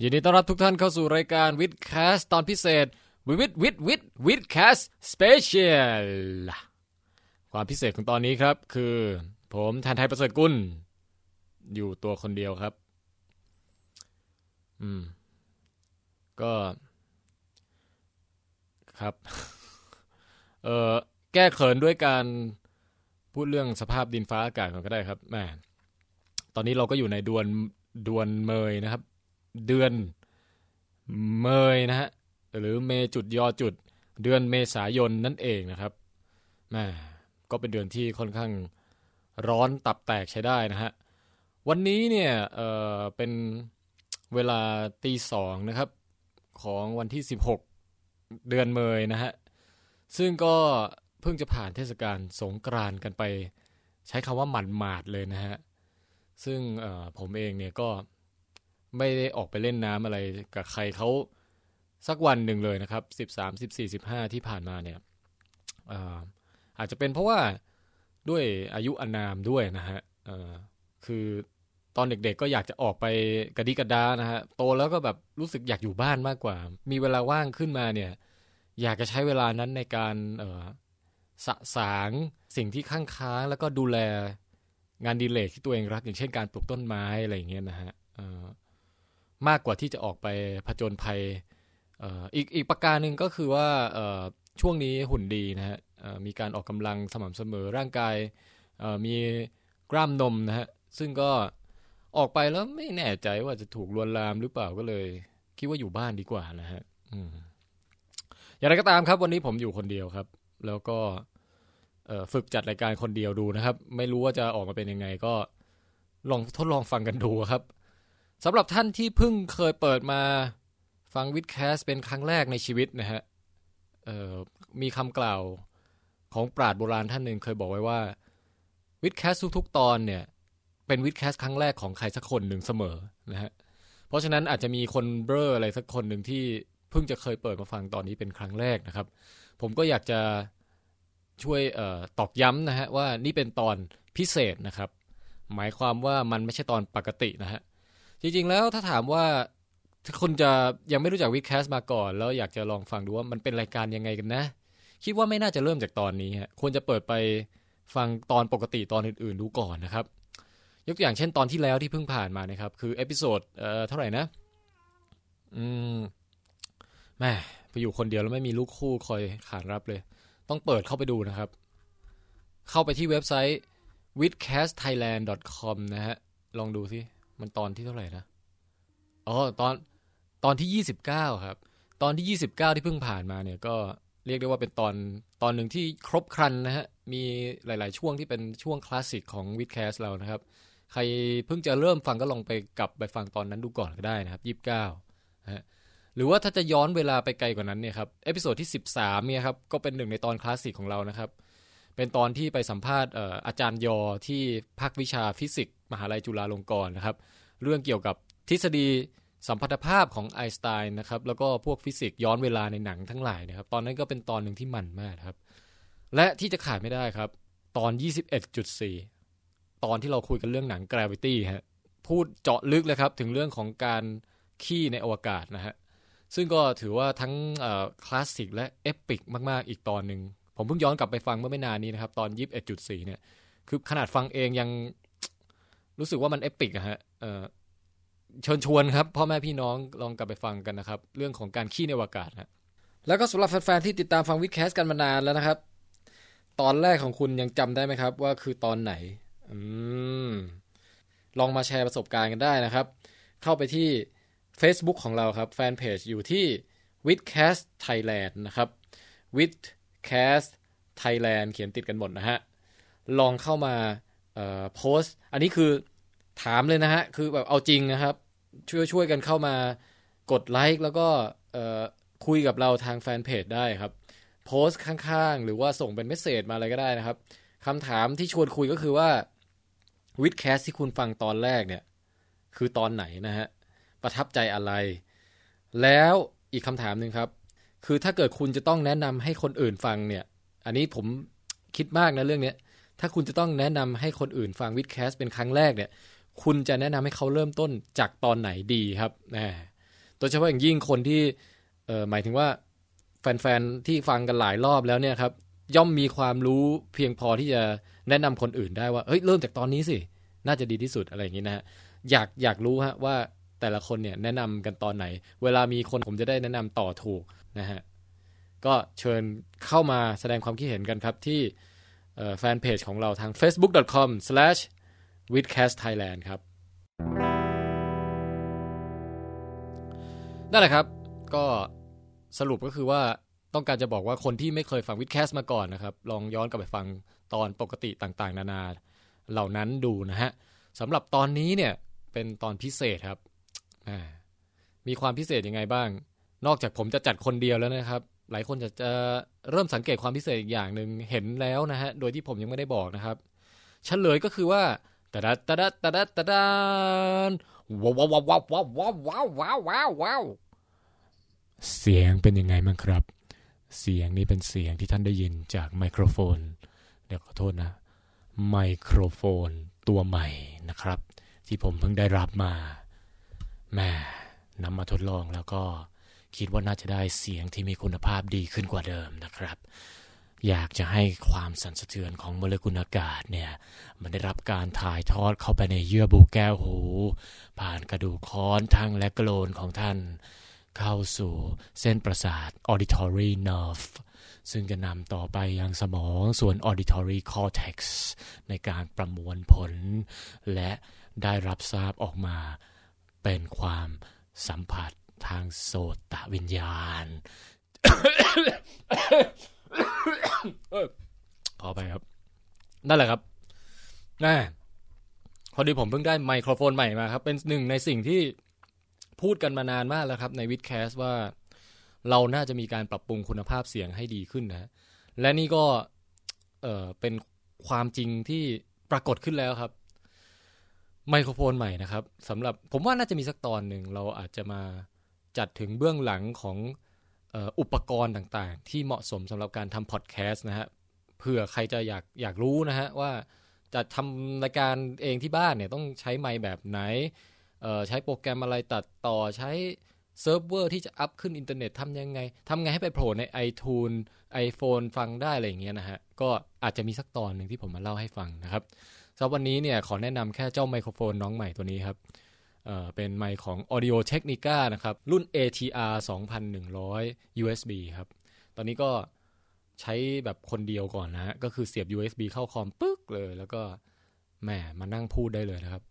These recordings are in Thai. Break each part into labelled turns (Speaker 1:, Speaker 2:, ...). Speaker 1: ยินดีต้อนรับทุกท่านเข้าสู่รายการวิดแคสตอนพิเศษวิดวิดวิดวิดแคสสเปเชียลความพิเศษของตอนนี้ครับ คือ ผมแทนไทยประเสริฐกุลอยู่ตัวคนเดียวครับ อืม ก็ครับ เออแก้เขินด้วยการพูดเรื่องสภาพดินฟ้าอากาศก่อนก็ได้ครับแหม่ตอนนี้เราก็อยู่ในดวนดวนเมยนะครับ เดือนเมยนะฮะหรือเมจุดยอจุด เดือนเมษายนนั่นเองนะครับแหม่ก็เป็นเดือนที่ค่อนข้างร้อนตับแตกใช้ได้นะฮะวันนี้เนี่ยเออเป็นเวลาตีสองนะครับ ของวันที่ 16 เดือนเมยนะฮะซึ่งก็เพิ่งจะผ่านเทศกาลสงกรานต์กันไป ใช้คำว่าหมันหมาดๆเลยนะฮะซึ่งเอ่อผมเองเนี่ยก็ ไม่ได้ออกไปเล่นน้ำอะไรกับใครเขาสักวันหนึ่งเลยนะครับสิบสามสิบสี่สิบห้าที่ผ่านมาเนี่ยเอ่ออาจจะเป็นเพราะว่าด้วยอายุอานามด้วยนะฮะเอ่อคือตอนเด็กๆก็อยากจะออกไปกระดิกระดานะฮะโตแล้วก็แบบรู้สึกอยากอยู่บ้านมากกว่า มีเวลาว่างขึ้นมาเนี่ย อยากจะใช้เวลานั้นในการเอ่อสะสางสิ่งที่ข้างค้างแล้วก็ดูแลงานอดีเลกที่ตัวเองรัก อย่างเช่นการปลูกต้นไม้อะไรอย่างเงี้ยนะฮะเอ่อ มากกว่าที่จะออกไปผจญภัยเอ่ออีกอีกประการหนึ่งก็คือว่าเอ่อช่วงนี้หุ่นดีนะฮะเอ่อมีการออกกำลังสม่ำเสมอร่างกายเอ่อมีกล้ามนมนะฮะซึ่งก็ออกไปแล้วไม่แน่ใจว่าจะถูกลวนลามหรือเปล่าก็เลย คิดว่าอยู่บ้านดีกว่านะฮะอืมอย่างไรก็ตามครับ วันนี้ผมอยู่คนเดียวครับ แล้วก็เอ่อฝึกจัดรายการคนเดียวดูนะครับ ไม่รู้ว่าจะออกมาเป็นยังไงก็ลองทดลองฟังกันดูครับ สำหรับท่านที่เพิ่งเคยเปิดมาฟังวิดแคสเป็นครั้งแรกในชีวิตนะฮะเอ่อมีคำกล่าวของปราชญ์โบราณท่านหนึ่งเคยบอกไว้ว่าวิดแคสทุกๆตอนเนี่ย เป็นวิดแคสครั้งแรกของใครสักคนหนึ่งเสมอนะฮะเพราะฉะนั้นอาจจะมีคนเบ้ออะไรสักคนหนึ่งที่เพิ่งจะเคยเปิดมาฟังตอนนี้เป็นครั้งแรกนะครับ ผมก็อยากจะช่วยเอ่อตอกย้ำนะฮะว่านี่เป็นตอนพิเศษนะครับ หมายความว่ามันไม่ใช่ตอนปกตินะฮะ จริงๆ แล้วถ้าถามว่าถ้าคนจะยังไม่รู้จักวิดแคสมาก่อน แล้วอยากจะลองฟังดูว่ามันเป็นรายการยังไงกันนะ คิดว่าไม่น่าจะเริ่มจากตอนนี้ฮะควรจะเปิดไปฟังตอนปกติตอนอื่นๆ ดูก่อนนะครับ ยกตัวอย่างเช่นตอนที่แล้วที่เพิ่งผ่านมานะครับ คือเอพิโซดเอ่อเท่าไหร่นะ อืมแหม่ไปอยู่คนเดียวแล้วไม่มีลูกคู่คอยขานรับเลย ต้องเปิดเข้าไปดูนะครับ เข้าไปที่เว็บไซต์ w i t h c a s t t h a i l a n d c o m นะฮะ ลองดูสิ มันตอนที่เท่าไหร่นะ อ๋อ ตอน ตอนที่ยี่สิบเก้าครับ ตอนที่ยี่สิบเก้าที่เพิ่งผ่านมาเนี่ยก็เรียกได้ว่าเป็นตอนตอนหนึ่งที่ครบครันนะฮะ มีหลาย ๆ ช่วงที่เป็นช่วงคลาสสิกของวิดแคสเรานะครับ ใครเพิ่งจะเริ่มฟังก็ลองไปกลับไปฟังตอนนั้นดูก่อนก็ได้นะครับยี่สิบเก้าฮะ หรือว่าถ้าจะย้อนเวลาไปไกลกว่านั้นเนี่ยครับ เอพิโซดที่สิบสามเนี่ยครับ ก็เป็นหนึ่งในตอนคลาสสิกของเรานะครับ เป็นตอนที่ไปสัมภาษณ์เอ่ออาจารย์ยอที่ภาควิชาฟิสิกส์มหาลัยจุฬาลงกรณ์นะครับ เรื่องเกี่ยวกับทฤษฎีสัมพัทธภาพของไอน์สไตน์นะครับแล้วก็พวกฟิสิกส์ย้อนเวลาในหนังทั้งหลายนะครับ ตอนนั้นก็เป็นตอนหนึ่งที่มันมากนะครับ และที่จะขาดไม่ได้ครับ ตอน 21.4 ตอนที่เราคุยกันเรื่องหนัง Gravity ฮะพูดเจาะลึกเลยครับ ถึงเรื่องของการขี้ในอวกาศนะฮะซึ่งก็ถือว่าทั้งคลาสสิกและเอปิกมากๆ อีกตอนหนึ่ง ผมเพิ่งย้อนกลับไปฟังเมื่อไม่นานนี้นะครับ ตอน 21.4 เนี่ย คือขนาดฟังเองยัง รู้สึกว่ามันเอปิกอะฮะเอ่อเชิญชวนครับพ่อแม่พี่น้องลองกลับไปฟังกันนะครับ เรื่องของการขี้ในอวกาศฮะแล้วก็สำหรับแฟนๆที่ติดตามฟังวิดแคสกันมานานแล้วนะครับ ตอนแรกของคุณยังจำได้ไหมครับ ว่าคือตอนไหน อืม ลองมาแชร์ประสบการณ์กันได้นะครับ เข้าไปที่ Facebook ของเราครับ แฟนเพจอยู่ที่ w i t c a s t Thailand นะครับ w i t c a s t Thailand เขียนติดกันหมดนะฮะ ลองเข้ามาเอ่อโพสต์ อันนี้คือถามเลยนะฮะ คือแบบเอาจริงนะครับ ช่วยช่วยกันเข้ามากดไลค์แล้วก็เอ่อคุยกับเราทางแฟนเพจได้ครับ โพสต์ข้างๆ หรือว่าส่งเป็นเมสเซจมาอะไรก็ได้นะครับคำถามที่ชวนคุยก็คือว่าวิดแคสที่คุณฟังตอนแรกเนี่ย คือตอนไหนนะฮะ ประทับใจอะไร แล้วอีกคำถามหนึ่งครับ คือถ้าเกิดคุณจะต้องแนะนำให้คนอื่นฟังเนี่ย อันนี้ผมคิดมากนะเรื่องเนี้ย ถ้าคุณจะต้องแนะนำให้คนอื่นฟังวิดแคสเป็นครั้งแรกเนี่ย คุณจะแนะนำให้เขาเริ่มต้นจากตอนไหนดีครับแหม โดยเฉพาะอย่างยิ่งคนที่เอ่อหมายถึงว่าแฟนๆที่ฟังกันหลายรอบแล้วเนี่ยครับ ย่อมมีความรู้เพียงพอที่จะแนะนำคนอื่นได้ว่าเฮ้ยเริ่มจากตอนนี้สิ น่าจะดีที่สุดอะไรอย่างนี้นะฮะอยากอยากรู้ฮะว่าแต่ละคนเนี่ยแนะนำกันตอนไหน เวลามีคนผมจะได้แนะนำต่อถูกนะฮะก็เชิญเข้ามาแสดงความคิดเห็นกันครับที่แฟนเพจของเราทาง facebook.com/withcastthailand ครับ นั่นแหละครับ ก็สรุปก็คือว่าต้องการจะบอกว่าคนที่ไม่เคยฟังวิดแคสต์มาก่อนนะครับ ลองย้อนกลับไปฟังตอนปกติต่างๆ นานาเหล่านั้นดูนะฮะสำหรับตอนนี้เนี่ยเป็นตอนพิเศษครับอ่ามีความพิเศษยังไงบ้าง นอกจากผมจะจัดคนเดียวแล้วนะครับ หลายคนจะจะเริ่มสังเกตความพิเศษอีกอย่างหนึ่งเห็นแล้วนะฮะโดยที่ผมยังไม่ได้บอกนะครับเฉลยก็คือว่าตะดัดตะดัดตะดัดตะดานว้าวว้าวว้าวว้าวว้าวว้าวว้าวว้าว เสียงเป็นยังไงบ้างครับ เสียงนี้เป็นเสียงที่ท่านได้ยินจากไมโครโฟน เดี๋ยวขอโทษนะ ไมโครโฟนตัวใหม่นะครับ ที่ผมเพิ่งได้รับมาแหม่นำมาทดลองแล้วก็คิดว่าน่าจะได้เสียงที่มีคุณภาพดีขึ้นกว่าเดิมนะครับ อยากจะให้ความสั่นสะเทือนของโมเลกุลอากาศเนี่ย มันได้รับการถ่ายทอดเข้าไปในเยื่อบุแก้วหู ผ่านกระดูกค้อนทั้งและกระโหลนของท่าน เข้าสู่เส้นประสาท auditory nerve ซึ่งจะนำต่อไปยังสมองส่วน auditory cortex ในการประมวลผล และได้รับทราบออกมาเป็นความสัมผัสทางโสตวิญญาณ เอ้ยขอไปครับ นั่นแหละครับน่าพอดีผมเพิ่งได้ไมโครโฟนใหม่มาครับ เป็นหนึ่งในสิ่งที่ พูดกันมานานมากแล้วครับในวิดแคสว่าเราน่าจะมีการปรับปรุงคุณภาพเสียงให้ดีขึ้นนะฮะและนี่ก็เอ่อเป็นความจริงที่ปรากฏขึ้นแล้วครับ ไมโครโฟนใหม่นะครับสำหรับผมว่าน่าจะมีสักตอนหนึ่งเราอาจจะมาจัดถึงเบื้องหลังของเอ่ออุปกรณ์ต่างๆ ที่เหมาะสมสำหรับการทำพอดแคสต์นะฮะเผื่อใครจะอยากอยากรู้นะฮะว่าจะทำรายการเองที่บ้านเนี่ยต้องใช้ไมค์แบบไหน เอ่อใช้โปรแกรมอะไรตัดต่อใช้เซิร์ฟเวอร์ที่จะอัพขึ้นอินเทอร์เน็ตทำยังไงทำไงให้ไปโผล่ใน iTunes iPhone ฟังได้อะไรอย่างเงี้ยนะฮะ ก็อาจจะมีสักตอนหนึ่งที่ผมมาเล่าให้ฟังนะครับสำหรับวันนี้เนี่ยขอแนะนำแค่เจ้าไมโครโฟนน้องใหม่ตัวนี้ครับเอ่อเป็นไมค์ของ Audio Technica นะครับ รุ่น ATR 2100 USB ครับ ตอนนี้ก็ใช้แบบคนเดียวก่อนนะฮะก็คือเสียบ USB เข้าคอมปึ๊กเลย แล้วก็แหมมานั่งพูดได้เลยนะครับ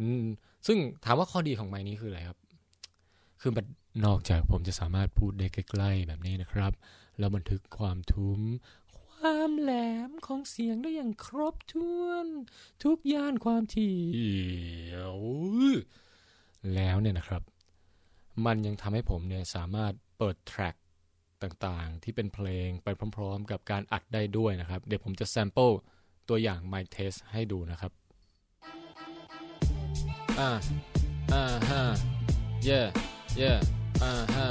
Speaker 1: อืม ซึ่งถามว่าข้อดีของไม้นี้คืออะไรครับ คือมันนอกจากผมจะสามารถพูดได้ใกล้ๆแบบนี้นะครับ แล้วบันทึกความทุ้ม ความแหลมของเสียงได้อย่างครบถ้วน ทุกย่านความถี่แล้วเนี่ยนะครับ มันยังทำให้ผมเนี่ยสามารถเปิดแทร็กต่างๆ ที่เป็นเพลงไปพร้อมๆ กับการอัดได้ด้วยนะครับ เดี๋ยวผมจะแซมเปิลตัวอย่าง My Test ให้ดูนะครับ อ่า อ่าฮะ yeah yeah อ่าฮะ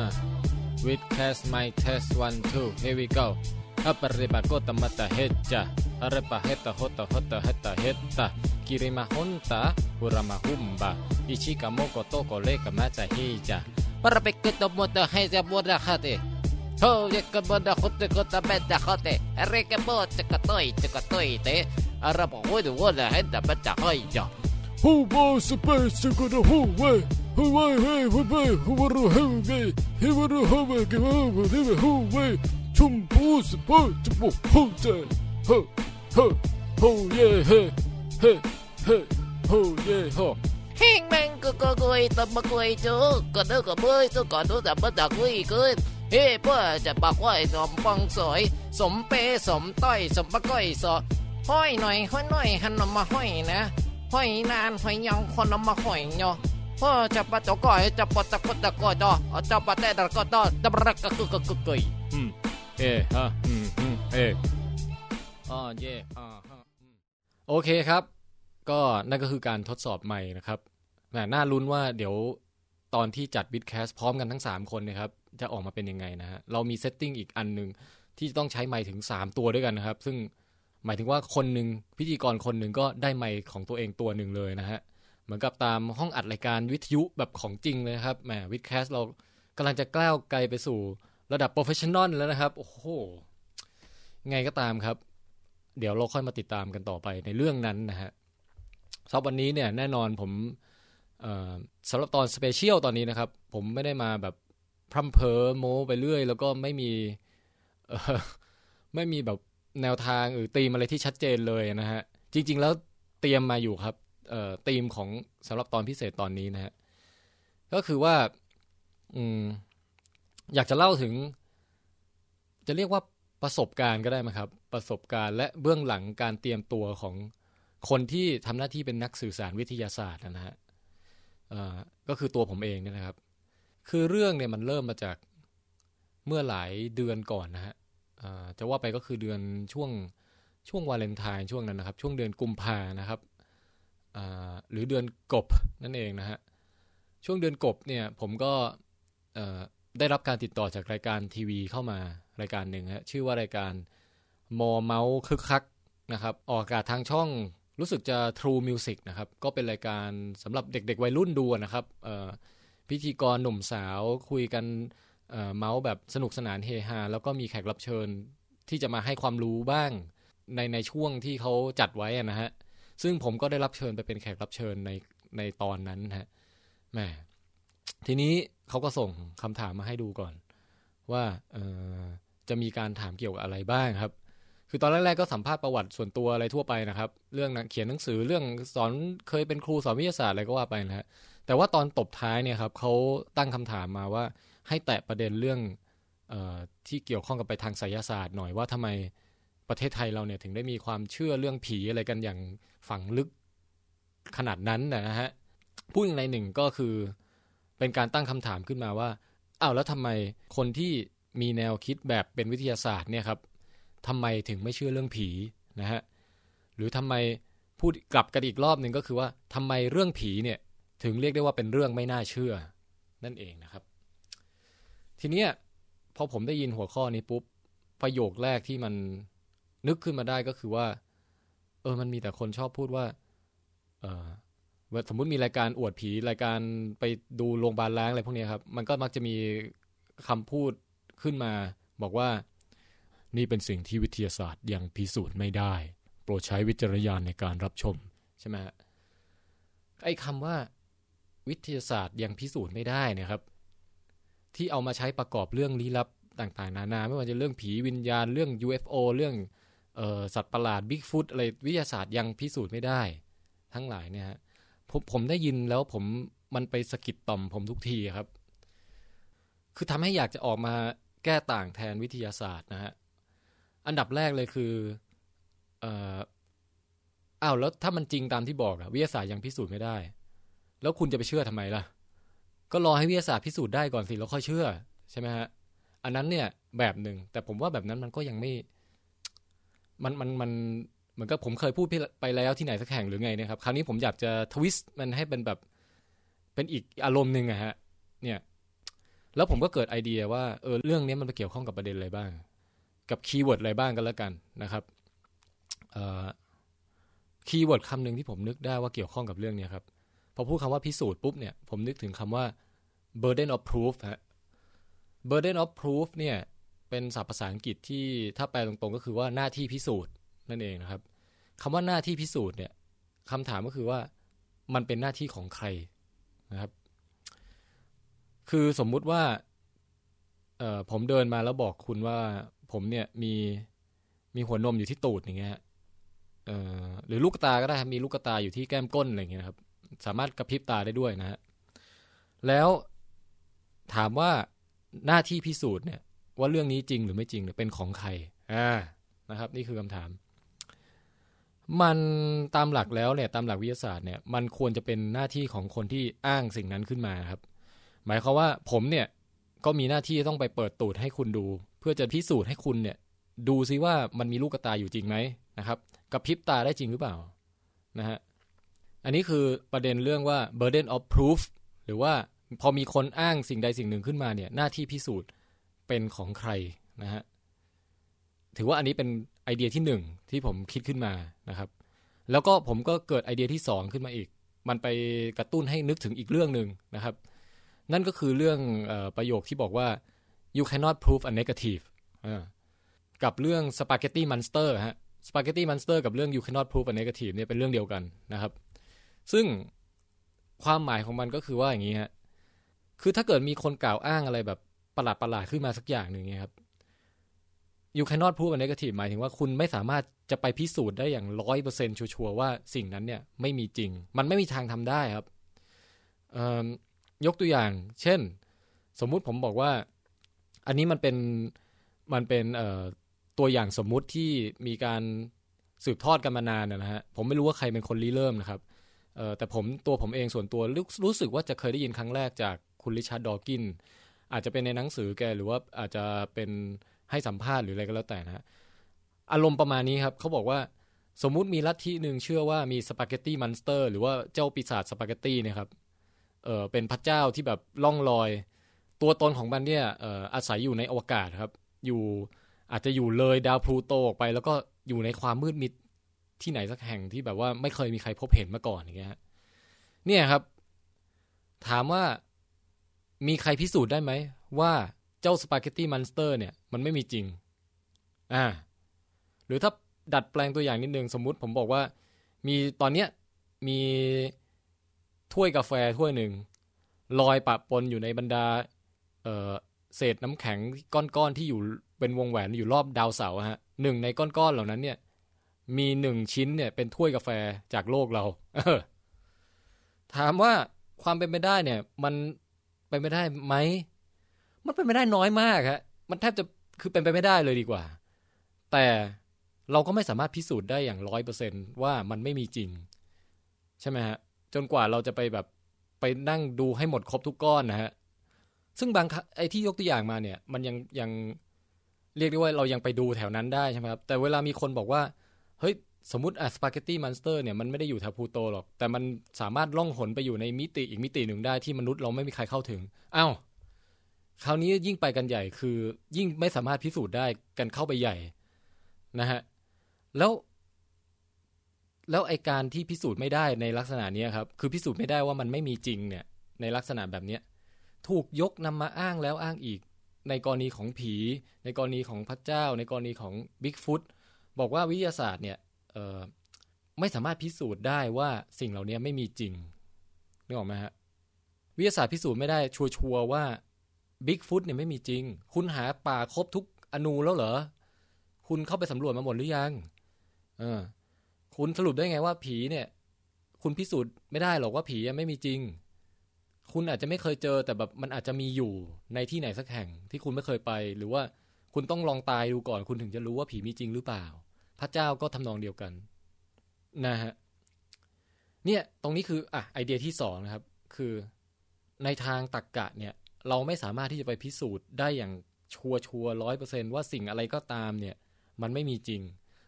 Speaker 1: with test my test one two here we go อัปริบากตมัตตะเฮจจะอรปะเฮตะโหตะโหตะเฮตะเฮตตะกิริมาฮนตะหุรามาหุมบะอิชิกะโมโกโตโกเลกะมาจะฮีจะปรเปกตมตะเฮจะบวดะคาเตโทยกะบดะคตะกตะเบดะคาเตเรกะบดจะกะต้อยจะกะต้อยเตอรบะหุดวดะเฮตะเบดะฮอยจะ Who was the best to go to who way? Who way way who way who were who way? He were who way give over they were who way? Chum boos the boy to bo who day? Ho ho ho yeah hey hey hey ho yeah ho.
Speaker 2: เฮงแมงก็ก็กุยตบมากุยจูก็เด้อก็เบยตัวก่อนตัวแต่บ่ตักกุยกุยเฮ้เพื่อจะปากไว้สมปองสวยสมเปสมต้อยสมปะก้อยสอห้อยหน่อยห้อยหน่อยหันเอามาห้อยนะห้อยนานห้อยยองคนเอามาห้อยเนาะพ่อจะปะตะก้อยจะปะตะกดตะก้อยดอเอาจะปะแต่ตะก้อยดอตะบรักกะกุกกะกุกกุย
Speaker 1: Hmm. Yeah. Huh. Hmm. Hmm. Hey. Oh yeah. Uh, huh. โอเคครับ ก็นั่นก็คือการทดสอบใหม่นะครับแหม่น่าลุ้นว่าเดี๋ยวตอนที่จัดบิดแคสพร้อมกันทั้ง 3 คนเนะครับ จะออกมาเป็นยังไงนะฮะ เรามีเซตติ้งอีกอันหนึ่งที่ต้องใช้ไมค์ถึง 3 ตัวด้วยกันนะครับ ซึ่งหมายถึงว่าคนหนึ่งพิธีกรคนหนึ่งก็ได้ไมค์ของตัวเองตัวหนึ่งเลยนะฮะ เหมือนกับตามห้องอัดรายการวิทยุแบบของจริงเลยครับแหมวิดแคสเรากำลังจะก้าวไกลไปสู่ระดับโปรเฟชชั่นอลแล้วนะครับ โอ้โห ไงก็ตามครับ เดี๋ยวเราค่อยมาติดตามกันต่อไปในเรื่องนั้นนะฮะสำหรับวันนี้เนี่ยแน่นอนผมเอ่อสำหรับตอนสเปเชียลตอนนี้นะครับ ผมไม่ได้มาแบบพร่ำเพอโม้ไปเรื่อย แล้วก็ไม่มีเอ่ อไม่มีแบบแนวทางหรือตีมอะไรที่ชัดเจนเลยนะฮะ จริง ๆ แล้วเตรียมมาอยู่ครับเอ่อธีมของสำหรับตอนพิเศษตอนนี้นะฮะ ก็คือว่าอืมอยากจะเล่าถึง จะเรียกว่าประสบการณ์ก็ได้ไหมครับ ประสบการณ์และเบื้องหลังการเตรียมตัวของคนที่ทำหน้าที่เป็นนักสื่อสารวิทยาศาสตร์นะฮะเอ่อก็คือตัวผมเองเนี่ยนะครับ คือเรื่องเนี่ยมันเริ่มมาจากเมื่อหลายเดือนก่อนนะฮะเอ่อจะว่าไปก็คือเดือนช่วงช่วงวาเลนไทน์ช่วงนั้นนะครับ ช่วงเดือนกุมภานะครับอ่าหรือเดือนกบนั่นเองนะฮะช่วงเดือนกบเนี่ยผมก็เอ่อได้รับการติดต่อจากรายการทีวีเข้ามารายการหนึ่งฮะชื่อว่ารายการมอเมาส์คึกคักนะครับออกอากาศทางช่องรู้สึกจะ True Music นะครับก็เป็นรายการสำหรับเด็กๆวัยรุ่นดูนะครับเอ่อพิธีกรหนุ่มสาวคุยกันเอ่อเมาส์แบบสนุกสนานเฮฮาแล้วก็มีแขกรับเชิญที่จะมาให้ความรู้บ้าง ในในช่วงที่เขาจัดไว้อะนะฮะ ซึ่งผมก็ได้รับเชิญไปเป็นแขกรับเชิญในในตอนนั้นนะฮะแหมทีนี้เขาก็ส่งคำถามมาให้ดูก่อน ว่าเออจะมีการถามเกี่ยวกับอะไรบ้างครับ คือตอนแรกๆก็สัมภาษณ์ประวัติส่วนตัวอะไรทั่วไปนะครับ เรื่องหนังเขียนหนังสือเรื่องสอนเคยเป็นครูสอนวิทยาศาสตร์อะไรก็ว่าไปนะฮะแต่ว่าตอนตบท้ายเนี่ยครับเขาตั้งคำถามมาว่าให้แตะประเด็นเรื่องเออที่เกี่ยวข้องกับไปทางไสยศาสตร์หน่อยว่าทำไม ประเทศไทยเราเนี่ยถึงได้มีความเชื่อเรื่องผีอะไรกันอย่างฝังลึกขนาดนั้นนะฮะพูดอย่างในหนึ่งก็คือเป็นการตั้งคำถามขึ้นมาว่าอ้าวแล้วทำไมคนที่มีแนวคิดแบบเป็นวิทยาศาสตร์เนี่ยครับทำไมถึงไม่เชื่อเรื่องผีนะฮะหรือทำไมพูดกลับกันอีกรอบหนึ่งก็คือว่าทำไมเรื่องผีเนี่ยถึงเรียกได้ว่าเป็นเรื่องไม่น่าเชื่อ นั่นเองนะครับ ทีเนี้ยพอผมได้ยินหัวข้อนี้ปุ๊บประโยคแรกที่มัน นึกขึ้นมาได้ก็คือว่า เออมันมีแต่คนชอบพูดว่า เออสมมติมีรายการอวดผีรายการไปดูโรงพยาบาลล้างอะไรพวกเนี้ยครับ มันก็มักจะมีคำพูดขึ้นมา บอกว่า นี่เป็นสิ่งที่วิทยาศาสตร์ยังพิสูจน์ไม่ได้ โปรดใช้วิจารณญาณในการรับชมใช่ไหมฮะไอ้คำว่า วิทยาศาสตร์ยังพิสูจน์ไม่ได้เนะครับ ที่เอามาใช้ประกอบเรื่องลี้ลับต่างๆ นานา ไม่ว่าจะเรื่องผีวิญญาณเรื่อง UFO เรื่อง เอ่อสัตว์ประหลาดบิ๊กฟุตอะไรวิทยาศาสตร์ยังพิสูจน์ไม่ได้ ทั้งหลายเนี่ยฮะผมผมได้ยินแล้วผมมันไปสะกิดต่อมผมทุกทีครับ คือทำให้อยากจะออกมาแก้ต่างแทนวิทยาศาสตร์นะฮะ อันดับแรกเลยคือเอ่ออ้าวแล้วถ้ามันจริงตามที่บอกอะวิทยาศาสตร์ยังพิสูจน์ไม่ได้ แล้วคุณจะไปเชื่อทำไมล่ะ ก็รอให้วิทยาศาสตร์พิสูจน์ได้ก่อนสิแล้วค่อยเชื่อใช่ไหมฮะอันนั้นเนี่ยแบบหนึ่งแต่ผมว่าแบบนั้นมันก็ยังไม่ มันมันมันเหมือนกับผมเคยพูดไปแล้วที่ไหนสักแห่งหรือไงเนะครับ คราวนี้ผมอยากจะทวิสต์มันให้เป็นแบบเป็นอีกอารมณ์หนึ่งอะฮะ เนี่ย แล้วผมก็เกิดไอเดียว่าเออเรื่องนี้มันไปเกี่ยวข้องกับประเด็นอะไรบ้าง กับคีย์เวิร์ดอะไรบ้างกันแล้วกันนะครับเอ่อคีย์เวิร์ดคำหนึ่งที่ผมนึกได้ว่าเกี่ยวข้องกับเรื่องเนี้ยครับพอพูดคำว่าพิสูจน์ปุ๊บเนี่ยผมนึกถึงคำว่า burden of proof ฮะ burden of proof เนี่ย เป็นศัพท์ภาษาอังกฤษที่ถ้าแปลตรงๆก็คือว่าหน้าที่พิสูจน์นั่นเองนะครับคำว่าหน้าที่พิสูจน์เนี่ยคำถามก็คือว่ามันเป็นหน้าที่ของใครนะครับ คือสมมุติว่าเอ่อผมเดินมาแล้วบอกคุณว่าผมเนี่ยมีมีหัวนมอยู่ที่ตูดอย่างเงี้ยฮะเอ่อหรือลูกตาก็ได้ครับมีลูกตาอยู่ที่แก้มก้นอะไรอย่างเงี้ยนะครับ สามารถกระพริบตาได้ด้วยนะฮะแล้วถามว่าหน้าที่พิสูจน์เนี่ย ว่าเรื่องนี้จริงหรือไม่จริงเนี่ยเป็นของใคร อ่า นะครับ นี่คือคำถาม มันตามหลักแล้วเนี่ย ตามหลักวิทยาศาสตร์เนี่ย มันควรจะเป็นหน้าที่ของคนที่อ้างสิ่งนั้นขึ้นมาครับ หมายความว่าผมเนี่ยก็มีหน้าที่ต้องไปเปิดตูดให้คุณดู เพื่อจะพิสูจน์ให้คุณเนี่ย ดูซิว่ามันมีลูกกระตายอยู่จริงไหมนะครับกระพริบตาได้จริงหรือเปล่า นะฮะ อันนี้คือประเด็นเรื่องว่า burden of proof หรือว่าพอมีคนอ้างสิ่งใดสิ่งหนึ่งขึ้นมาเนี่ย หน้าที่พิสูจน์ เป็นของใครนะฮะ ถือว่าอันนี้เป็นไอเดียที่หนึ่งที่ผมคิดขึ้นมานะครับ แล้วก็ผมก็เกิดไอเดียที่สองขึ้นมาอีก มันไปกระตุ้นให้นึกถึงอีกเรื่องหนึ่งนะครับ นั่นก็คือเรื่องเออประโยคที่บอกว่า you cannot prove a negative อ่ากับเรื่อง spaghetti monster ฮะ spaghetti monster กับเรื่อง you cannot prove a negative เนี่ยเป็นเรื่องเดียวกันนะครับ ซึ่งความหมายของมันก็คือว่าอย่างนี้ฮะ คือถ้าเกิดมีคนกล่าวอ้างอะไรแบบประหลาดประหลาดๆขึ้นมาสักอย่างหนึ่งเนี่ยครับ you cannot prove a negative หมายถึงว่าคุณไม่สามารถจะไปพิสูจน์ได้อย่างร้อยเปอร์เซ็นชัวร์ๆว่าสิ่งนั้นเนี่ยไม่มีจริง มันไม่มีทางทำได้ครับเอิ่มยกตัวอย่าง เช่น สมมุติผมบอกว่า อันนี้มันเป็นมันเป็นเอ่อตัวอย่างสมมุติที่มีการสืบทอดกันมานานนะฮะผมไม่รู้ว่าใครเป็นคนริเริ่มนะครับเอ่อแต่ผมตัวผมเองส่วนตัวรู้รู้สึกว่าจะเคยได้ยินครั้งแรกจากคุณริชาร์ดดอกิน อาจจะเป็นในหนังสือแกหรือว่าอาจจะเป็นให้สัมภาษณ์หรืออะไรก็แล้วแต่นะฮะอารมณ์ประมาณนี้ครับเขาบอกว่าสมมุติมีลัทธิหนึ่งเชื่อว่ามีสปาเกตตี้มันสเตอร์หรือว่าเจ้าปีศาจสปาเกตตี้นะครับเออเป็นพระเจ้าที่แบบล่องลอย ตัวตนของมันเนี่ยเอ่ออาศัยอยู่ในอวกาศครับ อยู่อาจจะอยู่เลยดาวพลูโตออกไป แล้วก็อยู่ในความมืดมิดที่ไหนสักแห่งที่แบบว่าไม่เคยมีใครพบเห็นมาก่อนอย่างเงี้ยฮะเนี่ยครับ ถามว่า มีใครพิสูจน์ได้ไหม ว่าเจ้าสปาเกตตี้มันสเตอร์เนี่ย มันไม่มีจริง อ่า หรือถ้าดัดแปลงตัวอย่างนิดนึง สมมุติผมบอกว่า มีตอนเนี้ยมีถ้วยกาแฟถ้วยหนึ่งลอยปะปนอยู่ในบรรดา เอ่อเศษน้ำแข็งก้อนๆที่อยู่เป็นวงแหวนอยู่รอบดาวเสาร์อะฮะหนึ่งในก้อนๆเหล่านั้นเนี่ย มีหนึ่งชิ้นเนี่ย เป็นถ้วยกาแฟจากโลกเรา เออ ถามว่าความเป็นไปได้เนี่ย มันเป็นไปได้ไหม มันเป็นไปได้น้อยมากฮะ มันแทบจะคือเป็นไปไม่ได้เลยดีกว่า แต่เราก็ไม่สามารถพิสูจน์ได้อย่างร้อยเปอร์เซว่ามันไม่มีจริง ใช่ไหมฮะ จนกว่าเราจะไปแบบไปนั่งดูให้หมดครบทุกก้อนนะฮะ ซึ่งบางครั้งไอ้ที่ยกตัวอย่างมาเนี่ย มันยังยังเรียกได้ว่าเรายังไปดูแถวนั้นได้ใช่ไหมครับ แต่เวลามีคนบอกว่า เฮ้ย สมมติอะสปาเกตตี้มันสเตอร์เนี่ยมันไม่ได้อยู่แถวพลูโตหรอก แต่มันสามารถล่องหนไปอยู่ในมิติอีกมิติหนึ่งได้ที่มนุษย์เราไม่มีใครเข้าถึงอ้าวคราวนี้ยิ่งไปกันใหญ่คือ ยิ่งไม่สามารถพิสูจน์ได้กันเข้าไปใหญ่นะฮะแล้ว แล้วไอการที่พิสูจน์ไม่ได้ในลักษณะเนี้ยครับ คือพิสูจน์ไม่ได้ว่ามันไม่มีจริงเนี่ย ในลักษณะแบบเนี้ย ถูกยกนำมาอ้างแล้วอ้างอีก ในกรณีของผี ในกรณีของพระเจ้า ในกรณีของบิ๊กฟุตบอกว่าวิทยาศาสตร์เนี่ยเอ่อไม่สามารถพิสูจน์ได้ว่าสิ่งเหล่านี้ไม่มีจริงนึกออกไหมฮะวิทยาศาสตร์พิสูจน์ไม่ได้ชัวร์ๆว่าบิ๊กฟุตเนี่ยไม่มีจริง คุณหาป่าครบทุกอนูแล้วเหรอ คุณเข้าไปสำรวจมาหมดหรือยังเออคุณสรุปได้ไงว่าผีเนี่ย คุณพิสูจน์ไม่ได้หรอกว่าผียังไม่มีจริง คุณอาจจะไม่เคยเจอแต่แบบมันอาจจะมีอยู่ในที่ไหนสักแห่งที่คุณไม่เคยไป หรือว่าคุณต้องลองตายดูก่อน คุณถึงจะรู้ว่าผีมีจริงหรือเปล่า พระเจ้าก็ทำนองเดียวกัน นะฮะเนี่ยตรงนี้คืออ่ะไอเดียที่สองนะครับ คือในทางตรรกกะเนี่ย เราไม่สามารถที่จะไปพิสูจน์ได้อย่างชัวชัวร้อยเปอร์เซว่าสิ่งอะไรก็ตามเนี่ย มันไม่มีจริง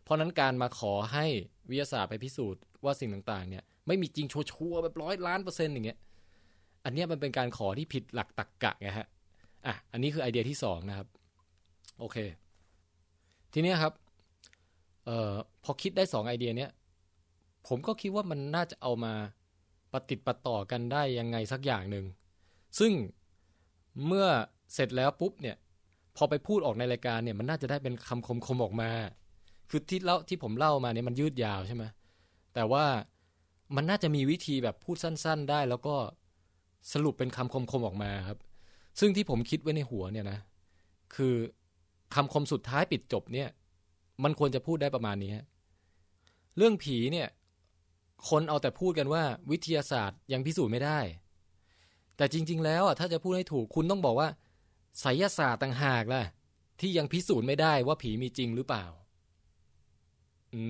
Speaker 1: เพราะฉะนั้นการมาขอให้วิทยาศาสตร์ไปพิสูจน์ว่าสิ่งต่างๆ เนี่ยไม่มีจริงชัวชัวๆแบบร้อยล้านเปอร์เซ็นต์อย่างเงี้ย อันเนี้ยมันเป็นการขอที่ผิดหลักตรรกกะไงฮะ อ่ะ อันนี้คือไอเดียที่สองนะครับ โอเค ทีเนี้ยครับ เอ่อ พอคิดได้สองไอเดียเนี้ย ผมก็คิดว่ามันน่าจะเอามาประติดประต่อกันได้ยังไงสักอย่างหนึ่ง ซึ่งเมื่อเสร็จแล้วปุ๊บเนี่ย พอไปพูดออกในรายการเนี่ย มันน่าจะได้เป็นคำคมคมๆออกมา คือที่เล่าที่ผมเล่ามาเนี่ยมันยืดยาวใช่ไหมแต่ว่ามันน่าจะมีวิธีแบบพูดสั้น ๆ ได้แล้วก็ สรุปเป็นคำคมๆออกมาครับ ซึ่งที่ผมคิดไว้ในหัวเนี่ยนะ คือคำคมสุดท้ายปิดจบเนี่ย มันควรจะพูดได้ประมาณนี้ฮะเรื่องผีเนี่ย คนเอาแต่พูดกันว่าวิทยาศาสตร์ยังพิสูจน์ไม่ได้ แต่จริง ๆ แล้วอ่ะถ้าจะพูดให้ถูกคุณต้องบอกว่าไสยศาสตร์ต่างหากล่ะ ที่ยังพิสูจน์ไม่ได้ว่าผีมีจริงหรือเปล่า อื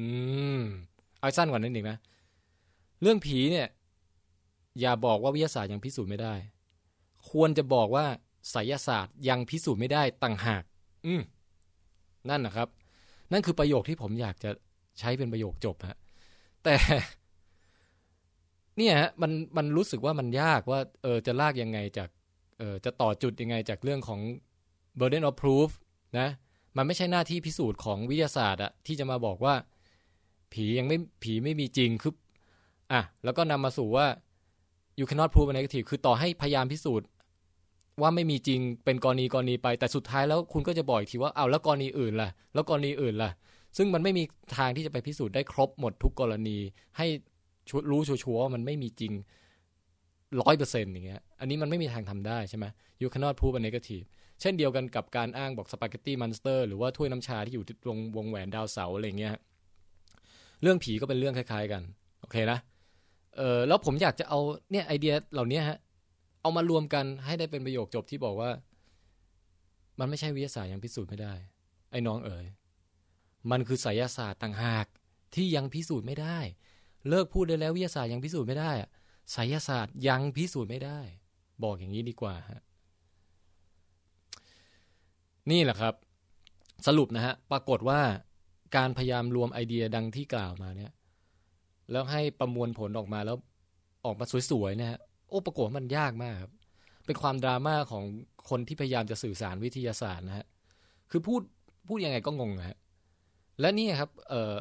Speaker 1: มเอาสั้นกว่านั้นอีกนะเรื่องผีเนี่ย อย่าบอกว่าวิทยาศาสตร์ยังพิสูจน์ไม่ได้ ควรจะบอกว่าไสยศาสตร์ยังพิสูจน์ไม่ได้ต่างหาก อืม นั่นนะครับ นั่นคือประโยคที่ผมอยากจะใช้เป็นประโยคจบฮะ แต่ เนี่ยฮะมันมันรู้สึกว่ามันยากว่า เออจะลากยังไงจาก เออจะต่อจุดยังไงจากเรื่องของ burden of proof นะ มันไม่ใช่หน้าที่พิสูจน์ของวิทยาศาสตร์อะที่จะมาบอกว่า ผียังไม่ผีไม่มีจริงคือ อ่ะแล้วก็นำมาสู่ว่า you cannot prove a negative คือต่อให้พยายามพิสูจน์ ว่าไม่มีจริงเป็นกรณีกรณีไป แต่สุดท้ายแล้วคุณก็จะบอกอีกทีว่าเอาวแล้วกรณีอื่นล่ะ แล้วกรณีอื่นล่ะ ซึ่งมันไม่มีทางที่จะไปพิสูจน์ได้ครบหมดทุกกรณี ให้ชุดรู้ชัวร์ๆว่ามันไม่มีจริงร้อยเปอร์เซ็นต์อย่างเงี้ยอันนี้มันไม่มีทางทำได้ใช่ไหม you cannot prove a negative เช่นเดียวกันกับการอ้างบอกสปาเกตตี้มันสเตอร์หรือว่าถ้วยน้ำชาที่อยู่ที่วงวงแหวนดาวเสาร์อะไรอย่างเงี้ยฮะเรื่องผีก็เป็นเรื่องคล้าย ๆ กัน โอเคนะ เออแล้วผมอยากจะเอาเนี่ยไอเดียเหล่านี้ฮะ เอามารวมกันให้ได้เป็นประโยคจบที่บอกว่า มันไม่ใช่วิทยาศาสตร์ยังพิสูจน์ไม่ได้ ไอ้น้องเอ๋ยมันคือไสยศาสตร์ต่างหากที่ยังพิสูจน์ไม่ได้ เลิกพูดได้แล้ววิทยาศาสตร์ยังพิสูจน์ไม่ได้อะไสยศาสตร์ยังพิสูจน์ไม่ได้ บอกอย่างนี้ดีกว่าฮะนี่แหละครับ สรุปนะฮะปรากฏว่าการพยายามรวมไอเดียดังที่กล่าวมาเนี่ย แล้วให้ประมวลผลออกมาแล้วออกมาสวยๆเนะฮะโอ้ปรากฏว่ามันยากมากครับ เป็นความดราม่าของคนที่พยายามจะสื่อสารวิทยาศาสตร์นะฮะคือพูดพูดยังไงก็งงนะฮะและนี่ครับเอ่อ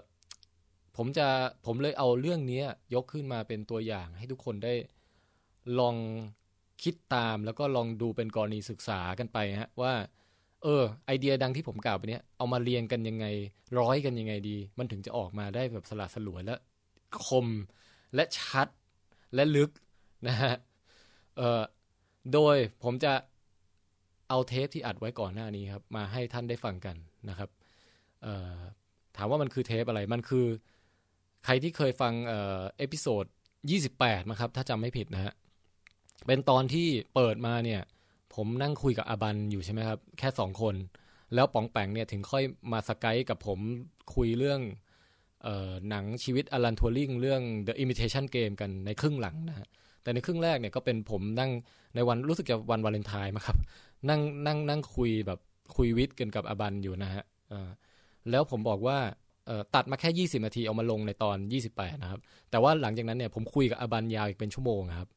Speaker 1: ผมจะผมเลยเอาเรื่องเนี้ย ยกขึ้นมาเป็นตัวอย่างให้ทุกคนได้ลองคิดตามแล้วก็ลองดูเป็นกรณีศึกษากันไปฮะว่า เออ ไอเดียดังที่ผมกล่าวไปเนี้ยเอามาเรียงกันยังไง ร้อยกันยังไงดี มันถึงจะออกมาได้แบบสละสลวยและ คมและชัดและลึกนะฮะเอ่อโดยผมจะเอาเทปที่อัดไว้ก่อนหน้านี้ครับ มาให้ท่านได้ฟังกันนะครับเอ่อถามว่ามันคือเทปอะไร มันคือใครที่เคยฟังเอ่อเอพิโซด28นะครับ ถ้าจำไม่ผิดนะฮะ เป็นตอนที่เปิดมาเนี่ย ผมนั่งคุยกับอาบันอยู่ใช่ไหมครับ แค่สองคน แล้วป๋องแปงเนี่ยถึงค่อยมาสกายกับผมคุยเรื่อง เอ่อหนังชีวิตอลันทัวริงเรื่อง The Imitation Game กันในครึ่งหลังนะฮะแต่ในครึ่งแรกเนี่ยก็เป็นผมนั่งในวันรู้สึกจะวันวาเลนไทน์มาครับ นั่งนั่งนั่งคุยแบบคุยวิทย์กันกับอบันอยู่นะฮะเอ่อแล้วผมบอกว่าเอ่อตัดมาแค่ 20 นาทีเอามาลงในตอน 28 นะครับ แต่ว่าหลังจากนั้นเนี่ยผมคุยกับอบันยาวอีกเป็นชั่วโมงครับ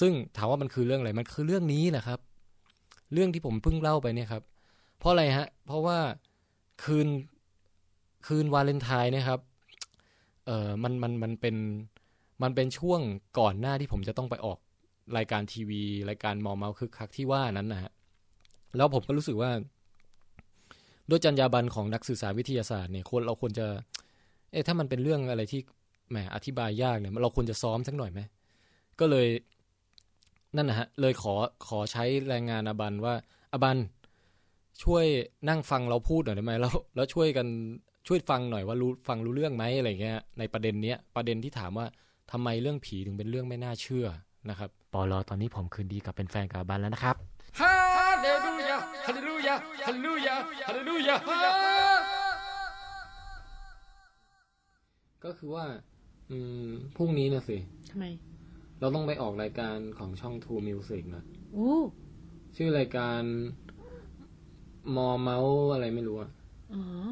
Speaker 1: ซึ่งถามว่ามันคือเรื่องอะไรมันคือเรื่องนี้นะครับ เรื่องที่ผมเพิ่งเล่าไปเนี่ยครับ เพราะอะไรฮะ เพราะว่าคืนคืนวาเลนไทน์เนะครับ เออมันมันมันเป็นมันเป็นช่วงก่อนหน้าที่ผมจะต้องไปออกรายการทีวี รายการมอมเมาคึกคักที่ว่านั้นนะฮะแล้วผมก็รู้สึกว่า ด้วยจรรยาบรรณของนักสื่อสารวิทยาศาสตร์เนี่ยควรเราควรจะ เอ๊ะถ้ามันเป็นเรื่องอะไรที่แหมอธิบายยากเนี่ยเราควรจะซ้อมสักหน่อยไหมก็เลย นั่นนะฮะ เลยขอขอใช้แรงงานอาบันว่าอาบันช่วยนั่งฟังเราพูดหน่อยได้ไหมแล้วแล้วช่วยกัน ช่วยฟังหน่อยว่ารู้ฟังรู้เรื่องไหมอะไรเงี้ยในประเด็นเนี้ยประเด็นที่ถามว่าทำไมเรื่องผีถึงเป็นเรื่องไม่น่าเชื่อนะครับปอลอตอนนี้ผมคืนดีกับเป็นแฟนกับบันแล้วนะครับ
Speaker 3: ฮาเลลูยาฮาเลลูยาฮาเลลูยาฮาเลลูยา
Speaker 1: ก็คือว่า อืมพรุ่งนี้นะสิ
Speaker 4: ทำไม
Speaker 1: เราต้องไปออกรายการของช่อง True Music นะ
Speaker 4: โอ้
Speaker 1: ชื่อรายการมอเมาส์อะไรไม่รู้อะ
Speaker 4: อ๋อ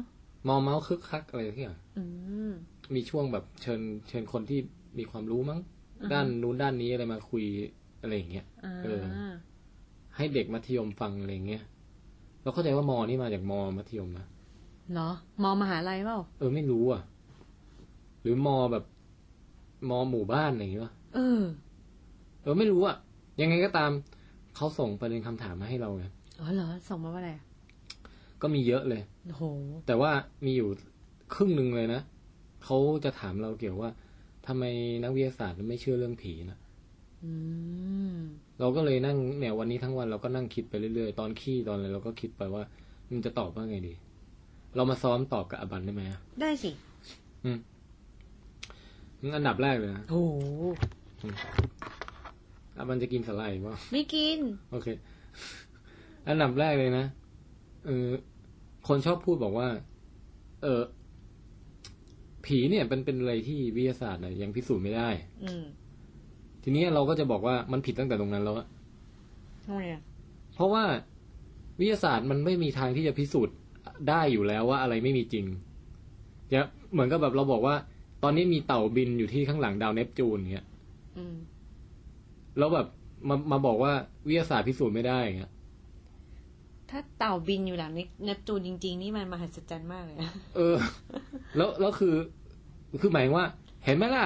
Speaker 1: มอเมาส์คึกคักอะไรที่อ่ะ
Speaker 4: อืม
Speaker 1: มีช่วงแบบเชิญเชิญคนที่มีความรู้มั้ง
Speaker 4: อือฮะ
Speaker 1: ด้านนู้นด้านนี้อะไรมาคุยอะไรอย่างเงี้ย
Speaker 4: อ่า
Speaker 1: เออ ให้เด็กมัธยมฟังอะไรอย่างเงี้ยเราเข้าใจว่ามอนี่มาจากมอมัธยมนะ
Speaker 4: เหรอ มอมหาลัยเปล่า
Speaker 1: เออไม่รู้อ่ะ หรือมอแบบ มอหมู่บ้านอะไรอย่างเงี้ย
Speaker 4: เออ
Speaker 1: เออไม่รู้อ่ะ ยังไงก็ตามเขาส่งประเด็นคำถามมาให้เราไง
Speaker 4: อ๋อเหรอ ส่งมาว่าอะไรอะ
Speaker 1: ก็มีเยอะเลย
Speaker 4: โอ้โห
Speaker 1: แต่ว่ามีอยู่ครึ่งหนึ่งเลยนะเขาจะถามเราเกี่ยวว่าทำไมนักวิทยาศาสตร์ไม่เชื่อเรื่องผีนะ
Speaker 4: อืม
Speaker 1: เราก็เลยนั่งเนี่ยวันนี้ทั้งวันเราก็นั่งคิดไปเรื่อยๆ ตอนขี้ตอนอะไรเราก็คิดไปว่ามันจะตอบว่าไงดี เรามาซ้อมตอบกับอบันได้ไหมอะ
Speaker 4: ได้สิ
Speaker 1: งั้นอันดับแรกเลยนะ
Speaker 4: โอ้โห
Speaker 1: อบันจะกินสไลด์ว่า
Speaker 4: ไม่กิน
Speaker 1: โอเค อันดับแรกเลยนะ เออ คนชอบพูดบอกว่า เออ ผีเนี่ยมันเป็นอะไรที่วิทยาศาสตร์นะยังพิสูจน์ไม่ได้
Speaker 4: อืม
Speaker 1: ทีนี้เราก็จะบอกว่ามันผิดตั้งแต่ตรงนั้นแล้วอะ
Speaker 4: ทำไมอ่ะ
Speaker 1: เพราะว่าวิทยาศาสตร์มันไม่มีทางที่จะพิสูจน์ได้อยู่แล้วว่าอะไรไม่มีจริงอย่าเหมือนกับแบบเราบอกว่า ตอนนี้มีเต่าบินอยู่ที่ข้างหลังดาวเนปจูนเงี้ย
Speaker 4: อืม
Speaker 1: แล้วแบบมามาบอกว่าวิทยาศาสตร์พิสูจน์ไม่ได้เงี้ย
Speaker 4: ถ้าเต่าบินอยู่หลังนี้เนปจูนจริง ๆ นี่มันมหัศจรรย์มากเลยอะ
Speaker 1: เออ แล้วแล้วคือ คือหมายว่า เห็นไหมล่ะ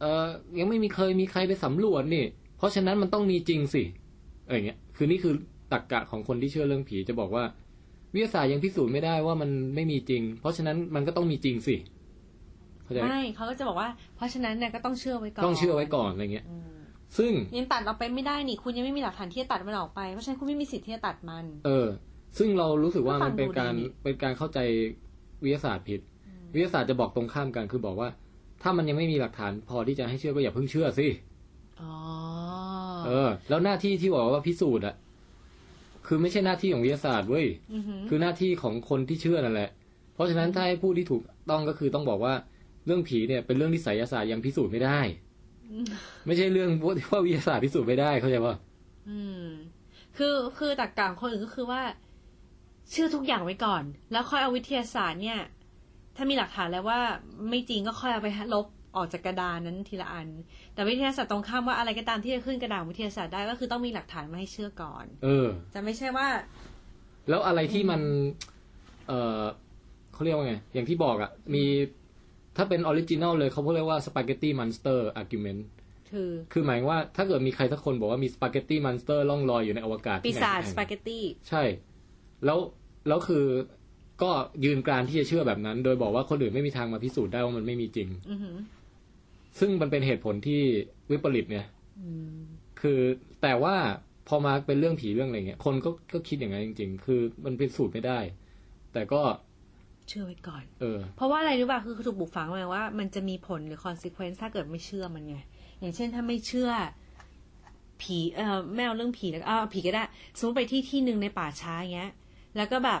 Speaker 1: เออยังไม่มีเคยมีใครไปสำรวจนี่ เพราะฉะนั้นมันต้องมีจริงสิอะไรเงี้ย คือนี่คือตรรกกะของคนที่เชื่อเรื่องผีจะบอกว่า วิทยาศาสตร์ยังพิสูจน์ไม่ได้ว่ามันไม่มีจริง เพราะฉะนั้นมันก็ต้องมีจริงสิเข้าใจ
Speaker 4: ไม่เขาก็จะบอกว่า เพราะฉะนั้นเนี่ยก็ต้องเชื่อไว้ก่อน
Speaker 1: ต้องเชื่อไว้ก่อนอะไรเงี้ย
Speaker 4: อืม
Speaker 1: ซึ่ง
Speaker 4: ยังตัดเราไปไม่ได้นี่ คุณยังไม่มีหลักฐานที่จะตัดมันออกไป เพราะฉะนั้นคุณไม่มีสิทธิ์ที่จะตัดมัน
Speaker 1: เออ ซึ่งเรารู้สึกว่ามันเป็นการ
Speaker 4: ฟังดูดี
Speaker 1: เป็นการเข้าใจวิทยาศาสตร์ผิด วิทยาศาสตร์จะบอกตรงข้ามกันคือบอกว่า ถ้ามันยังไม่มีหลักฐานพอที่จะให้เชื่อก็อย่าเพิ่งเชื่อสิ
Speaker 4: อ๋อ
Speaker 1: เออ แล้วหน้าที่ที่บอกว่าพิสูจน์อะคือไม่ใช่หน้าที่ของวิทยาศาสตร์เว้ย
Speaker 4: อหือ
Speaker 1: คือหน้าที่ของคนที่เชื่อนั่นแหละ เพราะฉะนั้นถ้าให้ผู้ที่ถูกต้องก็คือต้องบอกว่าเรื่องผีเนี่ยเป็นเรื่องที่ไสยศาสตร์ยังพิสูจน์ไม่ได้ ไม่ใช่เรื่องว่าวิทยาศาสตร์พิสูจน์ไม่ได้เข้าใจป่ะ
Speaker 4: อืมคือคือตรรกะของคนอื่นก็คือว่า เชื่อทุกอย่างไว้ก่อน แล้วค่อยเอาวิทยาศาสตร์เนี่ย ถ้ามีหลักฐานแล้วว่าไม่จริงก็ค่อยเอาไปลบออกจากกระดานนั้นทีละอัน แต่วิทยาศาสตร์ตรงข้ามว่าอะไรก็ตามที่จะขึ้นกระดานวิทยาศาสตร์ได้ก็คือต้องมีหลักฐานมาให้เชื่อก่อน
Speaker 1: เออ
Speaker 4: จะไม่ใช่ว่า
Speaker 1: แล้วอะไรที่มัน เออเขาเรียกว่าไง อย่างที่บอกอะ่ะ มี ถ้าเป็นออริจินอลเลยเขาเรียกว่าสปาเกตตี้มันสเตอร์อาร์กิวเมนต์
Speaker 4: คือ
Speaker 1: คือหมายว่าถ้าเกิดมีใครสักคนบอกว่ามีสปาเกตตี้มันสเตอร์ล่องลอยอยู่ในอวกาศ
Speaker 4: ปี
Speaker 1: ที่ไหน
Speaker 4: ศาจส
Speaker 1: สักแห่ง
Speaker 4: ปาเกตตี้
Speaker 1: ใช่ แล้ว แล้วคือก็ยืนกรานที่จะเชื่อแบบนั้น โดยบอกว่าคนอื่นไม่มีทางมาพิสูจน์ได้ว่ามันไม่มีจริง
Speaker 4: อือหือ
Speaker 1: ซึ่งมันเป็นเหตุผลที่วิปริตเนี่ย คือแต่ว่าพอมาเป็นเรื่องผีเรื่องอะไรเงี้ย คนก็ก็คิดอย่างนั้นจริง ๆ คือมันพิสูจน์ไม่ได้ แต่ก็
Speaker 4: เชื่อไว้ก่อน
Speaker 1: เออ
Speaker 4: เพราะว่าอะไรรู้ป่ะคือถูกปลูกฝังมาว่ามันจะมีผลหรือ consequence ถ้าเกิดไม่เชื่อมันไง อย่างเช่นถ้าไม่เชื่อ ผีเอ่อไม่เอาเรื่องผีแล้วเอาผีก็ได้ สมมติไปที่ที่หนึ่งในป่าช้าอย่างเงี้ย แล้วก็แบบ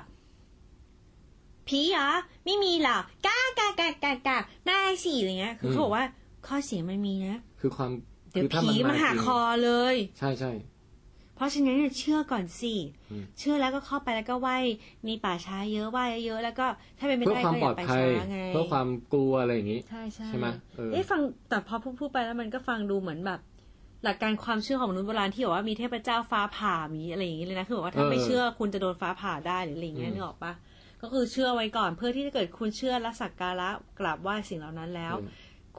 Speaker 4: ผีเหรอ ไม่มีหรอกกากากากากาแม่สี่อะไรเงี้ย คือเขาบอกว่า ข้อเสียมันมีนะ
Speaker 1: คือความ
Speaker 4: เดี๋ยว
Speaker 1: คื
Speaker 4: ผีมาหา
Speaker 1: จริง
Speaker 4: คอเลย
Speaker 1: ใช่ใช่
Speaker 4: เพราะฉะนั้นเนี่ยเชื่อก่อนสิ
Speaker 1: อืม
Speaker 4: เชื่อแล้วก็เข้าไปแล้วก็ไหว้มีป่าช้าเยอะไหว้เยอะๆแล้วก็ถ้าเป็นไม่
Speaker 1: เพื่อ
Speaker 4: ได้
Speaker 1: ความป
Speaker 4: ก็อ
Speaker 1: ลอด
Speaker 4: ย่าไป
Speaker 1: ภัย
Speaker 4: ช้าไง
Speaker 1: เพื่อความกลัวอะไรอย่างนี้
Speaker 4: ใช่ใช่
Speaker 1: ใช่ไหมเออ
Speaker 4: เอ๊ะฟังแต่พอพูดพูดไปแล้วมันก็ฟังดูเหมือนแบบ หลักการความเชื่อของมนุษย์โบราณที่บอกว่ามีเทพเจ้าฟ้าผ่ามีอะไรอย่างนี้เลยนะคือบอกว่าถ้า
Speaker 1: เออ
Speaker 4: ไม่เชื่อคุณจะโดนฟ้าผ่าได้หรืออะไรอย่างเงี้ย
Speaker 1: อืม
Speaker 4: นึกออกปะก็คือเชื่อไว้ก่อนเพื่อที่จะเกิดคุณเชื่อและสักการะกราบไหว้สิ่งเหล่านั้นแล้ว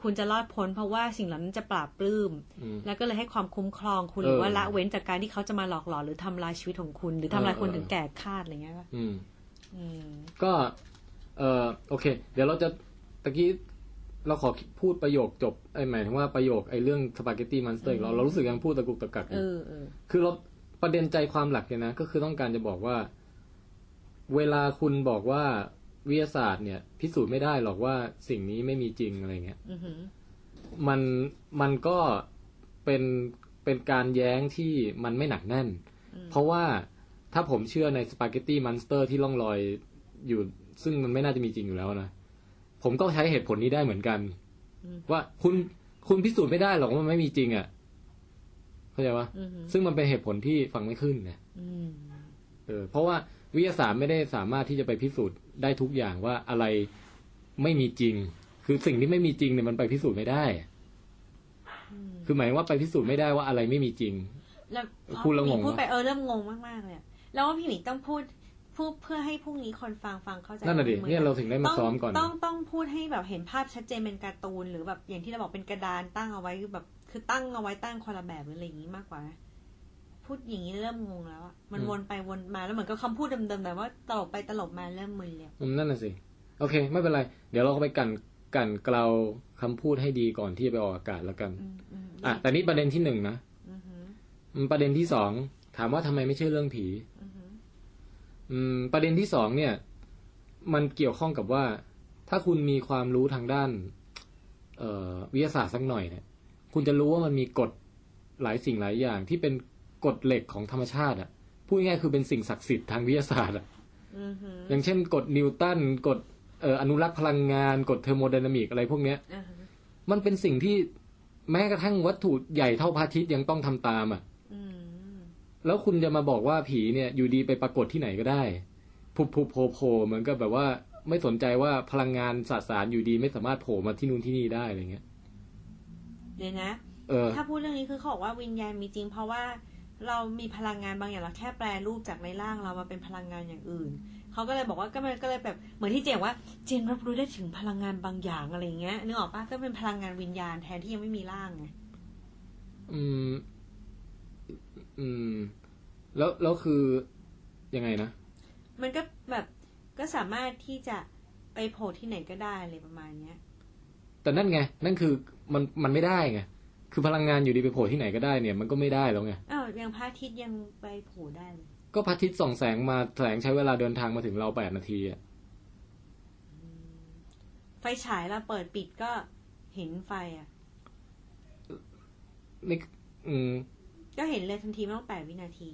Speaker 4: คุณจะรอดพ้นเพราะว่าสิ่งเหล่านั้นจะปราบปลื้ม
Speaker 1: อืม
Speaker 4: แล้วก็เลยให้ความคุ้มครองคุณ
Speaker 1: เออ
Speaker 4: หรือว่าละเว้นจากการที่เขาจะมาหลอกหลอนหรือทำลายชีวิตของคุณ หรือทำลาย
Speaker 1: เออ
Speaker 4: คนถึงแก่คาดอะไรเงี้ยป่ะ
Speaker 1: อืม
Speaker 4: อืม
Speaker 1: ก็ เออโอเค เดี๋ยวเราจะตะกี้เราขอพูดประโยคจบไอ้หมายถึงว่าประโยคไอ้เรื่องสปาเกตตี้มันสเตอร์เราเรารู้สึกยังพูดตะกุกตะกักอ
Speaker 4: เอยู่ อเออ
Speaker 1: คือเราประเด็นใจความหลักเนี่ยนะ ก็คือต้องการจะบอกว่า เวลาคุณบอกว่าวิทยาศาสตร์เนี่ย พิสูจน์ไม่ได้หรอกว่าสิ่งนี้ไม่มีจริงอะไรเงี้ย
Speaker 4: อือหือ
Speaker 1: มันมันก็เป็นเป็นการแย้งที่มันไม่หนักแน่น เพราะว่าถ้าผมเชื่อในสปาเกตตี้มันสเตอร์ที่ล่องลอยอยู่ ซึ่งมันไม่น่าจะมีจริงอยู่แล้วนะ ผมก็ใช้เหตุผลนี้ได้เหมือนกัน ว่าคุณคุณพิสูจน์ไม่ได้หรอกว่ามันไม่มีจริงอะ่ะเข้าใจปะ
Speaker 4: อือหือ
Speaker 1: ซึ่งมันเป็นเหตุผลที่ฟังไม่ขึ้นนะ
Speaker 4: อืม
Speaker 1: เออเพราะว่าวิทยาศาสตร์ไม่ได้สามารถที่จะไปพิสูจน์ได้ทุกอย่างว่าอะไรไม่มีจริง คือสิ่งที่ไม่มีจริงเนี่ยมันไปพิสูจน์ไม่ได้ คือหมายว่าไปพิสูจน์ไม่ได้ว่าอะไรไม่มีจริง
Speaker 4: แล้วพอ
Speaker 1: พูดแล้ว
Speaker 4: พี่หมี
Speaker 1: งง
Speaker 4: พูด
Speaker 1: วะ
Speaker 4: ไปเออเริ่มงงมากๆเลยอะแล้วว่าพี่หมีต้องพูดพูดเพื่อให้พรุ่งนี้คนฟังฟังเข้าใจ
Speaker 1: นั่นน่ะดิ
Speaker 4: หมือ
Speaker 1: เนี่ยเราถึงได้มาซ้อมก่อน
Speaker 4: ต้องต้องต้องพูดให้แบบเห็นภาพชัดเจนเป็นการ์ตูนหรือแบบอย่างที่เราบอกเป็นกระดานตั้งเอาไว้แบบ คือตั้งเอาไว้ตั้งคนละแบบหรืออะไรอย่างนี้มากกว่านะพูดอย่างนี้เริ่มงงแล้วอะมัน
Speaker 1: อืม
Speaker 4: วนไปวนมาแล้วเหมือนกับคำพูดเดิมๆแบบว่าตลบไปตลบมาเริ่มมึนเลย
Speaker 1: อืมนั่นน่ะสิ โอเค ไม่เป็นไร เดี๋ยวเราก็ไปกันกันเกลาคำพูดให้ดีก่อนที่จะไปออกอากาศแล้วกัน
Speaker 4: อืมอืม
Speaker 1: อ่ะแต่นี่ประเด็นที่หนึ่งนะ
Speaker 4: อืมอืม
Speaker 1: อืมประเด็นที่สองถามว่าทำไมไม่เชื่อเรื่องผี
Speaker 4: อืม
Speaker 1: อืม ประเด็นที่สองเนี่ย มันเกี่ยวข้องกับว่า ถ้าคุณมีความรู้ทางด้าน เอ่อวิทยาศาสตร์สักหน่อยเนี่ย คุณจะรู้ว่ามันมีกฎหลายสิ่งหลายอย่าง ที่เป็นกฎเหล็กของธรรมชาติอ่ะพูดง่ายๆคือเป็นสิ่งศักดิ์สิทธิ์ทางวิทยาศาสตร์อ่ะ
Speaker 4: อืมอืม
Speaker 1: อย่างเช่นกฎนิวตันกฎเอ่ออนุรักษ์พลังงานกฎเทอร์โมไดนามิกอะไรพวกเนี้ย
Speaker 4: อ่าฮะ
Speaker 1: มันเป็นสิ่งที่แม้กระทั่งวัตถุใหญ่เท่าพระอาทิตย์ยังต้องทำตามอ่ะ
Speaker 4: อืม
Speaker 1: แล้วคุณจะมาบอกว่าผีเนี่ยอยู่ดีไปปรากฏที่ไหนก็ได้ผุบผุบโผล่โผล่เหมือนกับแบบว่าไม่สนใจว่าพลังงานสสารอยู่ดีไม่สามารถโผล่มาที่นู่นที่นี่ได้อะไรเงี้ย
Speaker 4: เดี๋ยวนะ
Speaker 1: เออ
Speaker 4: ถ้าพูดเรื่องนี้คือเขาบอกว่าวิญญาณมีจริง เพราะว่าเรามีพลังงานบางอย่างเราแค่แปลรูปจากในร่างเรามาเป็นพลังงานอย่างอื่น เขาก็เลยบอกว่าก็มันก็เลยแบบเหมือนที่เจงว่าเจนรับรู้ได้ถึงพลังงานบางอย่างอะไรอย่างเงี้ยนึกออกปะก็เป็นพลังงานวิญญาณแทนที่ยังไม่มีร่างไง
Speaker 1: อืม อืม แล้วแล้วคือยังไงนะ
Speaker 4: มันก็แบบก็สามารถที่จะไปโผล่ที่ไหนก็ได้อะไรประมาณเนี้ย
Speaker 1: แต่นั่นไง นั่นคือมันมันไม่ได้ไง คือพลังงานอยู่ดีไปโผล่ที่ไหนก็ได้เนี่ย มันก็ไม่ได้แล้วไง
Speaker 4: อ้าวยังพระอาทิตย์ยังไปโผล่ได้เลย
Speaker 1: ก็พระอาทิตย์ส่องแสงมาแสงใช้เวลาเดินทางมาถึงเราแปดนาทีอะ
Speaker 4: ไฟฉายเราเปิดปิดก็เห็นไฟอ่ะ
Speaker 1: นี่อืม
Speaker 4: ก็เห็นเลยทันทีไม่ต้องแปดวินาที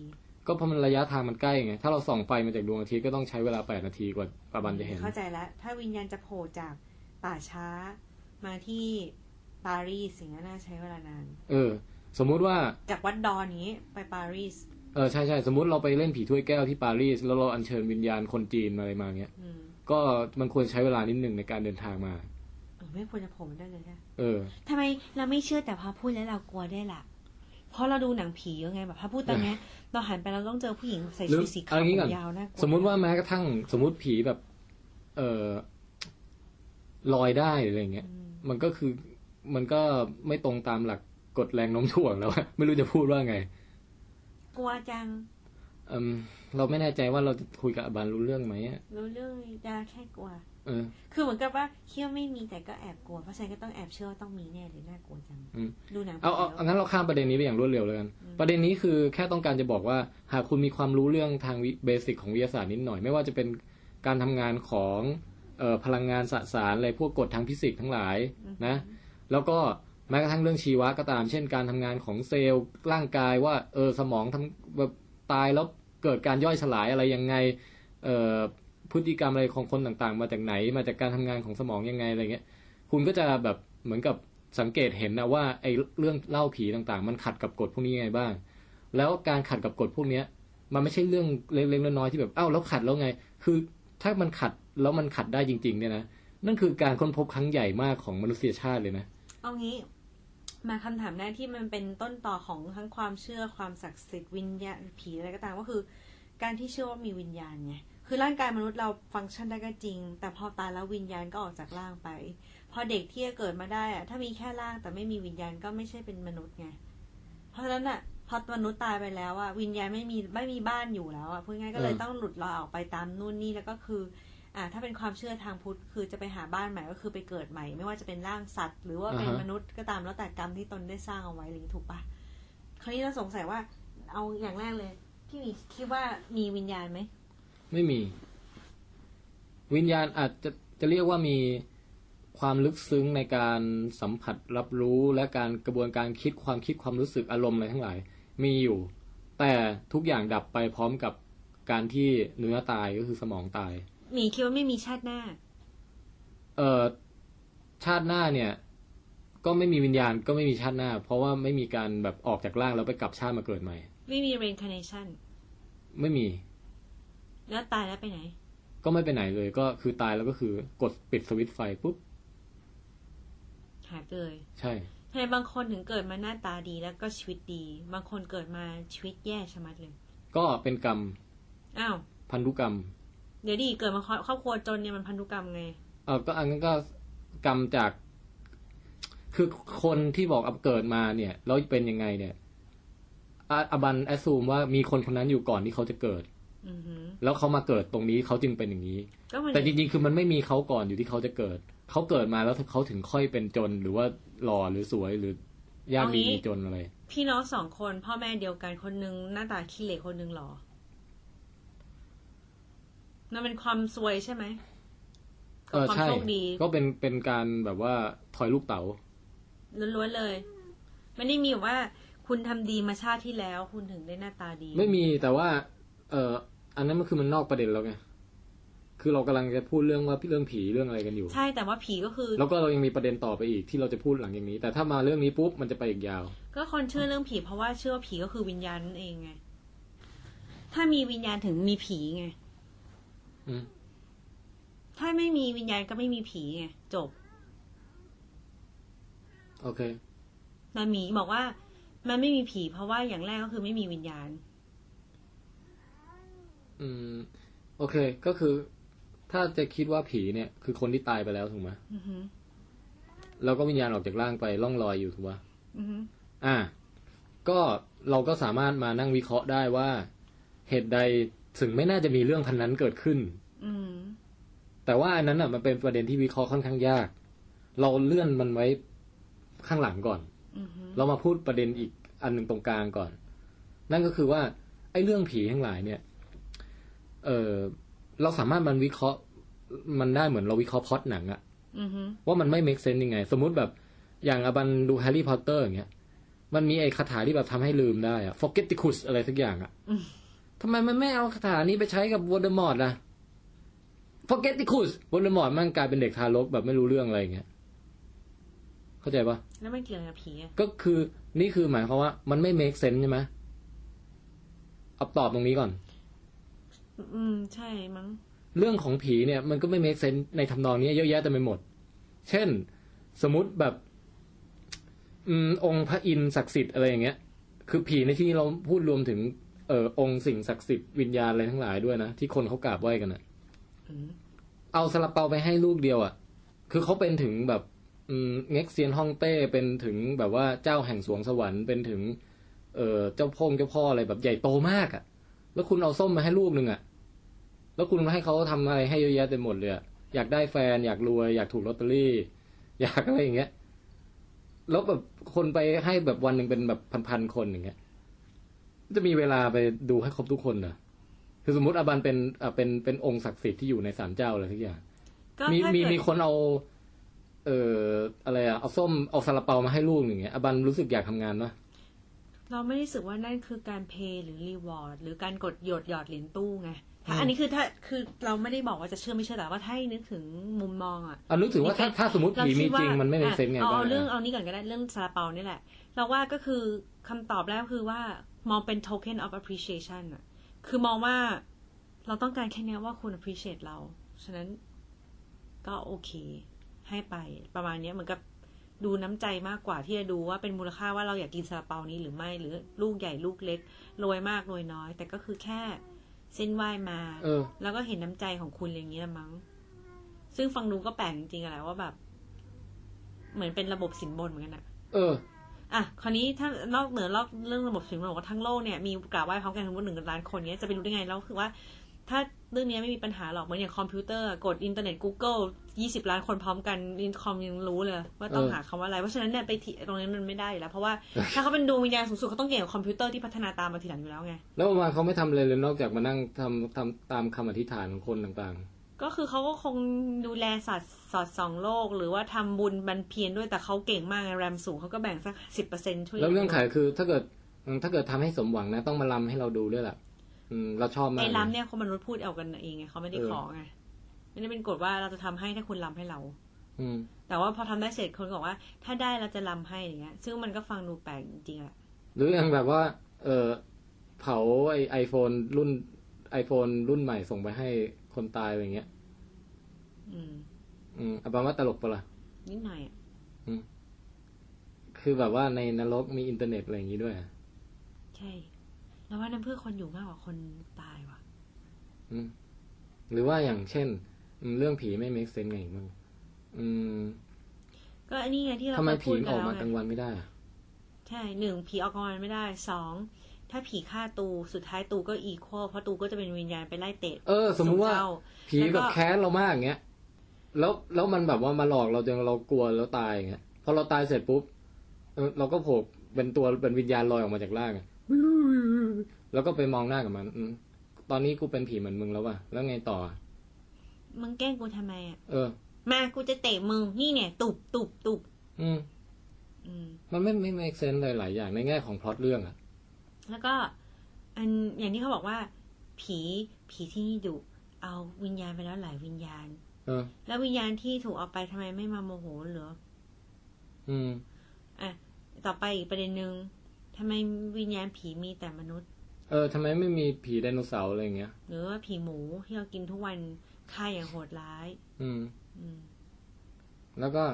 Speaker 1: ก็เพราะมันระยะทางมันใกล้ไง ถ้าเราส่องไฟมาจากดวงอาทิตย์ก็ต้องใช้เวลาแปดนาทีกว่าปาบันจะเห็น
Speaker 4: เข้าใจแล้ว ถ้าวิญญาณจะโผล่จากป่าช้ามาที่ปารีสอย่างนั้นน่าใช้เวลานาน
Speaker 1: เออ สมมุติว่า
Speaker 4: จากวัดดอนอย่างนี้ไปปารีส
Speaker 1: เออใช่ใช่สมมติเราไปเล่นผีถ้วยแก้วที่ปารีส แล้วเราอัญเชิญวิญญาณคนจีนอะไรมาเงี้ย
Speaker 4: อืม
Speaker 1: ก็มันควรใช้เวลานิดหนึ่งในการเดินทางมา
Speaker 4: เออไม่ควรจะโผล่มาได้เลยค่ะ
Speaker 1: เออ
Speaker 4: ทำไมเราไม่เชื่อแต่พอพูดแล้วเรากลัวได้วยล่ะ เพราะเราดูหนังผียังไงแบบพอพูดตอนเนี้ยเราหันไปเราต้องเจอผู้หญิงใส่ชุดสี
Speaker 1: ห
Speaker 4: ขา
Speaker 1: รือเอางี้ก่อน
Speaker 4: วยาวน่ากลัว
Speaker 1: สมมุติว่าแม้กระทั่งสมมติผีแบบ เออลอยได้หรืออะไรเงี้ย
Speaker 4: อืม
Speaker 1: มันก็คือมันก็ไม่ตรงตามหลักกฎแรงโน้มถ่วงแล้วอะ ไม่รู้จะพูดว่าไง
Speaker 4: กลัวจัง
Speaker 1: เอมเราไม่แน่ใจว่าเราจะคุยกับอาบันรู้เรื่องไหมอะ
Speaker 4: รู้เรื่องดาราแค่กลัว
Speaker 1: เออ
Speaker 4: คือเหมือนกับว่าเชื่อไม่มีแต่ก็แอบกลัว เพราะฉะนั้นก็ต้องแอบเชื่อว่าต้องมีแน่หรือน่ากลัวจัง
Speaker 1: อืม
Speaker 4: ดูหนังผี
Speaker 1: เอาเอาเอางั้นเราข้ามประเด็นนี้ไปอย่างรวดเร็วเลยกัน ประเด็นนี้คือแค่ต้องการจะบอกว่า หากคุณมีความรู้เรื่องทางวิเบสิกของวิทยาศาสตร์นิดหน่อย ไม่ว่าจะเป็นการทำงานของเอ่อพลังงานสสารอะไรพวกกฎทางฟิสิกส์ทั้งหลายนะ แล้วก็แม้กระทั่งเรื่องชีวะก็ตาม เช่นการทำงานของเซลล์ร่างกายว่าเออสมองทำแบบตายแล้วเกิดการย่อยสลายอะไรยังไงเอ่อพฤติกรรมอะไรของคนต่างๆ มาจากไหน มาจากการทำงานของสมองยังไงอะไรเงี้ย คุณก็จะแบบเหมือนกับสังเกตเห็นนะว่าไอ้เรื่องเล่าผีต่างๆ มันขัดกับกฎพวกนี้ยังไงบ้าง แล้วการขัดกับกฎพวกเนี้ย มันไม่ใช่เรื่องเล็กๆน้อยๆที่แบบอ้าวแล้วขัดแล้วไง คือถ้ามันขัดแล้วมันขัดได้จริง ๆ เนี่ยนะนั่นคือการค้นพบครั้งใหญ่มากของมนุษยชาติเลยนะ
Speaker 4: เอางี้ มาคำถามแรกที่มันเป็นต้นต่อของทั้งความเชื่อความศักดิ์สิทธิ์วิญญาณผีอะไรก็ตามก็คือ การที่เชื่อว่ามีวิญญาณไงคือร่างกายมนุษย์เราฟังก์ชันได้ก็จริง แต่พอตายแล้ววิญญาณก็ออกจากร่างไป พอเด็กที่จะเกิดมาได้อะถ้ามีแค่ร่างแต่ไม่มีวิญญาณก็ไม่ใช่เป็นมนุษย์ไงเพราะฉะนั้นอะพอมนุษย์ตายไปแล้วอะวิญญาณไม่มีไม่มีบ้านอยู่แล้วอะพูดง่ายๆก็เลย
Speaker 1: อืม
Speaker 4: ต้องหลุดลอยออกไปตามนู่นนี่แล้วก็คือ อ่าถ้าเป็นความเชื่อทางพุทธคือจะไปหาบ้านใหม่ก็คือไปเกิดใหม่ ไม่ว่าจะเป็นร่างสัตว์ หรือว่าเป็น
Speaker 1: อ่าฮะ
Speaker 4: มนุษย์ก็ตามแล้วแต่กรรมที่ตนได้สร้างเอาไว้อะไรอย่างนี้ถูกปะคราวนี้เราสงสัยว่า เอาอย่างแรกเลยพี่หมีคิดว่ามีวิญญาณไหม
Speaker 1: ไม่มี วิญญาณอาจจะจะเรียกว่ามีความลึกซึ้งในการสัมผัสรับรู้และการกระบวนการคิดความคิดความรู้สึกอารมณ์อะไรทั้งหลาย มีอยู่ แต่ทุกอย่างดับไปพร้อมกับการที่เนื้อตายก็คือสมองตาย
Speaker 4: หมีคิดว่าไม่มีชาติหน้า
Speaker 1: เอ่อชาติหน้าเนี่ย ก็ไม่มีวิญญาณก็ไม่มีชาติหน้า เพราะว่าไม่มีการแบบออกจากร่างแล้วไปกลับชาติมาเกิดใหม่
Speaker 4: ไม่มี reincarnation
Speaker 1: ไม่มี
Speaker 4: แล้วตายแล้วไปไหน
Speaker 1: ก็ไม่ไปไหนเลย ก็คือตายแล้วก็คือกดปิดสวิตช์ไฟปุ๊บ
Speaker 4: หายไปเลย
Speaker 1: ใช่
Speaker 4: ทำไมบางคนถึงเกิดมาหน้าตาดีแล้วก็ชีวิตดี บางคนเกิดมาชีวิตแย่ชะมัดเลย
Speaker 1: ก็เป็นกรรม
Speaker 4: อ้าว
Speaker 1: พันธุกรรม
Speaker 4: เดี๋ยวดิเกิดมาครอบครอบครัวจนเนี่ยมันพันธุกรรมไง
Speaker 1: เออก็อันนั้นก็กรรมจาก คือคนที่บอกอับเกิดมาเนี่ยแล้วเป็นยังไงเนี่ยอาอบันแอสซูมว่ามีคนคนนั้นอยู่ก่อนที่เขาจะเกิด
Speaker 4: อือหือ
Speaker 1: แล้วเขามาเกิดตรงนี้เขาจึงเป็นอย่างนี้
Speaker 4: ก็มัน
Speaker 1: แต่จริงๆ คือมันไม่มีเขาก่อนอยู่ที่เขาจะเกิด เขาเกิดมาแล้วเขาถึงค่อยเป็นจน หรือว่าหล่อหรือสวยหรือยากดีมีจนอะไร
Speaker 4: พี่น้องสองคนพ่อแม่เดียวกันคนหนึงหน้าตาขี้เหร่คนหนึงหล่อนั่นเป็นความซวยใช่ไหม
Speaker 1: เออ
Speaker 4: ความ
Speaker 1: ใช่
Speaker 4: โชคดี
Speaker 1: ก็เป็นเป็นการแบบว่าถอยลูกเต๋า
Speaker 4: ล้วนๆเลย ไม่ได้มีแบบว่า คุณทำดีมาชาติที่แล้ว คุณถึงได้หน้าตาดี
Speaker 1: ไม่มีแต่ว่า เอออันนั้นมันคือมันนอกประเด็นแล้วไง คือเรากำลังจะพูดเรื่องว่าเรื่องผีเรื่องอะไรกันอยู่
Speaker 4: ใช่แต่ว่าผีก็คือ
Speaker 1: แล้วก็เรายังมีประเด็นต่อไปอีกที่เราจะพูดหลังอย่างนี้ แต่ถ้ามาเรื่องนี้ปุ๊บมันจะไปอีกยาว
Speaker 4: ก็คนเชื่อเรื่องผีเพราะว่าเชื่อว่าผีก็คือวิญญาณนั่นเองไง ถ้ามีวิญญาณถึงมีผีไง
Speaker 1: อืม
Speaker 4: ถ้าไม่มีวิญญาณก็ไม่มีผีไงจบ
Speaker 1: โอเค
Speaker 4: นามีบอกว่า มันไม่มีผี เพราะว่าอย่างแรกก็คือไม่มีวิญญาณ
Speaker 1: อืม โอเค ก็คือ ถ้าจะคิดว่าผีเนี่ย คือคนที่ตายไปแล้วถูกไหม
Speaker 4: อือฮึ
Speaker 1: แล้วก็วิญญาณออกจากร่างไปล่องลอยอยู่ถูกไหม
Speaker 4: อือฮึ
Speaker 1: อ่า ก็เราก็สามารถมานั่งวิเคราะห์ได้ว่า เหตุใดถึงไม่น่าจะมีเรื่องพันนั้นเกิดขึ้น
Speaker 4: อืม
Speaker 1: แต่ว่าอันนั้นอ่ะมันเป็นประเด็นที่วิเคราะห์ค่อนข้างยาก เราเลื่อนมันไว้ข้างหลังก่อน
Speaker 4: อือฮึ
Speaker 1: เรามาพูดประเด็นอีกอันหนึ่งตรงกลางก่อน นั่นก็คือว่า ไอ้เรื่องผีทั้งหลายเนี่ย เออเราสามารถมันวิเคราะห์มันได้เหมือนเราวิเคราะห์พล็อดหนังอะ
Speaker 4: อือฮึ
Speaker 1: ว่ามันไม่เมคเซนต์ยังไง สมมุติแบบอย่างอบันดูแฮร์รี่พอตเตอร์อย่างเงี้ย มันมีไอ้คาถาที่แบบทำให้ลืมได้อะ forgeticus อะไรสักอย่างอะทำไมมันไม่เอาคาถานี้ไปใช้กับวอเดอมอร์ดล่ะ forgeticus วอเดอมอร์ดมันกลายเป็นเด็กทารกแบบไม่รู้เรื่องอะไรอย่างเงี้ย เข้าใจปะ
Speaker 4: แล้วมันเกี่ยวกับผีอะ
Speaker 1: ก็คือนี่คือหมายความว่า มันไม่ make sense ใช่ไหมเอาตอบตรงนี้ก่อน
Speaker 4: อืมใช่มั้ง
Speaker 1: เรื่องของผีเนี่ย มันก็ไม่ make sense ในทำนองนี้เยอะแยะเต็มไปหมด เช่น สมมติแบบ อืมองค์พระอินทร์ศักดิ์สิทธิ์อะไรอย่างเงี้ย คือผีในที่นี้เราพูดรวมถึงเอ่อองค์สิ่งศักดิ์สิทธิ์วิญญาณอะไรทั้งหลายด้วยนะ ที่คนเขากราบไหว้กันนะ
Speaker 4: อืม
Speaker 1: เอาซาลาเปาไปให้ลูกเดียวอะ่ะ คือเขาเป็นถึงแบบ อืมเง็กเซียนฮ่องเต้เป็นถึงแบบว่าเจ้าแห่งสวงสวรรค์เป็นถึง เอ่อเจ้าพ่งเจ้าพ่ออะไรแบบใหญ่โตมากอะ่ะ แล้วคุณเอาส้มมาให้ลูกหนึ่งอะ่ะ แล้วคุณให้เขาทำอะไรให้เยอะแยะเต็มหมดเลยอะอยากได้แฟน อยากรวย อยากถูกลอตเตอรี่ อยากอะไรอย่างเงี้ย แล้วแบบคนไปให้แบบวันหนึ่งเป็นแบบพันๆคนอย่างเงี้ย จะมีเวลาไปดูให้ครบทุกคนเหรอคือสมมติอาบันเป็นอ่ะเป็นเป็นองค์ศักดิ์สิทธิ์ที่อยู่ในศาลเจ้าอะไรทุกอย่าง
Speaker 4: ก็
Speaker 1: มี
Speaker 4: ถ้า
Speaker 1: มี
Speaker 4: เกิด
Speaker 1: มีคนเอา เอ่ออะไรอะเอาส้มเอาซาลาเปามาให้ลูกหนึ่งเงี้ยอาบันรู้สึกอยากทำงานปะ
Speaker 4: เราไม่ได้รู้สึกว่านั่นคือการเพย์หรือรีวอร์ดหรือการกดหยดหยอดเหรียญตู้ไงถ้าอันนี้คือถ้าคือเราไม่ได้บอกว่าจะเชื่อไม่เชื่อแต่ว่าถ้าให้นึกถึงมุมมองอะ
Speaker 1: อ่ะนึกถึงว่าถ้าถ้าสมมติ
Speaker 4: เรา
Speaker 1: ผี
Speaker 4: คิ
Speaker 1: มี
Speaker 4: ดว่า
Speaker 1: จริงมันไม่เป็น
Speaker 4: อ่ะ
Speaker 1: เซนส์ไง
Speaker 4: เอา
Speaker 1: บ้าง
Speaker 4: เอาเรื่อง
Speaker 1: อะ
Speaker 4: เอานี่ก่อนก็ได้เรื่องซาลาเปานี่แหละ เราว่าก็คือคำตอบแรกคือว่ามองเป็น token of appreciation อะคือมองว่าเราต้องการแค่เนี้ยว่าคุณ appreciate เรา ฉะนั้นก็โอเค ให้ไปประมาณเนี้ยเหมือนกับดูน้ำใจมากกว่าที่จะดูว่าเป็นมูลค่าว่าเราอยากกินซาลาเปานี้หรือไม่หรือลูกใหญ่ลูกเล็กรวยมากรวยน้อย แต่ก็คือแค่เส้นไหว้มา
Speaker 1: เออ
Speaker 4: แล้วก็เห็นน้ำใจของคุณอะไรอย่างนี้ละมั้ง ซึ่งฟังดูก็แปลกจริงๆอะแหละว่าแบบ เหมือนเป็นระบบสินบนเหมือนกันอะ
Speaker 1: เออ
Speaker 4: อ่ะ คราวนี้ถ้านอกเหนือลอกเรื่องระบบสินบนของทั้งโลกเนี่ยมีกล่าวไว้พร้อมกันทั้งหมดหนึ่งล้านคนเนี้ยจะไปรู้ได้ไงแล้วคือว่า ถ้าเรื่องเนี้ยไม่มีปัญหาหรอกเหมือนอย่างคอมพิวเตอร์กดอินเทอร์เน็ต Google ยี่สิบล้านคนพร้อมกันอินคอมยังรู้เลย ว่าต้อง
Speaker 1: เออ
Speaker 4: หาคำว่าอะไร เพราะฉะนั้นเนี่ยไปที่ตรงนั้นมันไม่ได้อยู่แล้ว เพราะว่าถ้าเขาเป็นดวงวิญญาณสูงสุดเขาต้องเก่งกว่าคอมพิวเตอร์ที่พัฒนาตามมาทีหลังอยู่แล้วไง
Speaker 1: แล้วประมาณเขาไม่ทำอะไรเลยนอกจากมานั่งทำทำตามคำอธิษฐานของคนต่าง
Speaker 4: ก็คือเขาก็คงดูแลสัตว์สอดส่องโลก หรือว่าทำบุญบรรเพียนด้วยแต่เขาเก่งมากไงแรมสูงเขาก็แบ่งสักสิบเปอร์เซ็นต์ช่ว
Speaker 1: ๆ
Speaker 4: ย
Speaker 1: แล้วเรื่องขายคือถ้าเกิดอืมถ้าเกิดทำให้สมหวังนะ ต้องมาลำให้เราดูด้วยล่ะอืมเราชอบมาก
Speaker 4: ไอ้ล้ำ
Speaker 1: เลย
Speaker 4: เนี่ยเขามนุษย์พูดเอากันเองไงเขาไม่ได้ขอไงไม่ได้เป็นกฎว่าเราจะทำให้ถ้าคุณล้ำให้เรา
Speaker 1: อืม
Speaker 4: แต่ว่าพอทำได้เสร็จคนก็บอกว่า ถ้าได้เราจะล้ำให้อย่างเงี้ย ซึ่งมันก็ฟังดูแปลกจริงๆอะ
Speaker 1: หรืออย่างแบบว่า เออเผาไอไอโฟนรุ่นไอโฟนรุ่นใหม่ส่งไปให้คนตายอะไรอย่างเงี้ย
Speaker 4: อืม
Speaker 1: อืมอาบันว่าตลกปะล่ะ
Speaker 4: นิดหน่อยอะ
Speaker 1: คือแบบว่าในนรกมีอินเทอร์เน็ตอะไรอย่างนี้ด้วยอะ
Speaker 4: ใช่แล้วว่าน้ำเพื่อคนอยู่มากกว่าคนตายว่ะ
Speaker 1: อืมหรือว่าอย่างเช่นอืมเรื่องผีไม่เมคเซนไงมึงอืม
Speaker 4: ก็อันนี้ไงที่เรา
Speaker 1: ทำไม
Speaker 4: เคย
Speaker 1: ผี
Speaker 4: พูด
Speaker 1: มันอน อก
Speaker 4: กัแล้ว
Speaker 1: มา
Speaker 4: ไง
Speaker 1: กลางวันไม่ได้อะ
Speaker 4: ใช่หนึ่งผีออกกำลังไม่ได้สองถ้าผีฆ่าตูสุดท้ายตูก็อีควอเพราะตูก็จะเป็นวิญญาณไปไล่เตะ
Speaker 1: เออ สมมุติว่า
Speaker 4: เจ้
Speaker 1: ผีแบบแค้นเรามากอย่างเงี้ย แล้วแล้วมันแบบว่ามาหลอกเราจนเรากลัวแล้วตายอย่างเงี้ย พอเราตายเสร็จปุ๊บเออเราก็โผล่เป็นตัวเป็นวิญญาณลอยออกมาจากร่างอะแล้วก็ไปมองหน้ากับมันอืมตอนนี้กูเป็นผีเหมือนมึงแล้วว่ะ แล้วไงต่ออะ
Speaker 4: มึงแกล้งกูทำไมอ่ะ
Speaker 1: เออ
Speaker 4: มากูจะเตะมึงนี่เนี่ยตุบตุบตุบ
Speaker 1: อืม
Speaker 4: อืม
Speaker 1: มันไม่ไม่เมคเซนเลยหลายอย่างในแง่ของพล็อตเรื่องอะ
Speaker 4: แล้วก็อันอย่างที่เขาบอกว่า ผีผีที่นี่ดุเอาวิญญาณไปแล้วหลายวิญญาณ
Speaker 1: เออ
Speaker 4: แล้ววิญญาณที่ถูกเอาไปทำไมไม่มาโมโหเหรอ
Speaker 1: อืม
Speaker 4: ต่อไปอีกประเด็นหนึ่งทำไมวิญญาณผีมีแต่มนุษย์
Speaker 1: เออทำไมไม่มีผีไดโนเสาร์อะไรอย่างเงี้ย
Speaker 4: หรือว่าผีหมูที่เรากินทุกวันฆ่าอย่างโหดร้าย
Speaker 1: อืม
Speaker 4: อืม
Speaker 1: แล้วก็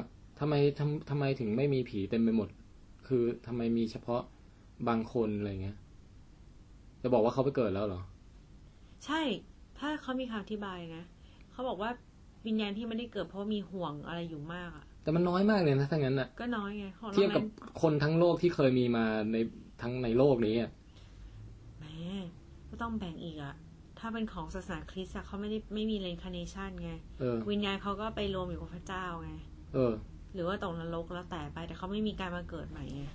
Speaker 1: ทำไมทำทำไมถึงไม่มีผีเต็มไปหมด คือทำไมมีเฉพาะบางคนอะไรเงี้ย จะบอกว่าเขาไปเกิดแล้วเหรอ
Speaker 4: ใช่ ถ้า ถ้าเขามีคำอธิบายนะเขาบอกว่าวิญญาณที่ไม่ได้เกิดเพราะว่ามีห่วงอะไรอยู่มากอะ
Speaker 1: แต่มันน้อยมากเลยนะถ้างั้นน่ะ
Speaker 4: ก็น้อยไงของเรา
Speaker 1: เทียบ
Speaker 4: มั
Speaker 1: กับ
Speaker 4: น
Speaker 1: คนทั้งโลกที่เคยมีมาในทั้งในโลกนี้อะ
Speaker 4: แหมก็ต้องแบ่งอีกอะถ้าเป็นของศาสนาคริสต์อะเขาไม่ได้ไม่มีเรนคาเนชันไง
Speaker 1: เออ
Speaker 4: วิญญาณเขาก็ไปรวมอยู่กับพระเจ้าไง
Speaker 1: เออ
Speaker 4: หรือว่าตกนรกแล้วแต่ไป แต่เขาไม่มีการมาเกิดใหม่ไง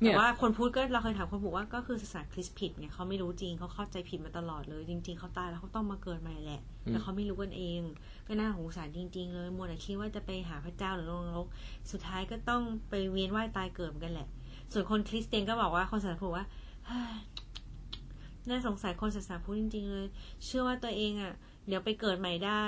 Speaker 1: เนี่
Speaker 4: แต่
Speaker 1: ย
Speaker 4: ว่าคนพูดก็เราเคยถามคนพูดว่าก็คือศาสนาคริสต์ผิดไงเขาไม่รู้จริงเขาเข้าใจผิดมาตลอดเลย จริง ๆเขาตายแล้วเขาต้องมาเกิดใหม่แหละ
Speaker 1: อืม
Speaker 4: แต่เขาไม่รู้กันเองก็น่าสงสารจริง ๆ เลยมัวแต่คิดว่าจะไปหาพระเจ้าหรือลงนรกสุดท้ายก็ต้องไปเวียนว่ายตายเกิดเหมือนกันแหละ ส่วนคนคริสเตียนก็บอกว่าคนศาสนาพุทธว่า เฮ้ยน่าสงสารคนศาสนาพุทธจริง ๆ เลย เชื่อว่าตัวเองอ่ะ เดี๋ยวไปเกิดใหม่ได้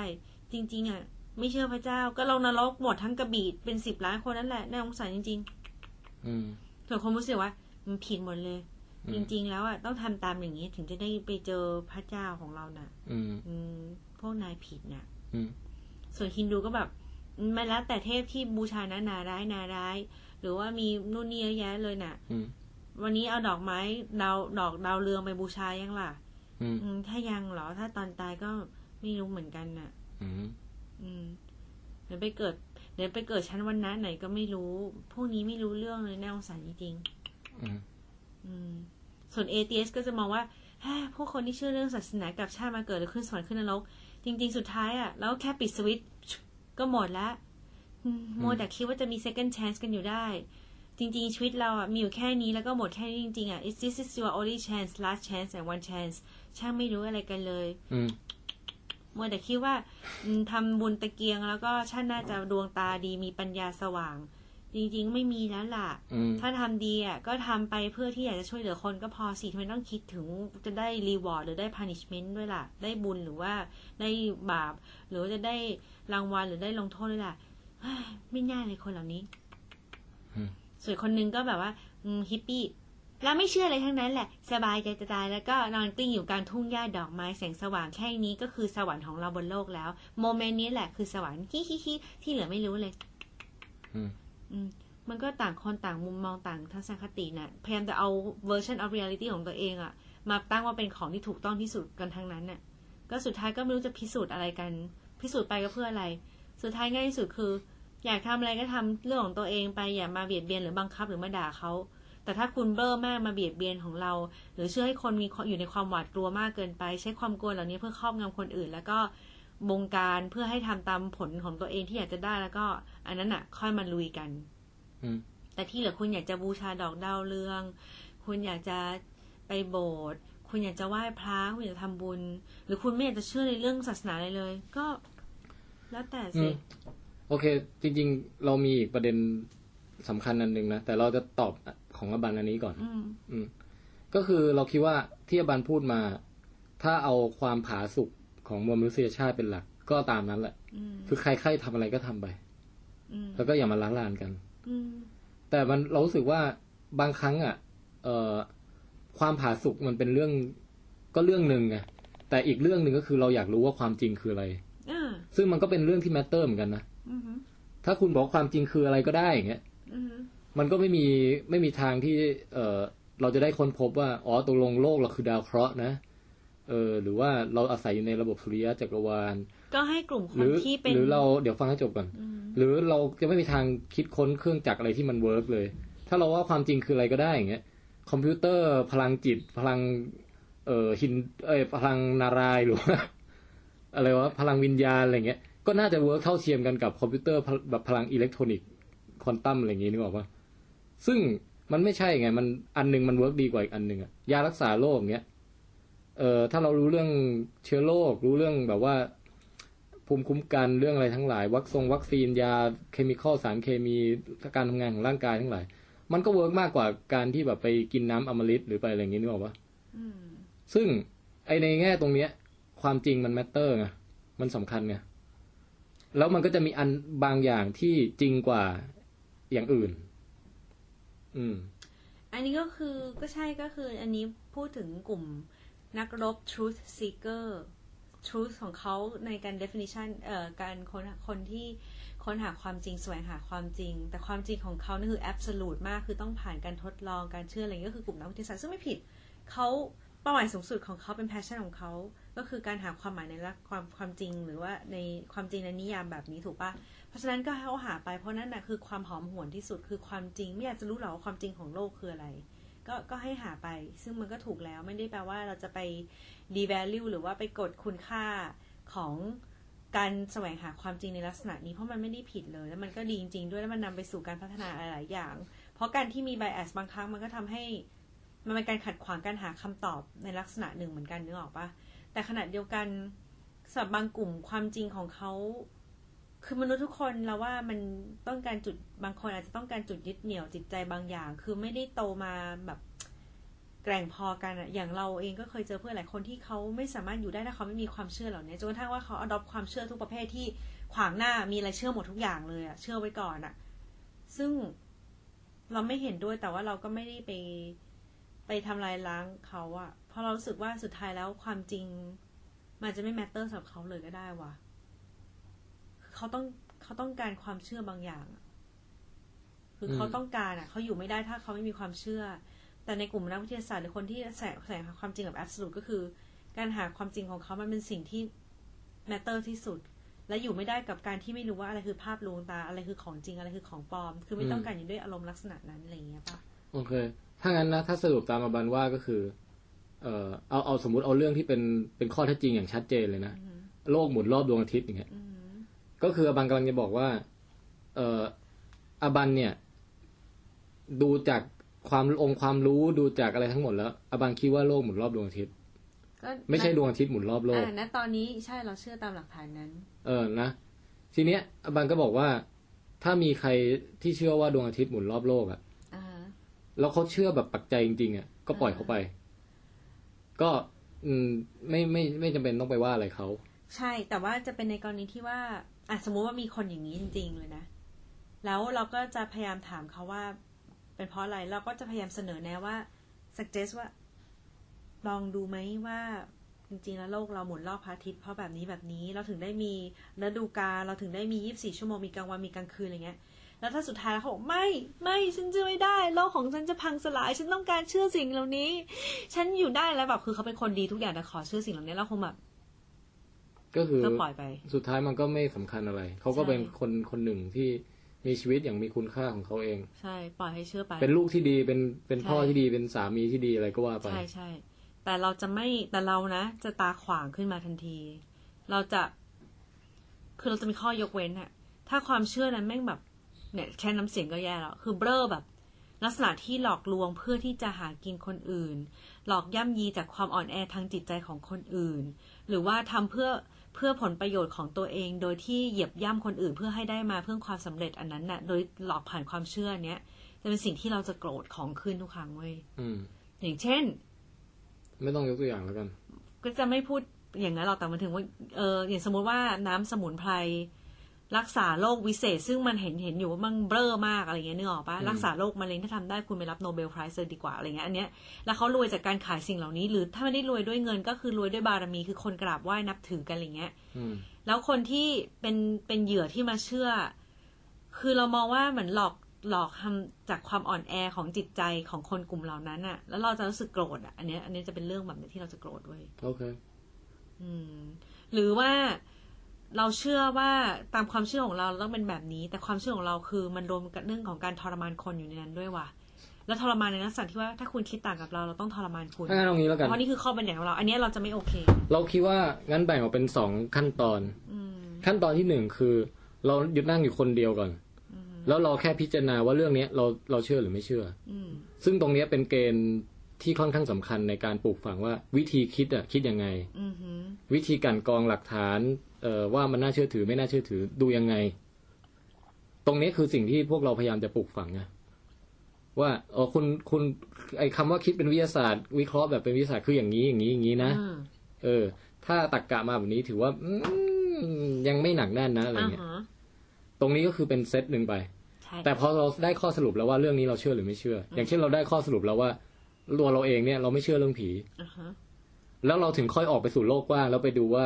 Speaker 4: จริง ๆอ่ะไม่เชื่อพระเจ้าก็ลงนรกหมดทั้งกระบี่เป็นสิบล้านคนนั่นแหละน่าสงสารจริง ๆ
Speaker 1: อืม
Speaker 4: ส่วนคนรู้สึกว่ามันผิดหมดเลย
Speaker 1: อืม
Speaker 4: จริง ๆ แล้วอ่ะต้องทำตามอย่างนี้ถึงจะได้ไปเจอพระเจ้าของเราน่ะ
Speaker 1: อืม
Speaker 4: อืมพวกนายผิดน่ะ
Speaker 1: อืม
Speaker 4: ส่วนฮินดูก็แบบอืมมันแล้วแต่เทพที่บูชานะนาร้ายนาร้าย หรือว่ามีนู่นนี่เยอะแยะเลยน่ะ
Speaker 1: อืม
Speaker 4: วันนี้เอาดอกไม้ดาวดอกดาวเรืองไปบูชายังล่ะ
Speaker 1: อืม
Speaker 4: อืมถ้ายังเหรอถ้าตอนตายก็ไม่รู้เหมือนกันน่ะ
Speaker 1: อืม
Speaker 4: อืมเดี๋ยวไปเกิดเดี๋ยวไปเกิดชั้นวันนะไหนก็ไม่รู้พวกนี้ไม่รู้เรื่องเลยน่าสงสารจริงๆ
Speaker 1: อืม
Speaker 4: อืมส่วนเอเทสก็จะมองว่าฮ่าพวกคนที่เชื่อเรื่องศาสนากลับชาติมาเกิดหรือขึ้นสวรรค์ขึ้นนรก จริง ๆ สุดท้ายอ่ะ แล้วแค่ปิดสวิตช์ก็หมดละอืมโมวแต่คิดว่าจะมี second chance กันอยู่ได้ จริง ๆ ชีวิตเราอ่ะ มีอยู่แค่นี้แล้วก็หมดแค่นี้จริง ๆ อ่ะ is this is your only chance last chance and one chance ช่างไม่รู้อะไรกันเลย
Speaker 1: อืม
Speaker 4: โมวแต่คิดว่าอืมทำบุญตะเกียงแล้วก็ชาติหน่าจะดวงตาดีมีปัญญาสว่าง จริง ๆ ไม่มีแล้วล่ะ
Speaker 1: อืม
Speaker 4: ถ้าทำดีอ่ะก็ทำไปเพื่อที่อยากจะช่วยเหลือคนก็พอสิทำไมต้องคิดถึงจะได้รีวอร์ดหรือได้ punishment ด้วยล่ะ ได้บุญหรือว่าได้บาป หรือว่าจะได้รางวัลหรือได้ลงโทษด้วยล่ะ เฮ้ยไม่น่าเลยคนเหล่านี้ ส่วนคนหนึงก็แบบว่าอืมฮิปปี้เราไม่เชื่ออะไรทั้งนั้นแหละ สบายใจจะตายแล้วก็นอนกลิ้งอยู่กลางทุ่งหญ้าดอกไม้แสงสว่างแค่นี้ก็คือสวรรค์ของเราบนโลกแล้ว โมเมนต์นี้แหละคือสวรรค์ ฮิฮิฮิที่เหลือไม่รู้เลย
Speaker 1: อืม
Speaker 4: อืมมันก็ต่างคนต่างมุมมองต่างทัศนคติน่ะ พยายามจะเอาเวอร์ชัน of reality ของตัวเองอะมาตั้งว่าเป็นของที่ถูกต้องที่สุดกันทั้งนั้นน่ะ ก็สุดท้ายก็ไม่รู้จะพิสูจน์อะไรกัน พิสูจน์ไปก็เพื่ออะไร สุดท้ายง่ายที่สุดคือ อยากทำอะไรก็ทำเรื่องของตัวเองไปอย่ามาเบียดเบียนหรือบังคับหรือมาด่าเขา แต่ถ้าคุณเบ้อมากมาเบียดเบียนของเรา หรือเชื่อให้คนมีอยู่ในความหวาดกลัวมากเกินไป ใช้ความกลัวเหล่านี้เพื่อครอบงำคนอื่น แล้วก็บงการเพื่อให้ทำตามผลของตัวเองที่อยากจะได้แล้วก็ อันนั้นน่ะ ค่อยมาลุยกัน
Speaker 1: อืม
Speaker 4: แต่ที่เหลือคุณอยากจะบูชาดอกดาวเรือง คุณอยากจะไปโบสถ์ คุณอยากจะไหว้พระ คุณอยากจะทำบุญ หรือคุณไม่อยากจะเชื่อในเรื่องศาสนาอะไรเลย ก็ แล้วแต่
Speaker 1: อื
Speaker 4: สิ
Speaker 1: มโอเค จริง ๆ เรามีอีกประเด็นสำคัญอันหนึ่งนะ แต่เราจะตอบของอบันอันนี้ก่อน
Speaker 4: อืม
Speaker 1: อืมก็คือเราคิดว่าที่อาบันพูดมา ถ้าเอาความผาสุกของมวลมนุษยชาติเป็นหลัก ก็ตามนั้นแหละ
Speaker 4: อืม
Speaker 1: คือใครใครทำอะไรก็ทำไป
Speaker 4: อืม
Speaker 1: แล้วก็อย่ามาล้าลานกัน
Speaker 4: อืม
Speaker 1: แต่มันเรารู้สึกว่าบางครั้งอ่ะ เอ่อความผาสุกมันเป็นเรื่องก็เรื่องหนึ่งไงแต่อีกเรื่องหนึ่งก็คือเราอยากรู้ว่าความจริงคืออะไร
Speaker 4: อ่า
Speaker 1: ซึ่งมันก็เป็นเรื่องที่แมตเตอร์เหมือนกันนะ
Speaker 4: อืมฮึ
Speaker 1: ถ้าคุณบอกความจริงคืออะไรก็ได้อย่างเงี้ย
Speaker 4: อืมฮึ
Speaker 1: มันก็ไม่มีไม่มีทางที่ เออเราจะได้ค้นพบว่า อ๋อตกลงโลกเราคือดาวเคราะห์นะ เออ หรือว่าเราอาศัยอยู่ในระบบสุริยะจักรวาล
Speaker 4: ก็ให้กลุ่มค
Speaker 1: ห
Speaker 4: น
Speaker 1: รือ
Speaker 4: ที่เป็น
Speaker 1: หรือเราเดี๋ยวฟังให้จบก่อน
Speaker 4: อืม
Speaker 1: หรือเราจะไม่มีทางคิดค้นเครื่องจักรอะไรที่มันเวิร์กเลย ถ้าเราว่าความจริงคืออะไรก็ได้อย่างเงี้ย คอมพิวเตอร์พลังจิต พลัง เอ่อหิน เอ้ยพลังนารายณ์หรือว่า อะไรวะ พลังวิญญาณอะไรเงี้ย ก็น่าจะเวิร์กเท่าเทียมกันกับคอมพิวเตอร์พลแบบพลังอิเล็กทรอนิกส์ควอนตัมอะไรอย่างงี้นึกออกปะซึ่งมันไม่ใช่ไง มันอันหนึงมันเวิร์กดีกว่าอีกอันหนึงอะยารักษาโรคอย่างเงี้ย เอ่อถ้าเรารู้เรื่องเชื้อโรครู้เรื่องแบบว่า ภูมิคุ้มกันเรื่องอะไรทั้งหลาย วัคซงวัคซีนยาเคมีคอลสารเคมีการทำงานของร่างกายทั้งหลาย มันก็เวิร์กมากกว่าการที่แบบไปกินน้ำอมฤตหรือไปอะไรอย่างงี้นึกออกปะ
Speaker 4: อืม
Speaker 1: ซึ่งไอในแง่ตรงเนี้ย ความจริงมันแมตเตอร์ไงมันสำคัญไงแล้วมันก็จะมีอันบางอย่างที่จริงกว่าอย่างอื่น อืม
Speaker 4: อันนี้ก็คือก็ใช่ก็คือ อันนี้พูดถึงกลุ่มนักรบ truth seeker truth ของเขาในการ definition เอ่อการคนคนที่ค้นหาความจริงแสวงหาความจริง แต่ความจริงของเขานี่คือ absolute มากคือต้องผ่านการทดลองการเชื่ออะไรอย่างเงี้ยก็คือกลุ่มนักวิทยาศาสตร์ซึ่งไม่ผิดเขา เป้าหมายสูงสุดของเขาเป็น passion ของเขาก็คือการหาความหมายในรักความความจริง หรือว่าในความจริงในนิยามแบบนี้ถูกปะเพราะฉะนั้นก็ให้เขาหาไปเพราะนั่นนะคือความหอมหวนที่สุดคือความจริง ไม่อยากจะรู้หรอกว่าความจริงของโลกคืออะไร ก็ก็ให้หาไป ซึ่งมันก็ถูกแล้วไม่ได้แปลว่าเราจะไป devalue หรือว่าไปกดคุณค่าของการแสวงหาความจริงในลักษณะนี้เพราะมันไม่ได้ผิดเลย แล้วมันก็ดีจริงๆด้วยแล้วมันนำไปสู่การพัฒนาหลายๆอย่าง เพราะการที่มี bias บางครั้งมันก็ทำให้ มันเป็นการขัดขวางการหาคำตอบในลักษณะหนึ่งเหมือนกันนึกออกปะแต่ขณะเดียวกันสำหรับบางกลุ่มความจริงของเขา คือมนุษย์ทุกคนเราว่ามันต้องการจุดบางคนอาจจะต้องการจุดยึดเหนี่ยวจิตใจบางอย่าง คือไม่ได้โตมาแบบแกร่งพอกันอะอย่างเราเองก็เคยเจอเพื่อนหลายคนที่เขาไม่สามารถอยู่ได้ถ้าเขาไม่มีความเชื่อเหล่านี้จนกระทั่งว่าเขาอดอปความเชื่อทุกประเภทที่ขวางหน้ามีอะไรเชื่อหมดทุกอย่างเลยอะเชื่อไว้ก่อนอะซึ่งเราไม่เห็นด้วยแต่ว่าเราก็ไม่ได้ไป ไปทำลายล้างเขาอะเพราะเรารู้สึกว่าสุดท้ายแล้วความจริง มันจะไม่แมตเตอร์สำหรับเขาเลยก็ได้ว่ะเขาต้องเขาต้องการความเชื่อบางอย่างอะคืออ
Speaker 1: ม
Speaker 4: เขาต้องการอะเขาอยู่ไม่ได้ถ้าเขาไม่มีความเชื่อ แต่ในกลุ่มนักวิทยาศาสตร์หรือคนที่แสแสวงหาความจริงแบบแอบสูตก็คือ การหาความจริงของเขามันเป็นสิ่งที่แมตเตอร์ที่สุด และอยู่ไม่ได้กับการที่ไม่รู้ว่าอะไรคือภาพลวงตาอะไรคือของจริงอะไรคือของปลอม คือไม่ต้องการอยู่ด้วยอารมณ์ลักษณะนั้นอะไรอย่างเงี้ยปะ
Speaker 1: โอเค ถ้างั้นนะ ถ้าสรุปตามอบันว่าก็คือ เออเอาเอาสมมติเอาเรื่องที่เป็นเป็นข้อเท็จจริงอย่างชัดเจนเลยนะ โลกหมุนรอบดวงอาทิตย์อย่างเงี้ย ก็คืออบันกำลังจะบอกว่า เอออบันเนี่ย ดูจากความองค์ความรู้ดูจากอะไรทั้งหมดแล้ว อบันคิดว่าโลกหมุนรอบดวงอาทิตย์
Speaker 4: ก็
Speaker 1: ไม่ใช่ดวงอาทิตย์หมุนรอบโลก
Speaker 4: อ่าณตอนนี้ใช่เราเชื่อตามหลักฐานนั้น
Speaker 1: เออ นะ ทีเนี้ยอบันก็บอกว่า ถ้ามีใครที่เชื่อว่าดวงอาทิตย์หมุนรอบโลกอะ
Speaker 4: อ่าฮะ
Speaker 1: แล้วเขาเชื่อแบบปักใจจริงๆอ่ะก็ปล่อยเขาไป ก็อืมไม่ไม่ไม่จำเป็นต้องไปว่าอะไรเขา
Speaker 4: ใช่ แต่ว่าจะเป็นในกรณีที่ว่าอ่ะสมมุติว่ามีคนอย่างนี้จริง ๆ เลยนะ แล้วเราก็จะพยายามถามเขาว่า เป็นเพราะอะไร เราก็จะพยายามเสนอแนะว่า suggest ว่า ลองดูไหมว่า จริงๆ แล้วโลกเราหมุนรอบพระอาทิตย์เพราะแบบนี้แบบนี้ เราถึงได้มีฤดูกาลเราถึงได้มี 24 ชั่วโมง มีกลางวัน มีกลางคืนอะไรเงี้ย แล้วถ้าสุดท้ายแล้วเขาบอกไม่ ไม่ฉันจะไม่ได้ โลกของฉันจะพังสลาย ฉันต้องการเชื่อสิ่งเหล่านี้ ฉันอยู่ได้แล้วแบบคือเขาเป็นคนดีทุกอย่างแต่ขอเชื่อสิ่งเหล่านี้เราคงแบบ
Speaker 1: ก็คือ
Speaker 4: ก็ปล่อยไป
Speaker 1: สุดท้ายมันก็ไม่สำคัญอะไร เขาก็
Speaker 4: ใช่
Speaker 1: เป็นคนคนหนึ่งที่มีชีวิตอย่างมีคุณค่าของเขาเอง
Speaker 4: ใช่ ปล่อยให้เชื่อไป
Speaker 1: เป็นลูกที่ดีเป็นเป็น
Speaker 4: ใช่
Speaker 1: พ่อที่ดีเป็นสามีที่ดีอะไรก็ว่าไป
Speaker 4: ใช่ใช่ แต่เราจะไม่แต่เรานะ จะตาขวางขึ้นมาทันที เราจะ คือเราจะมีข้อยกเว้นอะถ้าความเชื่อนั้นแม่งแบบเนี่ยแค่น้ำเสียงก็แย่แล้ว คือเบ้อแบบ ลักษณะที่หลอกลวงเพื่อที่จะหากินคนอื่น หลอกย่ำยีจากความอ่อนแอทางจิตใจของคนอื่น หรือว่าทำเพื่อเพื่อผลประโยชน์ของตัวเอง โดยที่เหยียบย่ำคนอื่น เพื่อให้ได้มาเพื่อความสำเร็จอันนั้นน่ะ โดยหลอกผ่านความเชื่อเนี้ยจะเป็นสิ่งที่เราจะโกรธของขึ้นทุกครั้งเว้ย
Speaker 1: อืม
Speaker 4: อย่างเช่น
Speaker 1: ไม่ต้องยกตัวอย่างแล้วกัน
Speaker 4: ก็จะไม่พูดอย่างนั้นหรอกแต่มันถึงว่า เอออย่างสมมติว่าน้ำสมุนไพรรักษาโรควิเศษ ซึ่งมันเห็นเห็นอยู่ว่ามันเบ้อมากอะไรเงี้ยนึกออกปะ
Speaker 1: อืม
Speaker 4: รักษาโรคมะเร็งถ้าทำได้คุณไปรับโนเบลไพรส์เลยดีกว่าอะไรเงี้ยอันเนี้ยแล้วเขารวยจากการขายสิ่งเหล่านี้ หรือถ้าไม่ได้รวยด้วยเงินก็คือรวยด้วยบารมีคือคนกราบไหว้นับถือกันอะไรเงี้ย
Speaker 1: อืม
Speaker 4: แล้วคนที่เป็นเป็นเหยื่อที่มาเชื่อ คือเรามองว่าเหมือนหลอกหลอกทำจากความอ่อนแอของจิตใจของคนกลุ่มเหล่านั้นอะแล้วเราจะรู้สึกโกรธอะอันเนี้ยอันเนี้ยจะเป็นเรื่องแบบเนี้ยที่เราจะโกรธเว้ย
Speaker 1: โอเค
Speaker 4: อืมหรือว่าเราเชื่อว่าตามความเชื่อของเราเราต้องเป็นแบบนี้ แต่ความเชื่อของเราคือมันรวมกับเรื่องของการทรมานคนอยู่ในนั้นด้วยว่ะแล้วทรมานในลักษณะที่ว่าถ้าคุณคิดต่างกับเราเราต้องทรมานคุณ
Speaker 1: ถ้างั้นเอางี้แล้วกัน
Speaker 4: เพราะนี่คือข้อบัญญัติของเรา อันเนี้ยเราจะไม่โอเค
Speaker 1: เราคิดว่างั้นแบ่งออกเป็นสองขั้นตอน
Speaker 4: อืม
Speaker 1: ขั้นตอนที่หนึ่งคือ เราหยุดนั่งอยู่คนเดียวก่อน แล้วเราแค่พิจารณาว่าเรื่องเนี้ยเราเราเชื่อหรือไม่เชื่อ
Speaker 4: อืม
Speaker 1: ซึ่งตรงเนี้ยเป็นเกณฑ์ที่ค่อนข้างสำคัญในการปลูกฝังว่าวิธีคิดอ่ะคิดยังไง
Speaker 4: อืมหืม
Speaker 1: วิธีกลันกรองหลักฐานเอ่อว่ามันน่าเชื่อถือไม่น่าเชื่อถือดูยังไง ตรงนี้คือสิ่งที่พวกเราพยายามจะปลูกฝังไงว่าเออคุณคุณไอ้คำว่าคิดเป็นวิทยาศาสตร์ วิเคราะห์แบบเป็นวิทยาศาสตร์คืออย่างนี้อย่างนี้อย่างนี้นะ
Speaker 4: อืม
Speaker 1: เออ ถ้าตักกะมาแบบนี้ถือว่าอืมยังไม่หนักแน่นนะอะไร
Speaker 4: อ่า
Speaker 1: เงี้ย
Speaker 4: ฮะ
Speaker 1: ตรงนี้ก็คือเป็นเซตหนึ่งไป
Speaker 4: ใช่
Speaker 1: แต่พอเราได้ข้อสรุปแล้วว่าเรื่องนี้เราเชื่อหรือไม่เชื่อ อย่างเช่นเราได้ข้อสรุปแล้วว่าตัวเราเองเนี่ยเราไม่เชื่อเรื่องผี
Speaker 4: อ่าฮะ
Speaker 1: แล้วเราถึงค่อยออกไปสู่โลกกว้างแล้วไปดูว่า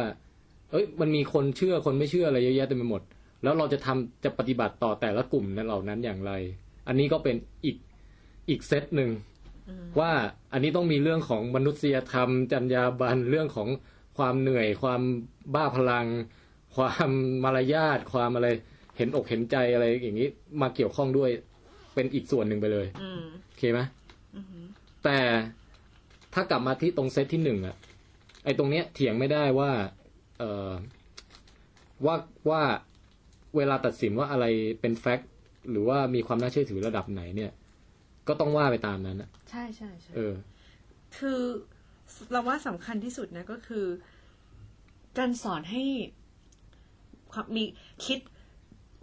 Speaker 1: เอ้ย มันมีคนเชื่อคนไม่เชื่ออะไรเยอะแยะเต็มไปหมด แล้วเราจะทำจะปฏิบัติต่อแต่ละกลุ่มนั้นเหล่านั้นอย่างไร อันนี้ก็เป็นอีกอีกเซตหนึ่ง
Speaker 5: ว่าอันนี้ต้องมีเรื่องของมนุษยธรรม จรรยาบรรณเรื่องของความเหนื่อย ความบ้าพลัง ความมารยาทความอะไรเห็นอกเห็นใจอะไรอย่างนี้มาเกี่ยวข้องด้วยเป็นอีกส่วนหนึ่งไปเลย
Speaker 4: อืม
Speaker 5: โอเคไหมแต่ถ้ากลับมาที่ตรงเซตที่หนึ่งอะไอตรงเนี้ยเถียงไม่ได้ว่า เออว่าว่าเวลาตัดสินว่าอะไรเป็นแฟกต์หรือว่ามีความน่าเชื่อถือระดับไหนเนี่ย ก็ต้องว่าไปตามนั้นอะ
Speaker 4: ใช่ใช่ใช่
Speaker 5: เออ
Speaker 4: คือเราว่าสำคัญที่สุดนะก็คือ การสอนให้ความมีคิด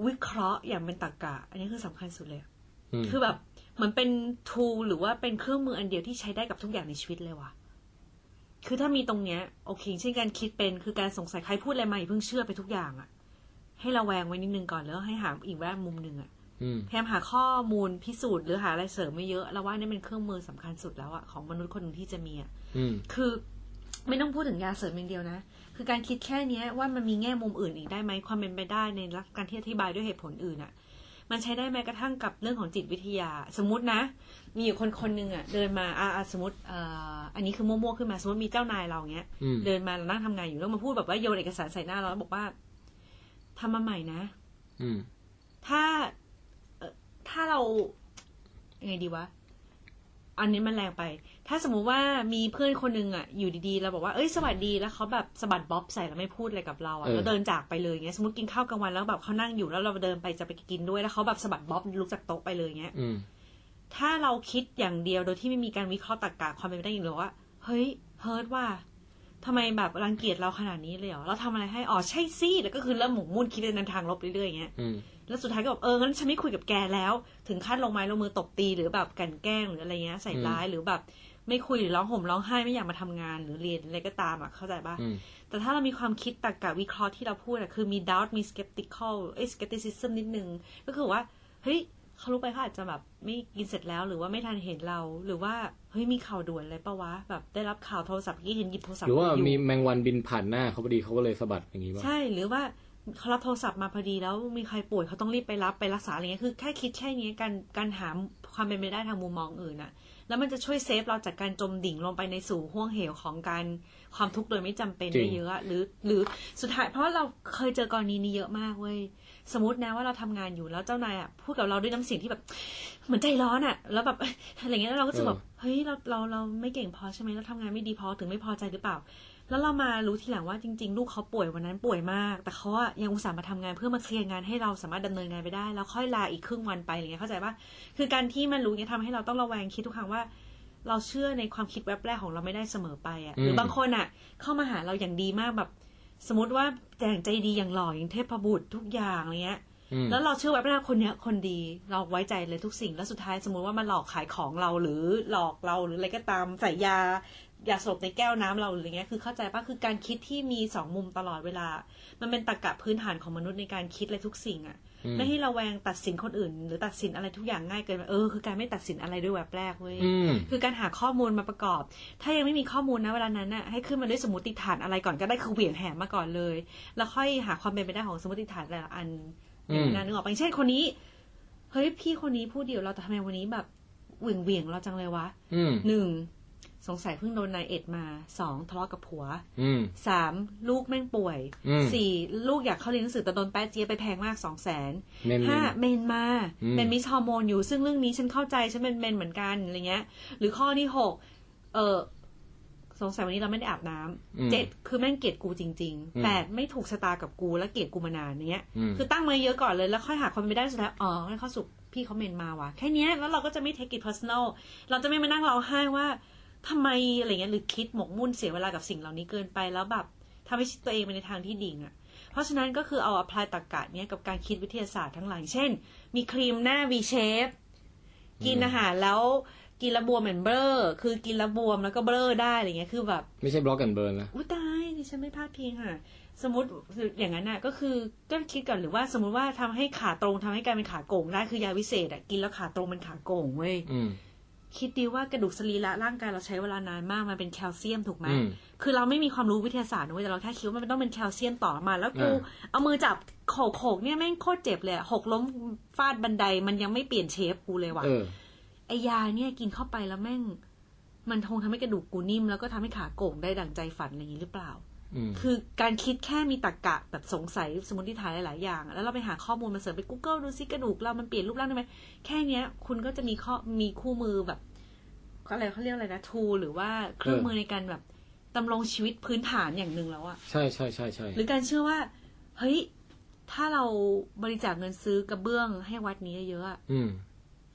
Speaker 4: วิเคราะห์อย่างเป็นตรรกะ อันนี้คือสำคัญสุดเลย
Speaker 5: อืม
Speaker 4: คือแบบเหมือนเป็น tool หรือว่าเป็นเครื่องมืออันเดียวที่ใช้ได้กับทุกอย่างในชีวิตเลยว่ะ คือถ้ามีตรงเนี้ยโอเค เช่นการคิดเป็นคือการสงสัยใครพูดอะไรมาอย่าเพิ่งเชื่อไปทุกอย่างอะให้ระแวงไว้นิดนึงก่อนแล้วให้หาอีกแวดมุมหนึ่งอะ
Speaker 5: อืม
Speaker 4: พยายามหาข้อมูลพิสูจน์หรือหาอะไรเสริมไม่เยอะแล้วว่านี่เป็นเครื่องมือสำคัญสุดแล้วอะของมนุษย์คนหนึ่งที่จะมีอะ
Speaker 5: อืม
Speaker 4: คือไม่ต้องพูดถึงยาเสริมอย่างเดียวนะ คือการคิดแค่เนี้ยว่ามันมีแง่มุมอื่นอีกได้ไหมความเป็นไปได้ในลักการที่อธิบายด้วยเหตุผลอื่นอะมันใช้ได้แม้กระทั่งกับเรื่องของจิตวิทยา สมมตินะ มีอยู่คนคนหนึ่งอะเดินมาอ่าอ่าสมมติเอ่ออันนี้คือมั่วๆขึ้นมาสมมติมีเจ้านายเราเงี้ย
Speaker 5: อืม
Speaker 4: เดินมาเรานั่งทำงานอยู่แล้วมาพูดแบบว่าโยนเอกสารใส่หน้าเราแล้วบอกว่าทำมาใหม่นะ
Speaker 5: อืม
Speaker 4: ถ้าเอ่อถ้าเรายังไงดีวะ อันนี้มันแรงไป ถ้าสมมุติว่ามีเพื่อนคนหนึงอ่ะ อยู่ดีๆเราบอกว่าเอ้ยสวัสดีแล้วเขาแบบสะบัดบ๊อบใส่แล้วไม่พูดอะไรกับเราอ่ะแล้วเดินจากไปเลยเงี้ยสมมติกินข้าวกลางวันแล้วแบบเขานั่งอยู่แล้วเราเดินไปจะไปกินด้วยแล้วเขาแบบสะบัดบ๊อบลุกจากโต๊ะไปเลยเงี้ย
Speaker 5: อืม
Speaker 4: ถ้าเราคิดอย่างเดียวโดยที่ไม่มีการวิเคราะห์ตรรกะความเป็นไปได้อีกเลยว่า เฮ้ยเฮิร์ตว่าทำไมแบบรังเกียจเราขนาดนี้เลยเหรอเราทำอะไรให้อ๋อใช่สิแล้วก็คือเริ่มหมกมุ่นคิดในทางลบเรื่อยๆอย่างเงี้ย
Speaker 5: อืม
Speaker 4: แล้วสุดท้ายก็แบบเอองั้นฉันไม่คุยกับแกแล้ว ถึงขั้นลงไม้ลงมือตบตีหรือแบบกลันแกล้งหรืออะไรเงี้ยใส่ร้ายหรือแบบไม่คุยหรือร้องห่มร้องไห้ไม่อยากมาทำงานหรือเรียนอะไรก็ตามอ่ะเข้าใจปะ
Speaker 5: อืม
Speaker 4: แต่ถ้าเรามีความคิดตรรกะวิเคราะห์ที่เราพูดอ่ะคือมี doubt มี skeptical เอ้ย skepticism นิดนึง ก็คือว่า เฮ้ยเขารู้ไปเขาอาจจะแบบไม่กินเสร็จแล้วหรือว่าไม่ทันเห็นเรา หรือว่าเฮ้ยมีข่าวด่วนอะไรปะวะแบบได้รับข่าวโทรศัพท์กี้เห็นหยิบโทรศัพ
Speaker 5: ห
Speaker 4: ท์
Speaker 5: รือว่า
Speaker 4: อยู่
Speaker 5: มีแมงวันบินผ่านหน้าเขาพอดีเขาก็เลยสะบัดอย่างนี้ป่ะ
Speaker 4: ใช่หรือว่าเขารับโทรศัพท์มาพอดีแล้วมีใครป่วยเขาต้องรีบไปรับไปรักษาอะไรเงี้ยคือแค่คิดแค่นี้การการหาความเป็นไปได้ทางมุมมองอื่นอะแล้วมันจะช่วยเซฟเราจากการจมดิ่งลงไปในสู่ห้วงเหวของการความทุกข์โดยไม่จำเป็นได้เยอะอะหรือ หรือสุดท้ายเพราะเราเคยเจอกรณีนี้เยอะมากเว้ยสมมตินะว่าเราทำงานอยู่แล้วเจ้านายอะพูดกับเราด้วยน้ำเสียงที่แบบ เหมือนใจร้อนอะแล้วแบบ อะไรเงี้ยแล้วเราก็จะแบบเฮ้ยเราเราเราไม่เก่งพอใช่ไหมเราทำงานไม่ดีพอถึงไม่พอใจหรือเปล่า แล้วเรามารู้ทีหลังว่าจริง ๆ ลูกเขาป่วยวันนั้นป่วยมาก แต่เขาอะยังอุตส่าห์มาทำงานเพื่อมาเคลียร์งานให้เราสามารถดำเนินงานไปได้ แล้วค่อยลาอีกครึ่งวันไปอะไรเงี้ยเข้าใจปะคือการที่มันรู้เนี่ยทำให้เราต้องระแวงคิดทุกครั้งว่า เราเชื่อในความคิดแวบแรกของเราไม่ได้เสมอไปอะหรือบางคนอะเข้ามาหาเราอย่างดีมากแบบ สมมติว่าแต่งใจดีอย่างหล่ออย่างเทพบุตรทุกอย่างอะไรเงี้ย
Speaker 5: อืม
Speaker 4: แล้วเราเชื่อไว้ว่าคนเนี้ยคนดีเราไว้ใจเลยทุกสิ่งแล้วสุดท้ายสมมุติว่ามันหลอกขายของเราหรือหลอกเราหรืออะไรก็ตามใส่ยายาสลบในแก้วน้ำเราหรืออะไรเงี้ยคือเข้าใจปะคือการคิดที่มีสองมุมตลอดเวลา มันเป็นตรรกะพื้นฐานของมนุษย์ในการคิดอะไรทุกสิ่งอะ
Speaker 5: อืม
Speaker 4: ไม่ให้ระแวงตัดสินคนอื่น หรือตัดสินอะไรทุกอย่างง่ายเกินไปเออคือการไม่ตัดสินอะไรด้วยแวบแรกเว้ย
Speaker 5: อืม
Speaker 4: คือการหาข้อมูลมาประกอบ ถ้ายังไม่มีข้อมูลนะเวลานั้นน่ะให้ขึ้นมาด้วยสมมติฐานอะไรก่อนก็ได้คือเหวี่ยงแหมาก่อนเลย แล้วค่อยหาความเป็นไปได้ของสมมติฐานแต่ละอัน
Speaker 5: อืม
Speaker 4: อย่างนั้นนึกออกไปะอย่างเช่นคนนี้ เฮ้ยพี่คนนี้พูดเดียวเราแต่ทำไมวันนี้แบบเหวี่ยงเวียงๆเราจังเลยวะ
Speaker 5: อืม
Speaker 4: หนึ่งสงสัยเพิ่งโดนนายเอ็ดมาสองทะเลาะกับผัว
Speaker 5: อืม
Speaker 4: สามลูกแม่งป่วย
Speaker 5: อืม
Speaker 4: สี่ลูกอยากเข้าเรียนหนังสือแต่โดนแป๊ะเจี๊ยบไปแพงมากสองแสน
Speaker 5: เน้นๆ
Speaker 4: ห้าเมนมา
Speaker 5: อืม
Speaker 4: เป็นมิสฮอร์โมนอยู่ซึ่งเรื่องนี้ฉันเข้าใจฉันเป็นเมนเหมือนกันอะไรเงี้ย หรือข้อที่หกเออสงสัยวันนี้เราไม่ได้อาบน้
Speaker 5: อืม
Speaker 4: ำเจ็ดคือแม่งเกลียดกูจริง
Speaker 5: อืม
Speaker 4: ๆแปดไม่ถูกชะตากับกูและเกลียดกูมานานเนี้ย
Speaker 5: อืม
Speaker 4: คือตั้งมาเยอะก่อนเลยแล้วค่อยหาความเป็นไปได้สุดท้ายอ๋อให้นเขาสุขพี่เขาเมนมาว่ะแค่เนี้ยแล้วเราก็จะไม่ take it personal เราจะไม่มานั่งร้องไห้ว่าทำไมอะไรเงี้ยหรือคิดหมกมุ่นเสียเวลากับสิ่งเหล่านี้เกินไปแล้วแบบทำให้ตัวเองไปในทางที่ดิ่งอะ เพราะฉะนั้นก็คือเอา apply ตรรกะเนี้ยกับการคิดวิทยาศาสตร์ทั้งหลายเช่น มีครีมหน้า V shape กินอาหารแล้วกินและบวมเหมือนเบลอคือกินและบวมแล้วก็เบลอได้อะไรเงี้ยคือแบบ
Speaker 5: ไม่ใช่บล็อกแอนเบิร์นนะ
Speaker 4: อุ้ยตายดิฉันไม่พลาดพิงค่ะ สมมติอย่างนั้นน่ะก็คือก็คิดก่อนหรือว่าสมมุติว่าทำให้ขาตรงทำให้กลายเป็นขาโก่งได้คือยาวิเศษอ่ะกินแล้วขาตรงเป็นขาโก่งเว้ย
Speaker 5: อืม
Speaker 4: คิดดีว่ากระดูกสรีระร่างกายเราใช้เวลานานมากมันเป็นแคลเซียมถูกไหม
Speaker 5: อืม
Speaker 4: คือเราไม่มีความรู้วิทยาศาสตร์นะเว้ยแต่เราแค่คิดว่ามันต้องเป็นแคลเซียมต่อมา แล้วกู
Speaker 5: อ่า
Speaker 4: เอามือจับโขกโขกๆเนี่ยแม่งโคตรเจ็บเลยอะหกล้มฟาดบันไดมันยังไม่เปลี่ยนเชฟกูเลยว่ะ
Speaker 5: เออ
Speaker 4: ไอยาเนี่ยกินเข้าไปแล้วแม่ง มันทงทำให้กระดูกกูนิ่มแล้วก็ทำให้ขาโก่งได้ดั่งใจฝันอะไรอย่างนี้หรือเปล่า
Speaker 1: อืม
Speaker 4: คือการคิดแค่มีตรกกะแบบสงสัยสมมติฐานหลาย ๆ อย่าง แล้วเราไปหาข้อมูลมาเสริมไป Google ดูซิกระดูกเรามันเปลี่ยนรูปร่างได้ไหมแค่เนี้ย คุณก็จะมีข้อมีคู่มือแบบอะไรเขาเรียกอะไรนะทูหรือว่าเครื่อง
Speaker 1: เออ
Speaker 4: มือในการแบบดำรงชีวิตพื้นฐานอย่างหนึ่งแล้วอะ
Speaker 1: ใช่ใช่ใช่ใช่
Speaker 4: หรือการเชื่อว่า เฮ้ย ถ้าเราบริจาคเงินซื้อกระเบื้องให้วัดนี้เยอะๆอะ
Speaker 1: อืม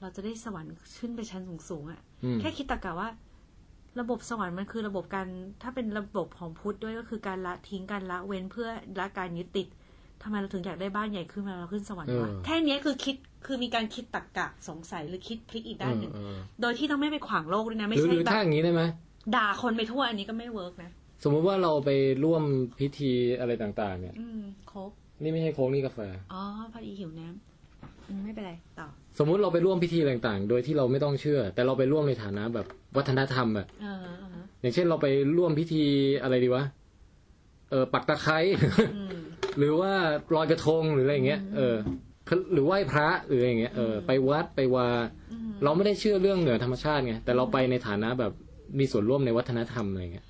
Speaker 4: เราจะได้สวรรค์ขึ้นไปชั้นสูงๆอะ
Speaker 1: อืม
Speaker 4: แค่คิดตะกะว่า ระบบสวรรค์มันคือระบบการ ถ้าเป็นระบบของพุทธด้วยก็คือการละทิ้งการละเว้นเพื่อละการยึดติดทำไมเราถึงอยากได้บ้านใหญ่ขึ้นมาเราขึ้นสวรรค์วะ
Speaker 1: เออ
Speaker 4: แค่เนี้ยคือคิดคือมีการคิดตรกกะสงสัยหรือคิดพลิกอีกด้านหนึ่ง
Speaker 1: เออ
Speaker 4: โดยที่ต้องไม่ไปขวางโลกด้วยนะ
Speaker 1: เออห
Speaker 4: ไม่
Speaker 1: รือหรื
Speaker 4: ใช่
Speaker 1: อ
Speaker 4: แบ
Speaker 1: ถ้า
Speaker 4: บ
Speaker 1: อย่างนี้ได้ไหม
Speaker 4: ด่าคนไปทั่วอันนี้ก็ไม่เวิร์กนะ
Speaker 1: สมมุติว่าเราไปร่วมพิธีอะไรต่างๆ เนี่ย
Speaker 4: อืมครบ
Speaker 1: นี่ไม่ใช่โค้งนี่กาแฟ
Speaker 4: อ๋อพอดีหิวน้ำอืมไม่เป็นไรต่อ
Speaker 1: สมมุติเราไปร่วมพิธีอะไรต่างๆ โดยที่เราไม่ต้องเชื่อ แต่เราไปร่วมในฐานะแบบวัฒนธรรมอะ
Speaker 4: อ่าฮะอ่าฮะ
Speaker 1: อย่างเช่นเราไปร่วมพิธีอะไรดีวะ เออปักตะไคร้
Speaker 4: อืม
Speaker 1: หรือว่าลอยกระทงหรืออะไรอย่างเงี้ย เออ หรือไหว้พระหรืออะไรอย่างเงี้ย เออ ไปวัดไปวา
Speaker 4: อืม
Speaker 1: เราไม่ได้เชื่อเรื่องเหนือธรรมชาติไง แต่เราไปในฐานะแบบมีส่วนร่วมในวัฒนธรรมอะไรอย่างเงี้ย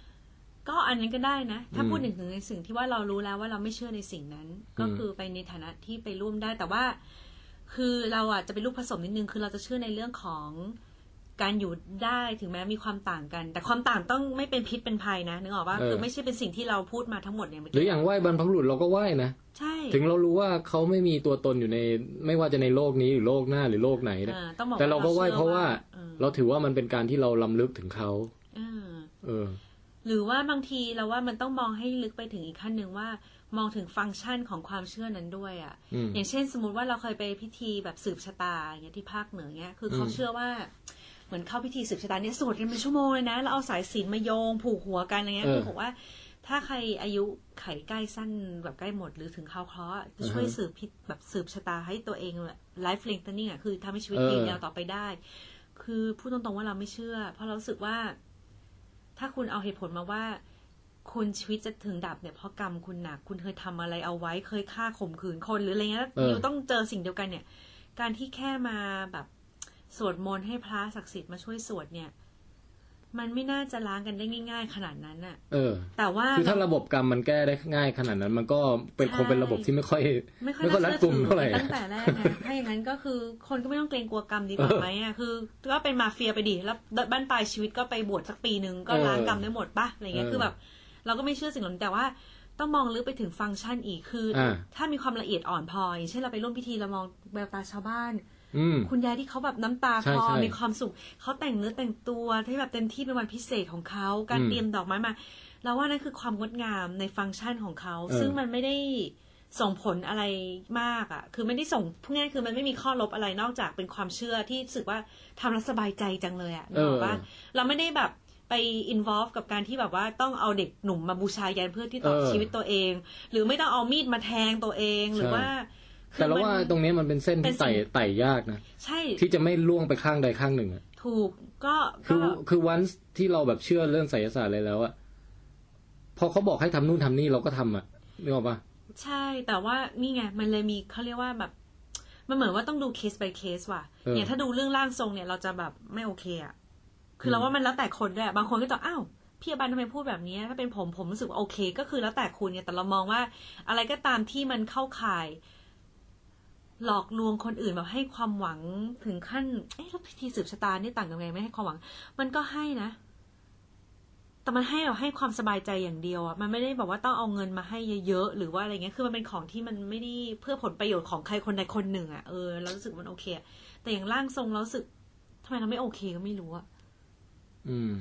Speaker 4: ก็อันนั้นก็ได้นะ ถ้า
Speaker 1: อืม
Speaker 4: พูดถึงถึงในสิ่งที่ว่าเรารู้แล้วว่าเราไม่เชื่อในสิ่งนั้น ก็
Speaker 1: อืม
Speaker 4: คือไปในฐานะที่ไปร่วมได้ แต่ว่า คือเราอ่ะจะเป็นลูกผสมนิดนึง คือเราจะเชื่อในเรื่องของการอยู่ได้ถึงแม้มีความต่างกัน แต่ความต่างต้องไม่เป็นพิษเป็นภัยนะนึกออกว่าคือไม่ใช่เป็นสิ่งที่เราพูดมาทั้งหมดเนี่ยเมื่อ
Speaker 1: หรือ
Speaker 4: กี้
Speaker 1: อย่างไหว้บรรพบุรุษเราก็ไหว้นะ
Speaker 4: ใช่
Speaker 1: ถึงเรารู้ว่าเขาไม่มีตัวตนอยู่ในไม่ว่าจะในโลกนี้หรือโลกหน้าหรือโลกไหนนะ
Speaker 4: อ่าต้องบอก
Speaker 1: แต่เราก็ไหว้เพราะว่า
Speaker 4: เออ
Speaker 1: เราถือว่ามันเป็นการที่เราลำลึกถึงเขา
Speaker 4: เออ
Speaker 1: เออ
Speaker 4: หรือว่าบางทีเราว่ามันต้องมองให้ลึกไปถึงอีกขั้นหนึ่งว่า มองถึงฟังก์ชันของความเชื่อนั้นด้วยอ่ะ
Speaker 1: อืม
Speaker 4: อย่างเช่น สมมติว่าเราเคยไปพิธีแบบสืบชะตาอย่างเงี้ยที่ภาคเหนือเงี้ยคือ
Speaker 1: อืม
Speaker 4: เขาเชื่อว่า เหมือนเข้าพิธีสืบชะตาเนี่ยสวดกันเป็นชั่วโมงเลยนะแล้วเอาสายสิญจนมาโยงผูกหัวกันอะไรเงี้ยคือบอกว่า ถ้าใครอายุไขใกล้สั้นแบบใกล้หมดหรือถึงคราวเคราะห์อะจะช่วยสืบพิแบบสืบชะตาให้ตัวเองไลฟ์เลงตันนี่อ่ะคือทำให้ชีวิตยืนยาวต่อไปได้ คือพูดตรงๆว่าเราไม่เชื่อ เพราะเรารู้สึกว่า ถ้าคุณเอาเหตุผลมาว่า คุณชีวิตจะถึงดับเนี่ยเพราะกรรมคุณหนัก คุณเคยทำอะไรเอาไว้ เคยฆ่าข่มขืนคนหรืออะไรเงี้ยแล้ว
Speaker 1: เออ
Speaker 4: ยูต้องเจอสิ่งเดียวกันเนี่ย การที่แค่มาแบบสวดมนต์ให้พระศักดิ์สิทธิ์มาช่วยสวดเนี่ย มันไม่น่าจะล้างกันได้ง่าย ๆ ขนาดนั้นน่ะ
Speaker 1: เออ
Speaker 4: แต่ว่า
Speaker 1: คือถ้าระบบกรรมมันแก้ได้ง่ายขนาดนั้น มันก็เป็น
Speaker 4: ใช่
Speaker 1: คงเป็นระบบที่ไม่ค่อย
Speaker 4: ไม่ค่อย
Speaker 1: ไม่ค่อยรั
Speaker 4: น่า
Speaker 1: ด
Speaker 4: เชื่อ
Speaker 1: กุม
Speaker 4: ถือ
Speaker 1: เท่าไหร่
Speaker 4: ตั้งแต่แรก นะถ้าอย่างนั้นก็คือคนก็ไม่ต้องเกรงกลัวกรรมดีกว่าไหมอ่ะคือก็เป็นมาเฟียไปดิแล้วบ้านปลายชีวิตก็ไปบวชสักปีหนึ่งก็ล้างกรรมได้หมดปะอะไรเงี้ยคือแบบ เราก็ไม่เชื่อสิ่งเหล่านี้แต่ว่าต้องมองลึกไปถึงฟังก์ชันอีกคืออา ถ้ามีความละเอียดอ่อนพออย่างเช่นเราไปร่วมพิธีเรามองแววตาชาวบ้าน
Speaker 1: อืม
Speaker 4: คุณยายที่เขาแบบน้ำตา
Speaker 1: ใช่
Speaker 4: คลอ
Speaker 1: ใช่
Speaker 4: มีความสุขเขาแต่งเนื้อแต่งตัวที่แบบเต็มที่เป็นวันพิเศษของเขาการ
Speaker 1: อืม
Speaker 4: เตรียมดอกไม้มาเราว่านั่นคือความงดงามในฟังก์ชันของเขา
Speaker 1: เออ
Speaker 4: ซึ่งมันไม่ได้ส่งผลอะไรมากอะ่ะ คือไม่ได้ส่งพูดง่ายๆคือมันไม่มีข้อลบอะไรนอกจากเป็นความเชื่อที่รู้สึกว่าทำแล้วสบายใจจังเลยอะ่ะนึ
Speaker 1: เอก
Speaker 4: อ
Speaker 1: อ
Speaker 4: อกปะเราไม่ได้แบบไป involve กับการที่แบบว่าต้องเอาเด็กหนุ่มมาบูชายันเพื่อที่ต่อ
Speaker 1: เออ
Speaker 4: ชีวิตตัวเอง หรือไม่ต้องเอามีดมาแทงตัวเองหรือ
Speaker 1: ใช่
Speaker 4: ว่าคือ
Speaker 1: แต่เรา
Speaker 4: มัน
Speaker 1: ว่าตรงเนี้ยมันเป็นเส้น
Speaker 4: เป็
Speaker 1: ที่
Speaker 4: นสิ่ง
Speaker 1: ไต่ไต่ยากนะ
Speaker 4: ใช่
Speaker 1: ที่จะไม่ล่วงไปข้างใดข้างหนึ่งอะ
Speaker 4: ถูกก็
Speaker 1: คือ
Speaker 4: ก็
Speaker 1: คือวันที่เราแบบเชื่อเรื่องไสยศาสตร์อะไรแล้วอะพอเขาบอกให้ทำนู่นทำนี่เราก็ทำอะนึกออกปะ
Speaker 4: ใช่แต่ว่านี่ไงมันเลยมีเขาเรียกว่าแบบ มันเหมือนว่าต้องดูเคส by เคสว่ะ
Speaker 1: เออ
Speaker 4: เนี่ยถ้าดูเรื่องร่างทรงเนี่ยเราจะแบบไม่โอเคอะคือ
Speaker 1: ม
Speaker 4: เราว่ามันแล้วแต่คนด้วยบางคนก็จะอ้าวพี่อบันทำไมพูดแบบนี้ถ้าเป็นผมผมรู้สึกว่าโอเค ก็คือแล้วแต่คุณเนี่ยแต่เรามองว่า อะไรก็ตามที่มันเข้าข่าย หลอกลวงคนอื่นแบบให้ความหวังถึงขั้นเอ๊ะแล้วพิธีสืบชะตานี่ต่างกันไงไม่ให้ความหวัง มันก็ให้นะ แต่มันให้แบบให้ความสบายใจอย่างเดียวอะมันไม่ได้แบบว่าต้องเอาเงินมาให้เยอะๆหรือว่าอะไรเงี้ยคือมันเป็นของที่มันไม่ได้เพื่อผลประโยชน์ของใครคนใดคนหนึ่งอะเออเรารู้สึกมันโอเคอะแต่อย่างร่างทรงเรารู้สึกทำไมเราไม่โอเคก็ไม่รู้อะ
Speaker 1: อืม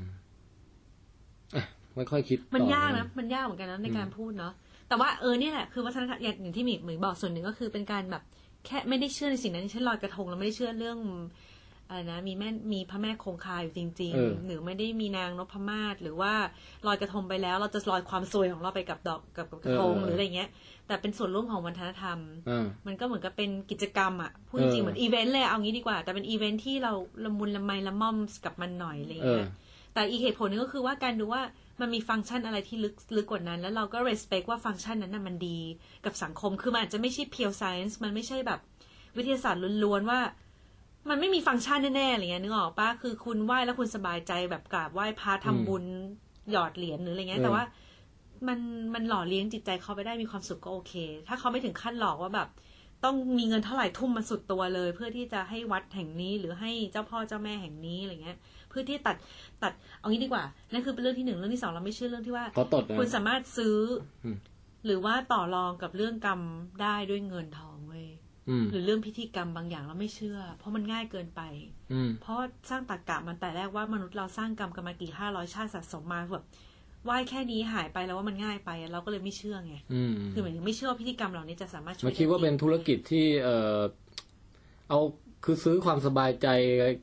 Speaker 1: อ่ะไม่ค่อยคิด
Speaker 4: มัน
Speaker 1: ต่อย
Speaker 4: าก
Speaker 1: เล
Speaker 4: นะมันยากเหมือนกันนะใน
Speaker 1: อืม
Speaker 4: การพูดเนาะแต่ว่าเออเนี่ยแหละคือวัฒนธรรมอย่างอย่างที่หมีหมีบอกส่วนหนึ่งก็คือเป็นการแบบแค่ไม่ได้เชื่อในสิ่งนั้นอย่างเช่นลอยกระทงเราไม่ได้เชื่อเรื่องอะไรนะมีแม่มีพระแม่คงคาอยู่จริง
Speaker 1: เออ
Speaker 4: ๆ หรือไม่ได้มีนางนพมาศหรือว่าลอยกระทงไปแล้ว เราจะลอยความซวยของเราไปกับดอกกับกับกระทง
Speaker 1: เออ
Speaker 4: หรืออะไรเงี้ย แต่เป็นส่วนร่วมของวัฒนธรรม
Speaker 1: อ่า
Speaker 4: มันก็เหมือนกับเป็นกิจกรรมอ่ะพูดจ
Speaker 1: เออ
Speaker 4: ริงๆเหมือนอีเวนต์เลยเอางี้ดีกว่า แต่เป็นอีเวนต์ที่เราละมุนละไมละม่อมกับมันหน่อยอะไร
Speaker 1: เออ
Speaker 4: เงี้ยแต่อีกเหตุผลหนึงก็คือว่าการดูว่ามันมีฟังก์ชันอะไรที่ลึกลึกกว่านั้น แล้วเราก็ respect ว่าฟังก์ชันนั้นน่ะมันดีกับสังคมคือมันอาจจะไม่ใช่ pure science มันไม่ใช่แบบวิทยาศาสตร์ล้วนๆว่า มันไม่มีฟังก์ชันแน่ๆอะไรเงี้ยนึกออกปะคือคุณไหว้แล้วคุณสบายใจแบบกราบไหว้พระทำบุญหยอดเหรียญหรืออะไรเงี้ย
Speaker 1: เออ
Speaker 4: แต่ว่า มันมันหล่อเลี้ยงจิตใจเขาไปได้มีความสุขก็โอเค ถ้าเขาไม่ถึงขั้นหลอกว่าแบบ ต้องมีเงินเท่าไหร่ทุ่มมันสุดตัวเลย เพื่อที่จะให้วัดแห่งนี้หรือให้เจ้าพ่อเจ้าแม่แห่งนี้อะไรเงี้ย เพื่อที่ตัดตัดเอางี้ดีกว่านั่นคือเป็นเรื่องที่หนึ่งเรื่องที่สองเราไม่เชื่อเรื่องที่ว่า
Speaker 1: ขอตดนะ
Speaker 4: คุณสามารถซื้ออ
Speaker 1: ม
Speaker 4: หรือว่าต่อรองกับเรื่องกรรมได้ด้วยเงินทองเว้ย
Speaker 1: อืม
Speaker 4: หรือเรื่องพิธีกรรมบางอย่างเราไม่เชื่อ เพราะมันง่ายเกินไป
Speaker 1: อืม
Speaker 4: เพราะสร้างตรกกะมันแต่แรกว่ามนุษย์เราสร้างกรรมกันมากี่ห้าร้อยชาติสะสมมาแบบไหว้แค่นี้หายไปแล้วว่ามันง่ายไป เราก็เลยไม่เชื่อไง
Speaker 1: อืม
Speaker 4: คือหมายถึงไม่เชื่อว่าพิธีกรรมเหล่านี้จะสามารถช่วย
Speaker 1: มันคิดว่าเป็นธุรกิจที่ เออเอาคือซื้อความสบายใจ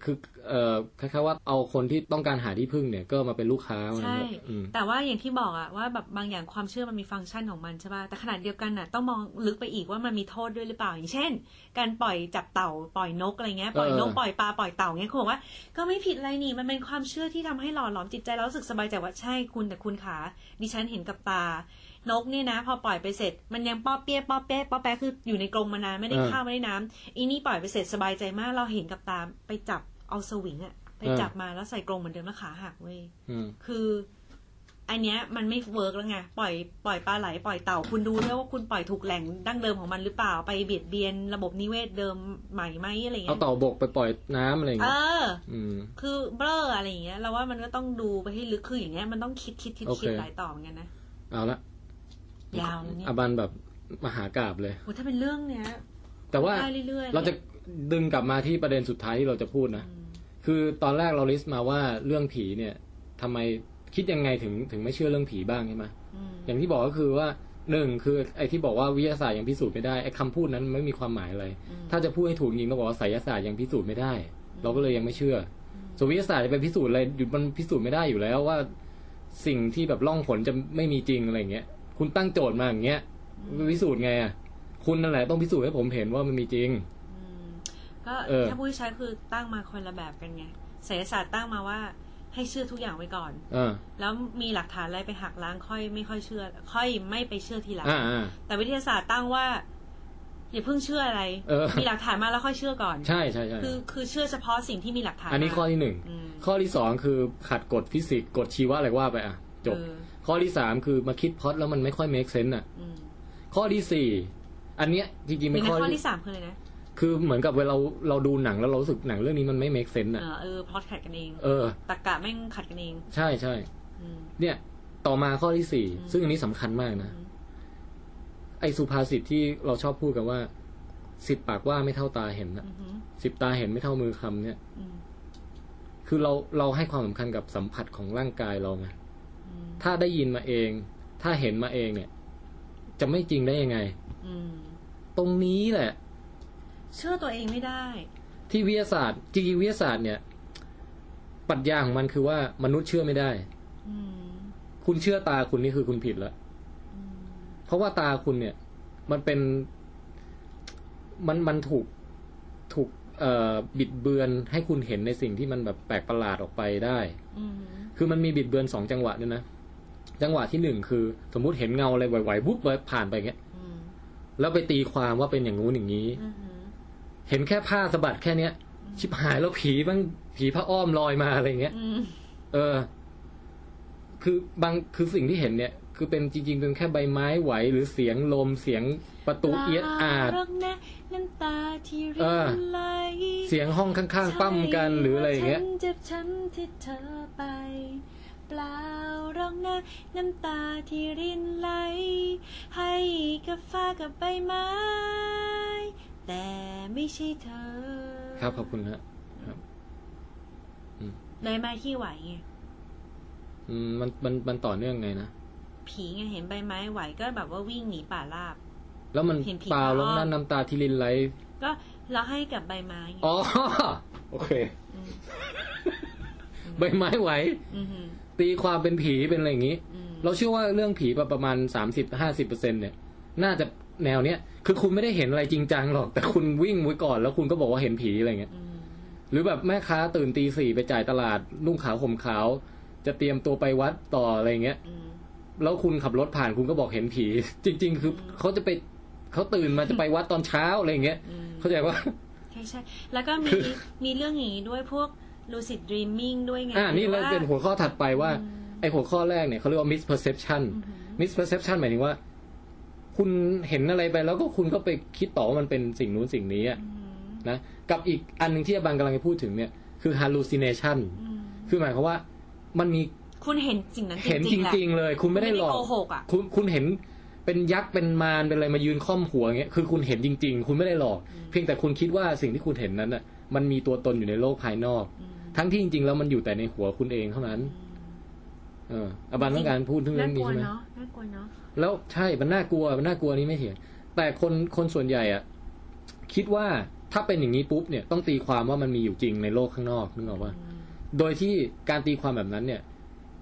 Speaker 1: คือ เออคล้ายๆว่าเอาคนที่ต้องการหาที่พึ่งเนี่ย ก็มาเป็นลูกค้า
Speaker 4: ใช่
Speaker 1: นะครับอืม
Speaker 4: แต่ว่าอย่างที่บอกอะว่าแบบบางอย่างความเชื่อมันมีฟังก์ชันของมันใช่ป่ะแต่ขนาดเดียวกันน่ะต้องมองลึกไปอีกว่ามันมีโทษด้วยหรือเปล่าอย่างเช่น การปล่อยจับเต่าปล่อยนกอะไรเงี้ยปล่อยนก
Speaker 1: เออ
Speaker 4: ปล่อยปลาปล่อยเต่าเงี้ยคุณบอกว่าก็ไม่ผิดอะไรนี่มันเป็นความเชื่อที่ทำให้หล่อหลอมจิตใจเรารู้สึกสบายใจว่าใช่คุณแต่คุณขาดิฉันเห็นกับตา นกเนี่ยนะ พอปล่อยไปเสร็จ มันยังป้อเปี้ยป้อเปี้ยป้อแปะคืออยู่ในกรงมานานไม่ได้ข้าวไม่ได้น้ำอีนี่ปล่อยไปเสร็จสบายใจมากเราเห็นกับตาไปจับเอาสวิงอะไปจับมาแล้วใส่กรงเหมือนเดิมแล้วขาหักเว้ย
Speaker 1: อืม
Speaker 4: คืออันเนี้ยมันไม่เวิร์กแล้วไงปล่อยปล่อยปลาไหลปล่อยเต่าคุณดูด้วยว่าคุณปล่อยถูกแหล่งดั้งเดิมของมันหรือเปล่าไปเบียดเบียนระบบนิเวศเดิมใหม่ไหมอะไร
Speaker 1: เอา
Speaker 4: เงี้ย
Speaker 1: เต่าบกไปปล่อยน้ำอะไรอย่าง
Speaker 4: เอ
Speaker 1: เงี้ย
Speaker 4: อ
Speaker 1: อืม
Speaker 4: คือเบ้ออะไรอย่างเงี้ยเราว่ามันก็ต้องดูไปให้ลึกคืออย่างเงี้ยมันต้องคิดคิดคิด
Speaker 1: โอเค
Speaker 4: คิดหลายต่อเหมือนกันนะ
Speaker 1: เอาละ
Speaker 4: ยาวนะเนี่ย
Speaker 1: อาบันแบบมหากราบเลย
Speaker 4: โหถ้าเป็นเรื่องเนี้ย
Speaker 1: แต่ว่า
Speaker 4: ได้เรื่อยๆ
Speaker 1: เราจะดึงกลับมาที่ประเด็นสุดท้ายที่เราจะพูดนะ คือตอนแรกเราลิสต์มาว่าเรื่องผีเนี่ยทำไมคิดยังไงถึงถึงไม่เชื่อเรื่องผีบ้างใช่ไหม
Speaker 4: อืม
Speaker 1: อย่างที่บอกก็คือว่าหนึ่งคือไอ้ที่บอกว่าวิทยาศาสตร์ยังพิสูจน์ไม่ได้ไอ้คำพูดนั้นมันไม่มีความหมายอะไร
Speaker 4: อืม
Speaker 1: ถ้าจะพูดให้ถูกจริงต้องบอกว่าไสยศาสตร์ยังพิสูจน์ไม่ได้ เราก็เลยยังไม่เชื่ออส่วนวิทยาศาสตร์จะไปพิสูจน์อะไรหยุดมันพิสูจน์ไม่ได้อยู่แล้วว่า สิ่งที่แบบล่องผลจะไม่มีจริงอะไรอย่างเงี้ย คุณตั้งโจทย์มาอย่างเงี้ยพิสูจน์ไงอ่ะคุณนั่นแหละต้องพิสูจน์ให้ผมเห็นว่ามันมีจริง
Speaker 4: อืมก็
Speaker 1: เออ
Speaker 4: ถ้าผู้ใช้คือตั้งมาคนละแบบกันไงศิลศาสตร์ตั้งมาว่าให้เชื่อทุกอย่างไว้ก่อน
Speaker 1: อ่า
Speaker 4: แล้วมีหลักฐานอะไรไปหักล้างค่อยไม่ค่อยเชื่อ ค่อยไม่ไปเชื่อทีหลัง
Speaker 1: อ่าอ่า
Speaker 4: แต่วิทยาศาสตร์ตั้งว่าอย่าเพิ่งเชื่อ อะไร
Speaker 1: เออ
Speaker 4: มีหลักฐานมาแล้วค่อยเชื่อก่อน
Speaker 1: ใช่ใช่ใช่
Speaker 4: คือคือเชื่อเฉพาะสิ่งที่มีหลักฐาน
Speaker 1: อันนี้
Speaker 4: มา
Speaker 1: ข้อที่หนึ่ง
Speaker 4: ม
Speaker 1: ข้อที่สองคือขัดกฎฟิสิกส์กฎชีวะอะไรว่าไปอ่ะ จบ
Speaker 4: เออ
Speaker 1: ข้อที่สามคือมาคิดพล็อดแล้วมันไม่ค่อย make sense อ่ะ
Speaker 4: อืม
Speaker 1: ข้อที่สี่อันเนี้ยจริงๆ
Speaker 4: หรื
Speaker 1: เป็
Speaker 4: อน ใน
Speaker 1: ข้อ
Speaker 4: ข้อ
Speaker 1: ที่
Speaker 4: ที่สามคืออะไรนะ
Speaker 1: คือเหมือนกับเวลาเราเราดูหนังแล้วเรารู้สึกหนังเรื่องนี้มันไม่ make sense อ่ะ
Speaker 4: เออเออพอดขัดกันเอง
Speaker 1: เออ
Speaker 4: ตะกะแม่งขัดกันเอง
Speaker 1: ใช่ใช่
Speaker 4: อืม
Speaker 1: เนี่ย ต่อมาข้อที่สี่
Speaker 4: อืม
Speaker 1: ซึ่งอันนี้สำคัญมากนะ ไอสุภาษิตที่เราชอบพูดกันว่าสิบปากว่าไม่เท่าตาเห็นอ่ะ
Speaker 4: อือหือ
Speaker 1: สิบตาเห็นไม่เท่ามือคำเนี่ย
Speaker 4: อืม
Speaker 1: คือเราเราให้ความสำคัญกับสัมผัสของร่างกายเราไง
Speaker 4: อืม
Speaker 1: ถ้าได้ยินมาเอง ถ้าเห็นมาเองเนี่ย จะไม่จริงได้ยังไง
Speaker 4: อืม
Speaker 1: ตรงนี้แหละ
Speaker 4: เชื่อตัวเองไม่ได้
Speaker 1: ที่วิทยาศาสตร์จริงๆวิทยาศาสตร์เนี่ยปรัชญาของมันคือว่ามนุษย์เชื่อไม่ได้
Speaker 4: อืม
Speaker 1: คุณเชื่อตาคุณนี่คือคุณผิดแล้วเพราะว่าตาคุณเนี่ย มันเป็น มันมันถูกถูกเอ่อบิดเบือนให้คุณเห็นในสิ่งที่มันแบบแปลกประหลาดออกไปได้
Speaker 4: อืม
Speaker 1: คือมันมีบิดเบือนสองจังหวะด้วยนะจังหวะที่หนึ่งคือ สมมุติเห็นเงาอะไรไหวๆปุ๊บเลยผ่านไปอย่างเงี้ย
Speaker 4: อืม
Speaker 1: แล้วไปตีความว่าเป็นอย่างงู้นอย่างนี้
Speaker 4: อือหือ
Speaker 1: เห็นแค่ผ้าสะบัดแค่เนี้ย ชิบหายแล้วผีบ้างผีพระอ้อมลอยมาอะไรเงี้ย
Speaker 4: อืม
Speaker 1: เออ คือบางคือสิ่งที่เห็นเนี่ย คือเป็นจริงๆเป็นแค่ใบไม้ไหวหรือเสียงลมเสียงประตูเอียดอาด
Speaker 4: รักนะน้ำตาที่ริ
Speaker 1: เอน อ
Speaker 4: ไหล
Speaker 1: เสียงห้องข้างๆปั้มกันหรืออะไรอย่างเงี้ย
Speaker 4: ใช่ว่าฉันเจ็บช้ำที่เธอไป เปล่าหรอกนะน้ำตาที่รินไหล ให้กับฟ้ากับใบไม้ แต่ไม่ใช่เธอ
Speaker 1: ครับขอบคุณฮะ
Speaker 4: เลยไม้ที่ไหวไง
Speaker 1: อืมมันมันมันต่อเนื่องไงนะ
Speaker 4: ผีไงเห็นใบไม้ไหวก็แบบว่าวิ่งหนีป่าราบ
Speaker 1: แล้วมัน
Speaker 4: เห็นผี
Speaker 1: เปล่า
Speaker 4: พ
Speaker 1: ล
Speaker 4: ระอ้อม
Speaker 1: งน้ำน้ำตาที่ลินไหล
Speaker 4: ก็เราให้กับใบไม้ไง
Speaker 1: อ๋อ โอเค
Speaker 4: ม
Speaker 1: ใบไม้ไหว
Speaker 4: อือหือ
Speaker 1: ตีความเป็นผีเป็นอะไรอย่างงี้
Speaker 4: อืม
Speaker 1: เราเชื่อว่าเรื่องผีประมาณ 30-50%เนี่ย น่าจะแนวเนี้ย คือคุณไม่ได้เห็นอะไรจริงจังหรอก แต่คุณวิ่งไว้ก่อนแล้วคุณก็บอกว่าเห็นผีอะไรเงี้ย
Speaker 4: อืม
Speaker 1: หรือแบบแม่ค้าตื่นตีสี่ไปจ่ายตลาดนุ่งขาวห่มขาว จะเตรียมตัวไปวัดต่ออะไรเงี้ย
Speaker 4: อืม
Speaker 1: แล้วคุณขับรถผ่านคุณก็บอกเห็นผี จริง ๆ คือเขาจะไปเขาตื่นมาจะไปวัดตอนเช้าอะไรเงี้ย
Speaker 4: อืม
Speaker 1: เข้าใจว่า
Speaker 4: แค่ ช่ใช่แล้วก็ มีมีเรื่องอย่างนี้ด้วยพวก lucid dreaming ด้วยไง
Speaker 1: อ่านี่
Speaker 4: หรื
Speaker 1: เรา
Speaker 4: ว่
Speaker 1: เป็นหัวข้อถัดไปว่า ไอหัวข้อแรกเนี่ยเขาเรียกว่า misperception misperception หมายถึงว่า คุณเห็นอะไรไปแล้วก็คุณก็ไปคิดต่อว่ามันเป็นสิ่งนู้นสิ่งนี้อะนะ กับอีกอันหนึ่งที่อาบังกำลังจะพูดถึงเนี่ย คือ hallucination คือหมายความว่ามันมี
Speaker 4: คุณเห็นสิ่งนั้น
Speaker 1: เห็น
Speaker 4: จ
Speaker 1: จ
Speaker 4: ริงๆ
Speaker 1: ริง ๆ
Speaker 4: แหละ
Speaker 1: เลย คุณไม่ได้หลอก
Speaker 4: ไม่ได้โกหกอะ
Speaker 1: คุณคุณเห็นเป็นยักษ์เป็นมารเป็นอะไรมายืนค่อมหัวอย่างเงี้ยคือคุณเห็นจริง ๆ คุณไม่ได้หลอก เพียงแต่คุณคิดว่าสิ่งที่คุณเห็นนั้นน่ะ มันมีตัวตนอยู่ในโลกภายนอก ทั้งที่จริง ๆ แล้วมันอยู่แต่ในหัวคุณเองเท่านั้น เอออาบันต้องการพูดถึงเรื่
Speaker 4: น่า
Speaker 1: อง
Speaker 4: ก
Speaker 1: นี้ใช่ไห
Speaker 4: ลัว
Speaker 1: ม
Speaker 4: เนาะน่ากลัวเนาะ
Speaker 1: แล้วใช่ มันน่ากลัว มันน่ากลัวนี่ไม่เถียงแต่คนคนส่วนใหญ่อะคิดว่าถ้าเป็นอย่างนี้ปุ๊บเนี่ยต้องตีความว่ามันมีอยู่จริงในโลกข้างนอกนึกออกว่า โดยที่การตีความแบบนั้นเนี่ย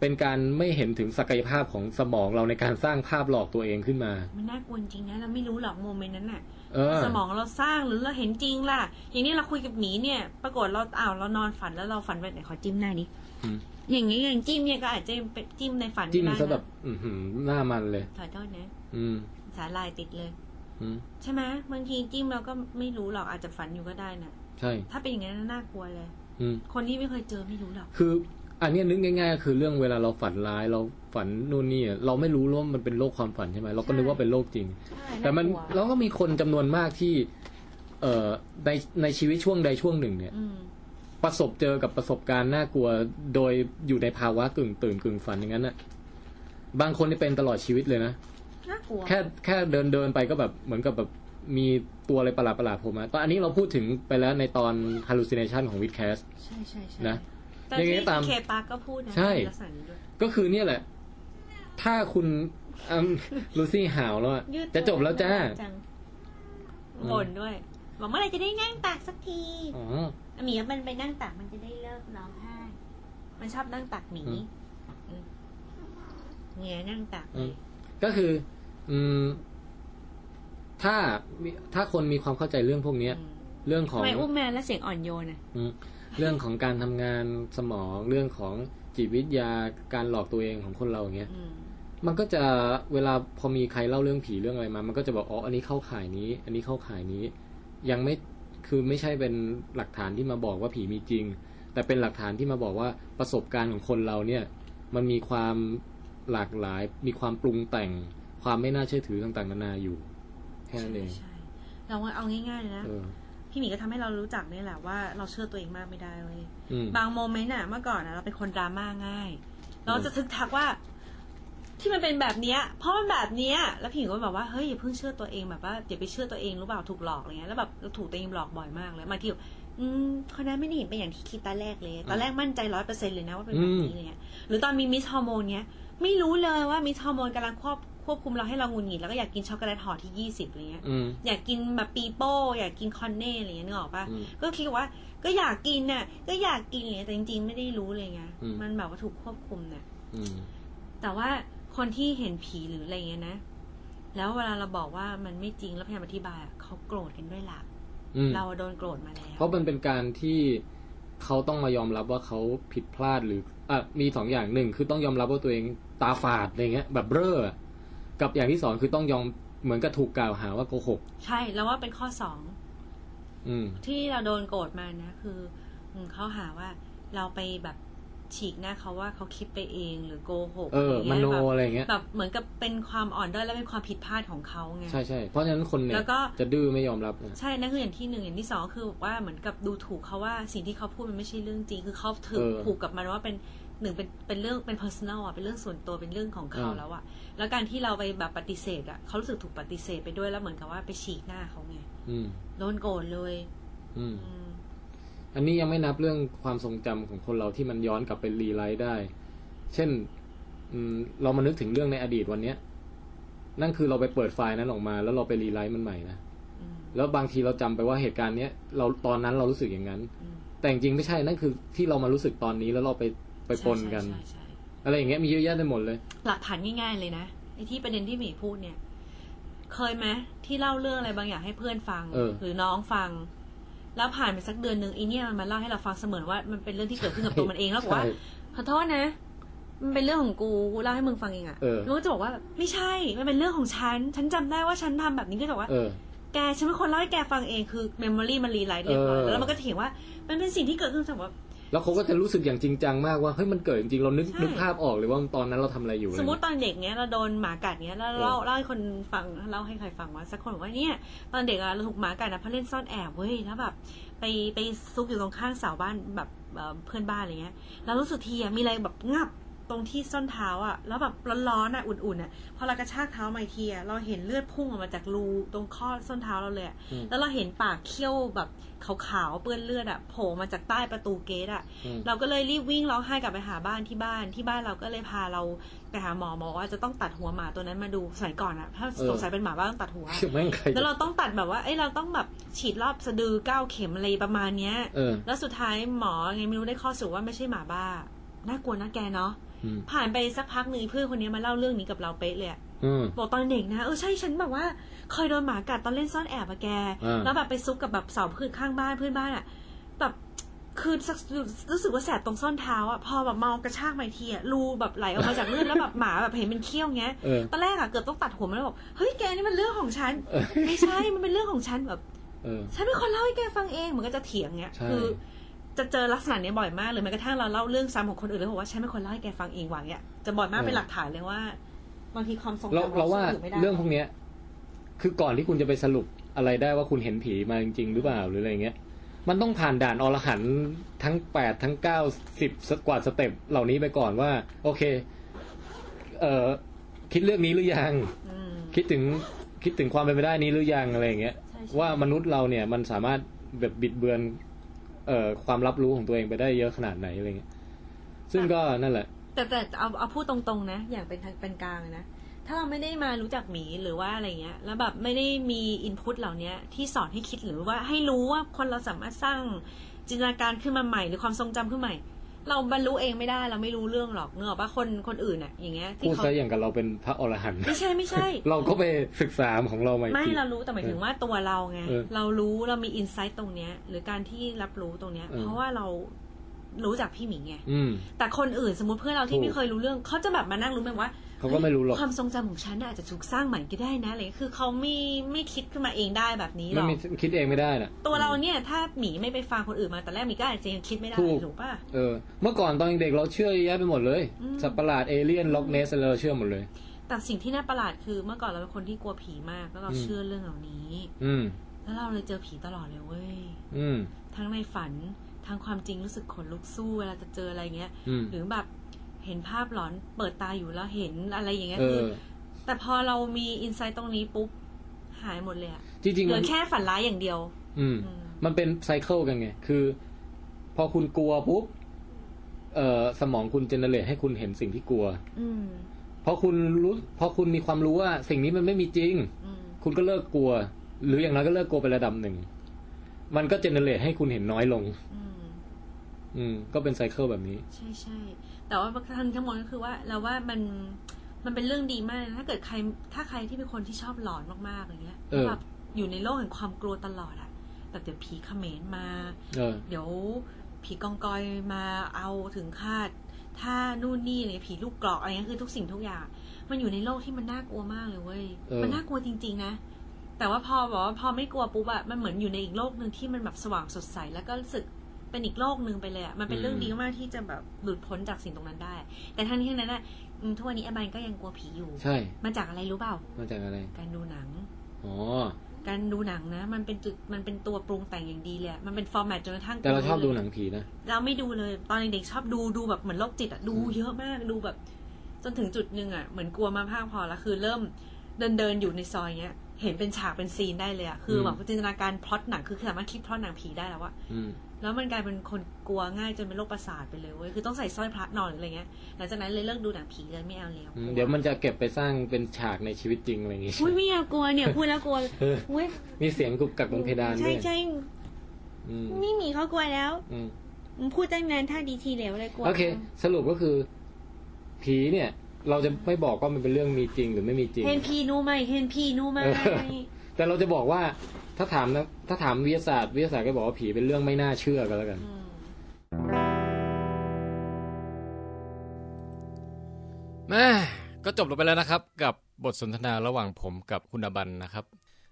Speaker 1: เป็นการไม่เห็นถึงศักยภาพของสมองเราในการสร้างภาพหลอกตัวเองขึ้นมา
Speaker 4: มันน่ากลัวจริงนะเราไม่รู้หรอกโมเมนต์นั้นน่ะ
Speaker 1: เออ
Speaker 4: สมองเราสร้างหรือเราเห็นจริงล่ะ อย่างนี้เราคุยกับหมีเนี่ย ปรากฏเราอ้าวเรานอนฝันแล้วเราฝันแบบไหนขอจิ้มหน้านี้
Speaker 1: อืม
Speaker 4: อย่างนี้อย่างจิ้มเนี่ยก็อาจจะเป็นจิ้มในฝัน
Speaker 1: จิ้ม
Speaker 4: ก็ได้
Speaker 1: ซะ
Speaker 4: นะ
Speaker 1: แบบอื้อหือหน้ามันเลย
Speaker 4: ขอโทษนะ
Speaker 1: อืม
Speaker 4: สาลายติดเลย
Speaker 1: อืม
Speaker 4: ใช่ไหมบางทีจิ้มเราก็ไม่รู้หรอกอาจจะฝันอยู่ก็ได้นะ
Speaker 1: ใช่
Speaker 4: ถ้าเป็นอย่างนั้นน่ากลัวเลย
Speaker 1: อืม
Speaker 4: คนที่ไม่เคยเจอไม่รู้หรอก
Speaker 1: คืออันเนี้ยนึกง่ายๆก็คือเรื่องเวลาเราฝันร้ายเราฝันนู่นนี่อะเราไม่รู้ร่วมมันเป็นโลกความฝันใช่ไหมเราก็นึกว่าเป็นโลกจริง
Speaker 4: ใช่
Speaker 1: แต่มัน
Speaker 4: ากลัว
Speaker 1: เราก็มีคนจำนวนมากที่ เอ่อในในชีวิตช่วงใดช่วงหนึ่งเนี่ย
Speaker 4: อืม
Speaker 1: ประสบเจอกับประสบการณ์น่ากลัว โดยอยู่ในภาวะกึ่งตื่นกึ่งฝันอย่างนั้นน่ะบางคนนี่เป็นตลอดชีวิตเลยนะ
Speaker 4: น่ากลัว
Speaker 1: แค่แค่เดินเดินไปก็แบบเหมือนกับแบบมีตัวอะไรประหลาดประหลาดๆโผล่มาตอนอันนี้เราพูดถึงไปแล้วในตอน hallucination ของ Witcast
Speaker 4: ใช่ใช่ใช่
Speaker 1: นะ
Speaker 4: แต่
Speaker 1: ยังไงก็
Speaker 4: ที่
Speaker 1: ตาม
Speaker 4: เคปาร์คก็พูดนะ
Speaker 1: ใช่
Speaker 4: ลักษณะนี้ด้วย
Speaker 1: ก็คือเนี่ยแหละ ถ้าคุณลูซี่หาวแล้วอะ
Speaker 4: ยืดตัว
Speaker 1: จะจบแล้วจ้า
Speaker 4: ง
Speaker 1: อืม
Speaker 4: บ่นด้วยบอกเมื่อไหรจะได้นั่งตากสักที
Speaker 1: อ๋อ
Speaker 4: อ่ะหมีมันไปนั่งตากมันจะได้เลิกร้องไห้มันชอบนั่งตากหมี
Speaker 1: อืม
Speaker 4: อืมเงี้ยนั่งตาก
Speaker 1: อืมก็คือ อืม ถ้ามีถ้าคนมีความเข้าใจเรื่องพวกเนี้ย เรื่องของ
Speaker 4: ทำไมอุ้มแมวแล้วเสียงอ่อนโยนอ่ะ
Speaker 1: อืมเรื่องของการทำงานสมองเรื่องของจิตวิทยาการหลอกตัวเองของคนเราอย่างเงี้ย
Speaker 4: อืม
Speaker 1: มันก็จะเวลาพอมีใครเล่าเรื่องผีเรื่องอะไรมา มันก็จะบอกอ๋ออันนี้เข้าข่ายนี้ อันนี้เข้าข่ายนี้ ยังไม่คือไม่ใช่เป็นหลักฐานที่มาบอกว่าผีมีจริง แต่เป็นหลักฐานที่มาบอกว่าประสบการณ์ของคนเราเนี่ย มันมีความหลากหลาย มีความปรุงแต่ง ความไม่น่าเชื่อถือต่างๆนานาอยู่แค่นั้นเอง
Speaker 4: ใช่เราเอาง่ายๆเลยนะ
Speaker 1: เออ
Speaker 4: พี่หมีก็ทำให้เรารู้จักนี่แหละว่าเราเชื่อตัวเองมากไม่ได้เลย
Speaker 1: อืม
Speaker 4: บางโมเมนต์อะเมื่อก่อนอะเราเป็นคนดราม่าง่าย เรา
Speaker 1: อืม
Speaker 4: จะทึกทักว่า ที่มันเป็นแบบเนี้ย เพราะมันแบบเนี้ย แล้วพี่หญิงก็แบบว่าเฮ้ยอย่าเพิ่งเชื่อตัวเองแบบว่าอย่าไปเชื่อตัวเองรู้เปล่าถูกหลอกอะไรเงี้ยแล้วแบบเราถูกตัวเองหลอกบ่อยมากเลยมางที่แบบอืมคนนั้นไม่ได้เห็นเป็นอย่างที่คิดตอนแรกเลย ตอนแรกมั่นใจร้อยเปอร์เซ็นต์เลยนะว่าเป็นแบบนี้อะไรเงี้ยหรือตอนมีมิสฮอร์โมนเนี้ยไม่รู้เลยว่ามิสฮอร์โมนกำลังควบควบคุมเราให้เราหงุนหงิดแล้วก็อยากกินช็อกโกแลตห่อที่ยี่สิบอะไรเงี้ย
Speaker 1: อืม
Speaker 4: อยากกินแบบปีโป้ อยากกินคอนเน่อะไรเงี้ยนึกออกปะ
Speaker 1: อืม
Speaker 4: ก็คิดว่า ก็อยากกินน่ะ ก็อยากกินเนี่ยแต่จริงๆ ไม่ได้รู้เลยไง
Speaker 1: อืม
Speaker 4: มันแบบว่าถูกควบคุมน่ะ
Speaker 1: อืม
Speaker 4: แต่ว่าคนที่เห็นผีหรืออะไรเงี้ยนะ แล้วเวลาเราบอกว่ามันไม่จริงแล้วพยายามอธิบายอะเขาโกรธกันด้วยล่ะ
Speaker 1: อืม
Speaker 4: เราโดนโกรธมาแล้ว
Speaker 1: เพราะมันเป็นการที่เขาต้องมายอมรับว่าเขาผิดพลาดหรืออ่ะมีสองอย่างหนึ่งคือต้องยอมรับว่าตัวเองตาฝาดอะไรเงี้ย แบบเร่อกับอย่างที่สองคือต้องยอมเหมือนกับถูกกล่าวหาว่าโกหก
Speaker 4: ใช่แล้วว่าเป็นข้อสอง
Speaker 1: อืม
Speaker 4: ที่เราโดนโกรธมานะคืออืมเขาหาว่าเราไปแบบฉีกหน้าเขาว่าเขาคิดไปเองหรือโกหก
Speaker 1: เออ ม
Speaker 4: ไร
Speaker 1: โน
Speaker 4: เงี้ยแบบ
Speaker 1: อะไรเงี้ย
Speaker 4: แบบเหมือนกับเป็นความอ่อนด้อยและเป็นความผิดพลาดของเขาไง
Speaker 1: ใช่ใช่เพราะฉะนั้นคนเนี่
Speaker 4: แล้
Speaker 1: ยว
Speaker 4: ก็
Speaker 1: จะดื้อไม่ยอมรับนะ
Speaker 4: ใช่นั่นคืออย่างที่หนึ่งอย่างที่สองคือบอกว่าเหมือนกับดูถูกเขาว่าสิ่งที่เขาพูดมันไม่ใช่เรื่องจริง คือเขาถือผูกกับมันว่าเป็นหนึ่งเป็นเป็นเรื่องเป็น personal อ่ะเป็นเรื่องส่วนตัวเป็นเรื่องของเขาแล้วอ่ะแล้วการที่เราไปแบบปฏิเสธอ่ะเขารู้สึกถูกปฏิเสธไปด้วยแล้วเหมือนกับว่าไปฉีกหน้าเขาไง
Speaker 1: อืม
Speaker 4: โดนโกรธเลย
Speaker 1: อืม
Speaker 4: อืม
Speaker 1: อันนี้ยังไม่นับเรื่องความทรงจำของคนเราที่มันย้อนกลับไปรีไลท์ได้ เช่น อืม เรามานึกถึงเรื่องในอดีตวันเนี้ย นั่นคือเราไปเปิดไฟล์นั้นออกมา แล้วเราไปรีไลท์มันใหม่นะ
Speaker 4: อืม
Speaker 1: แล้วบางทีเราจำไปว่าเหตุการณ์เนี้ยเราตอนนั้นเรารู้สึกอย่างนั้น
Speaker 4: อืม
Speaker 1: แต่จริงๆไม่ใช่นั่นคือที่เรามารู้สึกตอนนี้แล้วเราไปไปปนกัน
Speaker 4: ใช่ใช่ใช่ใช่
Speaker 1: อะไรอย่างเงี้ยมีเยอะแยะไปหมดเลย
Speaker 4: หลักฐานง่ายๆเลยนะไอ้ที่ประเด็นที่หมีพูดเนี่ย เคยไหมที่เล่าเรื่องอะไรบางอย่างให้เพื่อนฟัง
Speaker 1: เออ
Speaker 4: หรือน้องฟัง แล้วผ่านไปสักเดือนหนึ่งไอเนี่ยมันมาเล่าให้เราฟังเสมือนว่ามันเป็นเรื่องที่เกิดขึ้นกับตัวมันเองแล้วบอกว่า
Speaker 1: ใช่
Speaker 4: ขอโทษนะ มันเป็นเรื่องของกูกูเล่าให้มึงฟังเองอะ
Speaker 1: เออ
Speaker 4: แล้วก็จะบอกว่า ไม่ใช่ มันเป็นเรื่องของฉัน ฉันจำได้ว่าฉันทำแบบนี้ก็จะบอกว่า
Speaker 1: เออ
Speaker 4: แก แกฉันเป็นคนเล่าให้แกฟังเองคือเมมโมรีมันรีไลท์เรียบร้อย
Speaker 1: เออ
Speaker 4: แล้วมันก็เถียงว่า มันเป็นสิ่งที่เกิดขึ้นสมมติว่า
Speaker 1: แล้วเขาก็จะรู้สึกอย่างจริงจังมากว่าเฮ้ยมันเกิดจริงๆเรานึก
Speaker 4: ใช่
Speaker 1: นึกภาพออกเลยว่าตอนนั้นเราทำอะไรอยู่
Speaker 4: สมมติตอนเด็กเนี้ยเราโดนหมากัดเนี้ยแล้ว
Speaker 1: เออ
Speaker 4: เล่าเล่าให้คนฟังเล่าให้ใครฟังว่าสักคนบอกว่าเนี่ย ตอนเด็กอะเราถูกหมากัดนะเพราะเล่นซ่อนแอบเว้ยแล้วแบบ ไปไปซุกอยู่ตรงข้างเสาบ้านแบบเอ่อเพื่อนบ้านอะไรเงี้ยแล้วรู้สึกทีอะมีอะไรแบบงับตรงที่ส้นเท้าอะแล้วแบบร้อนๆอะอุ่นๆอะพอเรากระชากเท้ามาอีกทีอะเราเห็นเลือดพุ่งออกมาจากรูตรงข้อส้นเท้าเราเลยอะ
Speaker 1: อืม
Speaker 4: แล้วเราเห็นปากเขี้ยวแบบขาวๆเปื้อนเลือดอะโผล่มาจากใต้ประตูเกตอะ
Speaker 1: อืม
Speaker 4: เราก็เลยรีบวิ่งร้องไห้กลับไปหาบ้านที่บ้านที่บ้านเราก็เลยพาเราไปหาหมอหมอว่าจะต้องตัดหัวหมาตัวนั้นมาดูสมัยก่อนอะถ้าสงสัยเป็นหมาบ้านต้องตัดหัว
Speaker 1: เชื่อแม่งใคร
Speaker 4: แล้วเราต้องตัดแบบว่า เอ้ยเราต้องแบบฉีดรอบสะดือเก้าเข็มอะไรประมาณเนี้ย
Speaker 1: เออ
Speaker 4: แล้วสุดท้ายหมอไงไม่รู้ได้ข้อสรุปว่าไม่ใช่หมาบ้า น่ากลัวนะแกเนาะ
Speaker 1: อืม
Speaker 4: ผ่านไปสักพักหนึ่งเพื่อนคนนี้มาเล่าเรื่องนี้กับเราเป๊ะเลยอะ
Speaker 1: อืม
Speaker 4: บอกตอนเด็กนะเออใช่ฉันแบบว่าเคยโดนหมากัดตอนเล่นซ่อนแอบอะแก
Speaker 1: อ่า
Speaker 4: แล้วแบบไปซุกกับแบบเสาพื้นข้างบ้านเพื่อนบ้านอะแบบคือสักรู้สึกว่าแสบตรงส้นเท้าอะพอแบบเมากระชากมาอีกทีอะรูแบบไหลออกมาจากเลือดแล้วแบบหมาแบบเห็นเป็นเขี้ยวเงี้ย
Speaker 1: เออ
Speaker 4: ตอนแรกอะเกือบต้องตัดหัวมันแล้วบอกเฮ้ยแกนี่มันเรื่องของฉัน
Speaker 1: เออ
Speaker 4: ไม่ใช่ มันเป็นเรื่องของฉันแบบ
Speaker 1: เออ
Speaker 4: ฉันเป็นคนเล่าให้แกฟังเองมันก็จะเถียงเงี้ย
Speaker 1: ใช่
Speaker 4: คือ จะเจอลักษณะเนี้ยบ่อยมากเลยแม้กระทั่งเราเล่าเรื่องซ้ำของคนอื่นแล้วบอกว่าฉันเป็นคนเล่าให้แกฟังเองวางเนี้ยจะบ่อยมากเป็นหลักฐานเลยว่าบางทีความทรงจำ
Speaker 1: เรา
Speaker 4: ของ
Speaker 1: เราว่า
Speaker 4: สู้ไม่ได้
Speaker 1: เรื่องพวกเนี้ย คือก่อนที่คุณจะไปสรุปอะไรได้ว่าคุณเห็นผีมาจริงๆหรือเปล่าหรืออะไรเงี้ย มันต้องผ่านด่านอรหันต์ทั้งแปดทั้งเก้าสิบกว่าสเต็ปเหล่านี้ไปก่อนว่า โอเค เออคิดเรื่องนี้หรือยัง
Speaker 4: อืม
Speaker 1: คิดถึงคิดถึงความเป็นไปได้นี้หรือยังอะไรอย่างเงี้ย
Speaker 4: ใช่ใช่
Speaker 1: ว่ามนุษย์เราเนี่ยมันสามารถแบบบิดเบือนเอ่อความรับรู้ของตัวเองไปได้เยอะขนาดไหนอะไรเงี้ยซึ่งก็นั่นแหละ
Speaker 4: แต่แต่เอาเอาพูดตรงๆนะ อย่างเป็นทางเป็นกลางเลยนะ ถ้าเราไม่ได้มารู้จักหมีหรือว่าอะไรเงี้ย แล้วแบบไม่ได้มีอินพุตเหล่าเนี้ยที่สอนให้คิดหรือว่าให้รู้ว่าคนเราสามารถสร้างจินตนาการขึ้นมาใหม่ หรือความทรงจำขึ้นใหม่ เราบรรลุเองไม่ได้เราไม่รู้เรื่องหรอกเนอะว่าคนคนอื่นอะอย่างเงี้ยที่
Speaker 1: พูด
Speaker 4: เขา
Speaker 1: ซะอย่างกับเราเป็นพระอรหันต์
Speaker 4: ไม่ใช่ไม่ใช่
Speaker 1: เราก็ไปศึกษาของเรามาอีก
Speaker 4: ไม่
Speaker 1: ที
Speaker 4: เรารู้แต่หมายถึงว่าตัวเราไง
Speaker 1: เออ
Speaker 4: เรารู้เรามีอินไซต์ตรงเนี้ย หรือการที่รับรู้ตรงเนี้ย
Speaker 1: เออ
Speaker 4: เพราะว่าเรารู้จากพี่หมีไง
Speaker 1: อืม
Speaker 4: แต่คนอื่นสมมติเพื่อนเราที่
Speaker 1: ถูก
Speaker 4: ไม่เคยรู้เรื่องเขาจะแบบมานั่งรู้ไหมว่า
Speaker 1: เขาก็ไม่รู้หรอก
Speaker 4: ความทรงจำของฉันน่ะอาจจะถูกสร้างใหม่ก็ได้นะอะไรอย่างเงี้ยคือเขาไม่ไม่คิดขึ้นมาเองได้แบบนี้หร
Speaker 1: ไม่
Speaker 4: อก
Speaker 1: มีคิดเองไม่ได้น่ะ
Speaker 4: ตัวเราเนี่ยถ้าหมีไม่ไปฟังคนอื่นมาแต่แรกหมีก็อาจจะยังคิดไม่ได้
Speaker 1: ถูก
Speaker 4: ถูกป่ะ
Speaker 1: เออ เมื่อก่อนตอนเด็กๆเราเชื่อเยอะแยะไปหมดเลย
Speaker 4: อืม
Speaker 1: สัตว์ประหลาดเอเลี่ยนล็อกเนสอะไรเราเชื่อหมดเลย
Speaker 4: แต่สิ่งที่น่าประหลาดคือเมื่อก่อนเราเป็นคนที่กลัวผีมากแล้วเรา
Speaker 1: อืม
Speaker 4: เชื่อเรื่องเหล่านี้
Speaker 1: อืม
Speaker 4: แล้วเราเลยเจอผีตลอดเลยเว้ย
Speaker 1: อืม
Speaker 4: ทั้งในฝันทั้งความจริงรู้สึกขนลุกสู้เวลาจะเจออะไรเงี้ย
Speaker 1: อืม
Speaker 4: หรือแบบเห็นภาพหลอนเปิดตาอยู่แล้วเห็นอะไรอย่างเงี้ย
Speaker 1: เอ
Speaker 4: คือ
Speaker 1: อ
Speaker 4: แต่พอเรามีอินไซต์ตรงนี้ปุ๊บ หายหมดเลยอะ
Speaker 1: จริง
Speaker 4: เห
Speaker 1: ๆ
Speaker 4: ลื
Speaker 1: มั
Speaker 4: อน แค่ฝันร้ายอย่างเดียว
Speaker 1: อืม
Speaker 4: อืม
Speaker 1: มันเป็นไซเคิลกันไง คือ พอคุณกลัวปุ๊บ เอ่อ สมองคุณเจเนเรตให้คุณเห็นสิ่งที่กลัว
Speaker 4: อืม
Speaker 1: พอคุณรู้ พอคุณมีความรู้ว่า สิ่งนี้มันไม่มีจริง
Speaker 4: อืม
Speaker 1: คุณก็เลิกกลัว หรืออย่างน้อยก็เลิกกลัวไประดับหนึ่ง มันก็เจเนเรตให้คุณเห็นน้อยลง
Speaker 4: อืม
Speaker 1: อืม ก็เป็นไซเคิลแบบนี้
Speaker 4: ใช่ใช่แต่ว่าทั้งทั้งหมดก็คือว่า เราว่ามันมันเป็นเรื่องดีมากนะถ้าเกิดใครถ้าใครที่เป็นคนที่ชอบหลอนมากๆอย่างเงี้ย
Speaker 1: เออ
Speaker 4: แบบอยู่ในโลกแห่งความกลัวตลอดอะแบบเดี๋ยวผีเขมรมา
Speaker 1: เออ
Speaker 4: เดี๋ยวผีกองกอยมาเอาถึงคาด ถ้านู่นนี่อะไรผีลูกกรอกอะไรเงี้ยคือทุกสิ่งทุกอย่าง มันอยู่ในโลกที่มันน่ากลัวมากเลยเว้ย
Speaker 1: เออ
Speaker 4: มันน่ากลัวจริง ๆ นะ แต่ว่าพอบอกว่าพอไม่กลัวปุ๊บอะมันเหมือนอยู่ในอีกโลกหนึ่งที่มันแบบสว่างสดใส แล้วก็รู้สึกเป็นอีกโลกหนึ่งไปเลยอะมันเป็นเรื่องดีมากที่จะแบบหลุดพ้นจากสิ่งตรงนั้นได้ แต่ทั้งนี้ทั้งนั้นอะอืมทุกวันนี้แอมบันก็ยังกลัวผีอยู่
Speaker 1: ใช่
Speaker 4: มาจากอะไรรู้เปล่า
Speaker 1: มาจากอะไร
Speaker 4: การดูหนัง
Speaker 1: อ๋อ
Speaker 4: การดูหนังนะ มันเป็นจุดมันเป็นตัวปรุงแต่งอย่างดีเลยอะมันเป็นฟอร์แมตจนกระทั่ง
Speaker 1: แต่เราชอบดูหนังผีนะ
Speaker 4: เราไม่ดูเลยตอนเด็กๆชอบดูดูแบบเหมือนโรคจิตอะดูเยอะมากดูแบบ จนถึงจุดหนึ่งอะเหมือนกลัวมากๆพอแล้วคือเริ่มเดินเดินๆอยู่ในซอยเนี้ย เห็นเป็นฉากเป็นซีนได้เลยอะคืออ
Speaker 1: ม
Speaker 4: แบบจินตนาการพล็อตหนังคือสามารถคิดพล็อตหนังผีได้แล้วอะ
Speaker 1: อืม
Speaker 4: แล้วมันกลายเป็นคนกลัวง่ายจนเป็นโรคประสาทไปเลยเว้ยคือต้องใส่สร้อยพระนอนหรืออะไรเงี้ยหลังจากนั้นเลยเลิกดูหนังผีเลยไม่เอาแล้ว
Speaker 1: อืม เดี๋ยวมันจะเก็บไปสร้างเป็นฉากในชีวิตจริงอะไรอย่างงี้
Speaker 4: อุ้ยไม่เอากลัวเนี่ยพูดแล้วกลัว
Speaker 1: เออ
Speaker 4: อุ้ย
Speaker 1: มีเสียงกุกกักบ นเพดานด้
Speaker 4: ใช่
Speaker 1: วย
Speaker 4: ใช่
Speaker 1: อืม
Speaker 4: นี่หมีเขากลัวแล้ว
Speaker 1: อืม
Speaker 4: พูดตั้งนานท่าดีทีเหลวเลยกลัว
Speaker 1: โอเค สรุปก็คือ ผีเนี่ย เราจะไม่บอกว่ามันเป็นเรื่องมีจริงหรือไม่มีจริง
Speaker 4: เห็นพีนูไหมเห็นพีนูไหม
Speaker 1: เอ อ แต่เราจะบอกว่าถ้าถามนะถ้าถามวิทยาศาสตร์วิทยาศาสตร์ก็บอกว่าผีเป็นเรื่องไม่น่าเชื่อกันแล้วกัน
Speaker 6: แม่ก็จบลงไปแล้วนะครับ กับบทสนทนาระหว่างผมกับคุณอบันนะครับ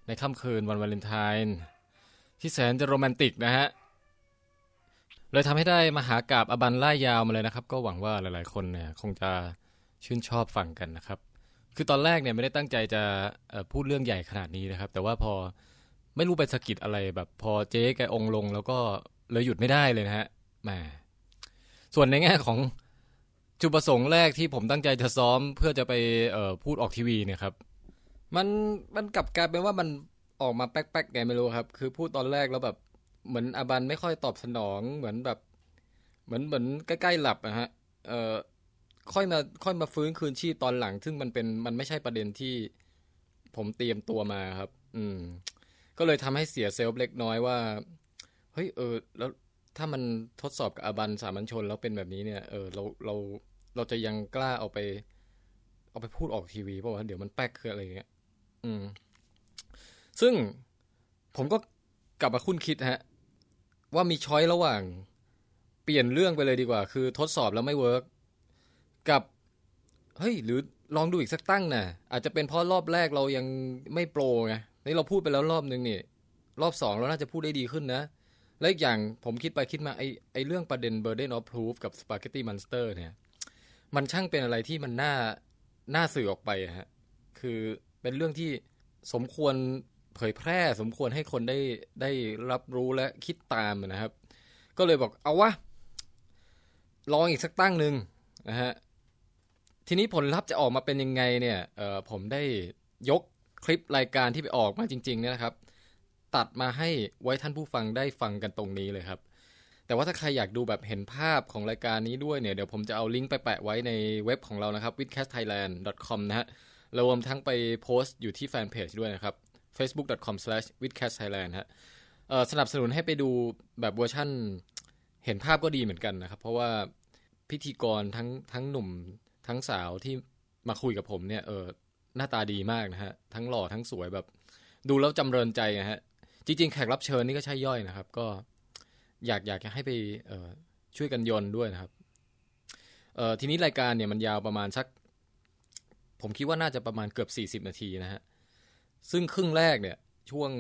Speaker 1: ในค่ำคืนวันวาเลนไทน์ที่แสนจะโรแมนติกนะฮะ เลยทำให้ได้มหากาบอบันล่ายยาวมาเลยนะครับ ก็หวังว่าหลายๆคนเนี่ยคงจะชื่นชอบฟังกันนะครับ คือตอนแรกเนี่ยไม่ได้ตั้งใจจะเอ่อพูดเรื่องใหญ่ขนาดนี้นะครับ แต่ว่าพอไม่รู้ไปสะกิดอะไรแบบ พอเจ๊แกองค์ลง แล้วก็เลยหยุดไม่ได้เลยนะฮะแหมส่วนในแง่ของ จุดประสงค์แรกที่ผมตั้งใจจะซ้อมเพื่อจะไปเอ่อพูดออกทีวีเนี่ยครับ มันมันกลับกลายเป็นว่ามันออกมาแป๊กๆไงไม่รู้ครับ คือพูดตอนแรกแล้วแบบเหมือนอบันไม่ค่อยตอบสนองเหมือนแบบ เหมือนเหมือนใกล้ๆหลับนะฮะเอ่อค่อยมาค่อยมาฟื้นคืนชีพตอนหลัง ซึ่งมันเป็นมันไม่ใช่ประเด็นที่ผมเตรียมตัวมาครับ อืม ก็เลยทำให้เสียเซลล์เล็กน้อยว่าเฮ้ยเออ แล้วถ้ามันทดสอบกับอบันสามัญชนแล้วเป็นแบบนี้เนี่ยเออเราเรา เราจะยังกล้าเอาไป เอาไปพูดออกทีวีเพราะว่าเดี๋ยวมันแป๊กคืออะไรอย่างเงี้ย อืม ซึ่งผมก็กลับมาคุ้นคิดฮะ ว่ามีช้อยระหว่าง เปลี่ยนเรื่องไปเลยดีกว่า คือทดสอบแล้วไม่เวิร์กกับ เฮ้ย หรือลองดูอีกสักตั้งนะ่ะ อาจจะเป็นเพราะรอบแรกเรายังไม่โปรไงนี่เราพูดไปแล้วรอบนึงนี่ รอบสองเราน่าจะพูดได้ดีขึ้นนะ และอีกอย่างผมคิดไปคิดมาไอไอเรื่องประเด็น Burden of Proof กับ Spaghetti Monster เนี่ย มันช่างเป็นอะไรที่มันน่าน่าสื่อออกไปอะฮะ คือเป็นเรื่องที่สมควรเผยแพร่ สมควรให้คนได้ได้รับรู้และคิดตามอะนะครับ ก็เลยบอกเอาวะ ลองอีกสักตั้งหนึ่งนะฮะ ทีนี้ผลลัพธ์จะออกมาเป็นยังไงเนี่ยเอ่อผมได้ยกคลิปรายการที่ไปออกมาจริงๆเนี่ยนะครับ ตัดมาให้ไว้ท่านผู้ฟังได้ฟังกันตรงนี้เลยครับ แต่ว่าถ้าใครอยากดูแบบเห็นภาพของรายการนี้ด้วยเนี่ย เดี๋ยวผมจะเอาลิงก์ไปแปะไว้ในเว็บของเรานะครับ w i t c a s t t h a i l a n d c o m นะฮะรวมทั้งไปโพสต์อยู่ที่แฟนเพจด้วยนะครับ facebook.com/withcastthailand ฮะเอ่อสนับสนุนให้ไปดูแบบเวอร์ชั่นเห็นภาพก็ดีเหมือนกันนะครับ เพราะว่าพิธีกรทั้งทั้งหนุ่มทั้งสาวที่มาคุยกับผมเนี่ยเออหน้าตาดีมากนะฮะทั้งหล่อทั้งสวยแบบ ดูแล้วจำเริญใจนะฮะจริงๆแขกรับเชิญนี่ก็ใช่ย่อยนะครับก็ อยากอยากจะให้ไปเอ่อช่วยกันยนต์ด้วยนะครับเอ่อทีนี้รายการเนี่ยมันยาวประมาณสัก ผมคิดว่าน่าจะประมาณเกือบ 40 นาทีนะฮะ ซึ่งครึ่งแรกเนี่ย ช่วง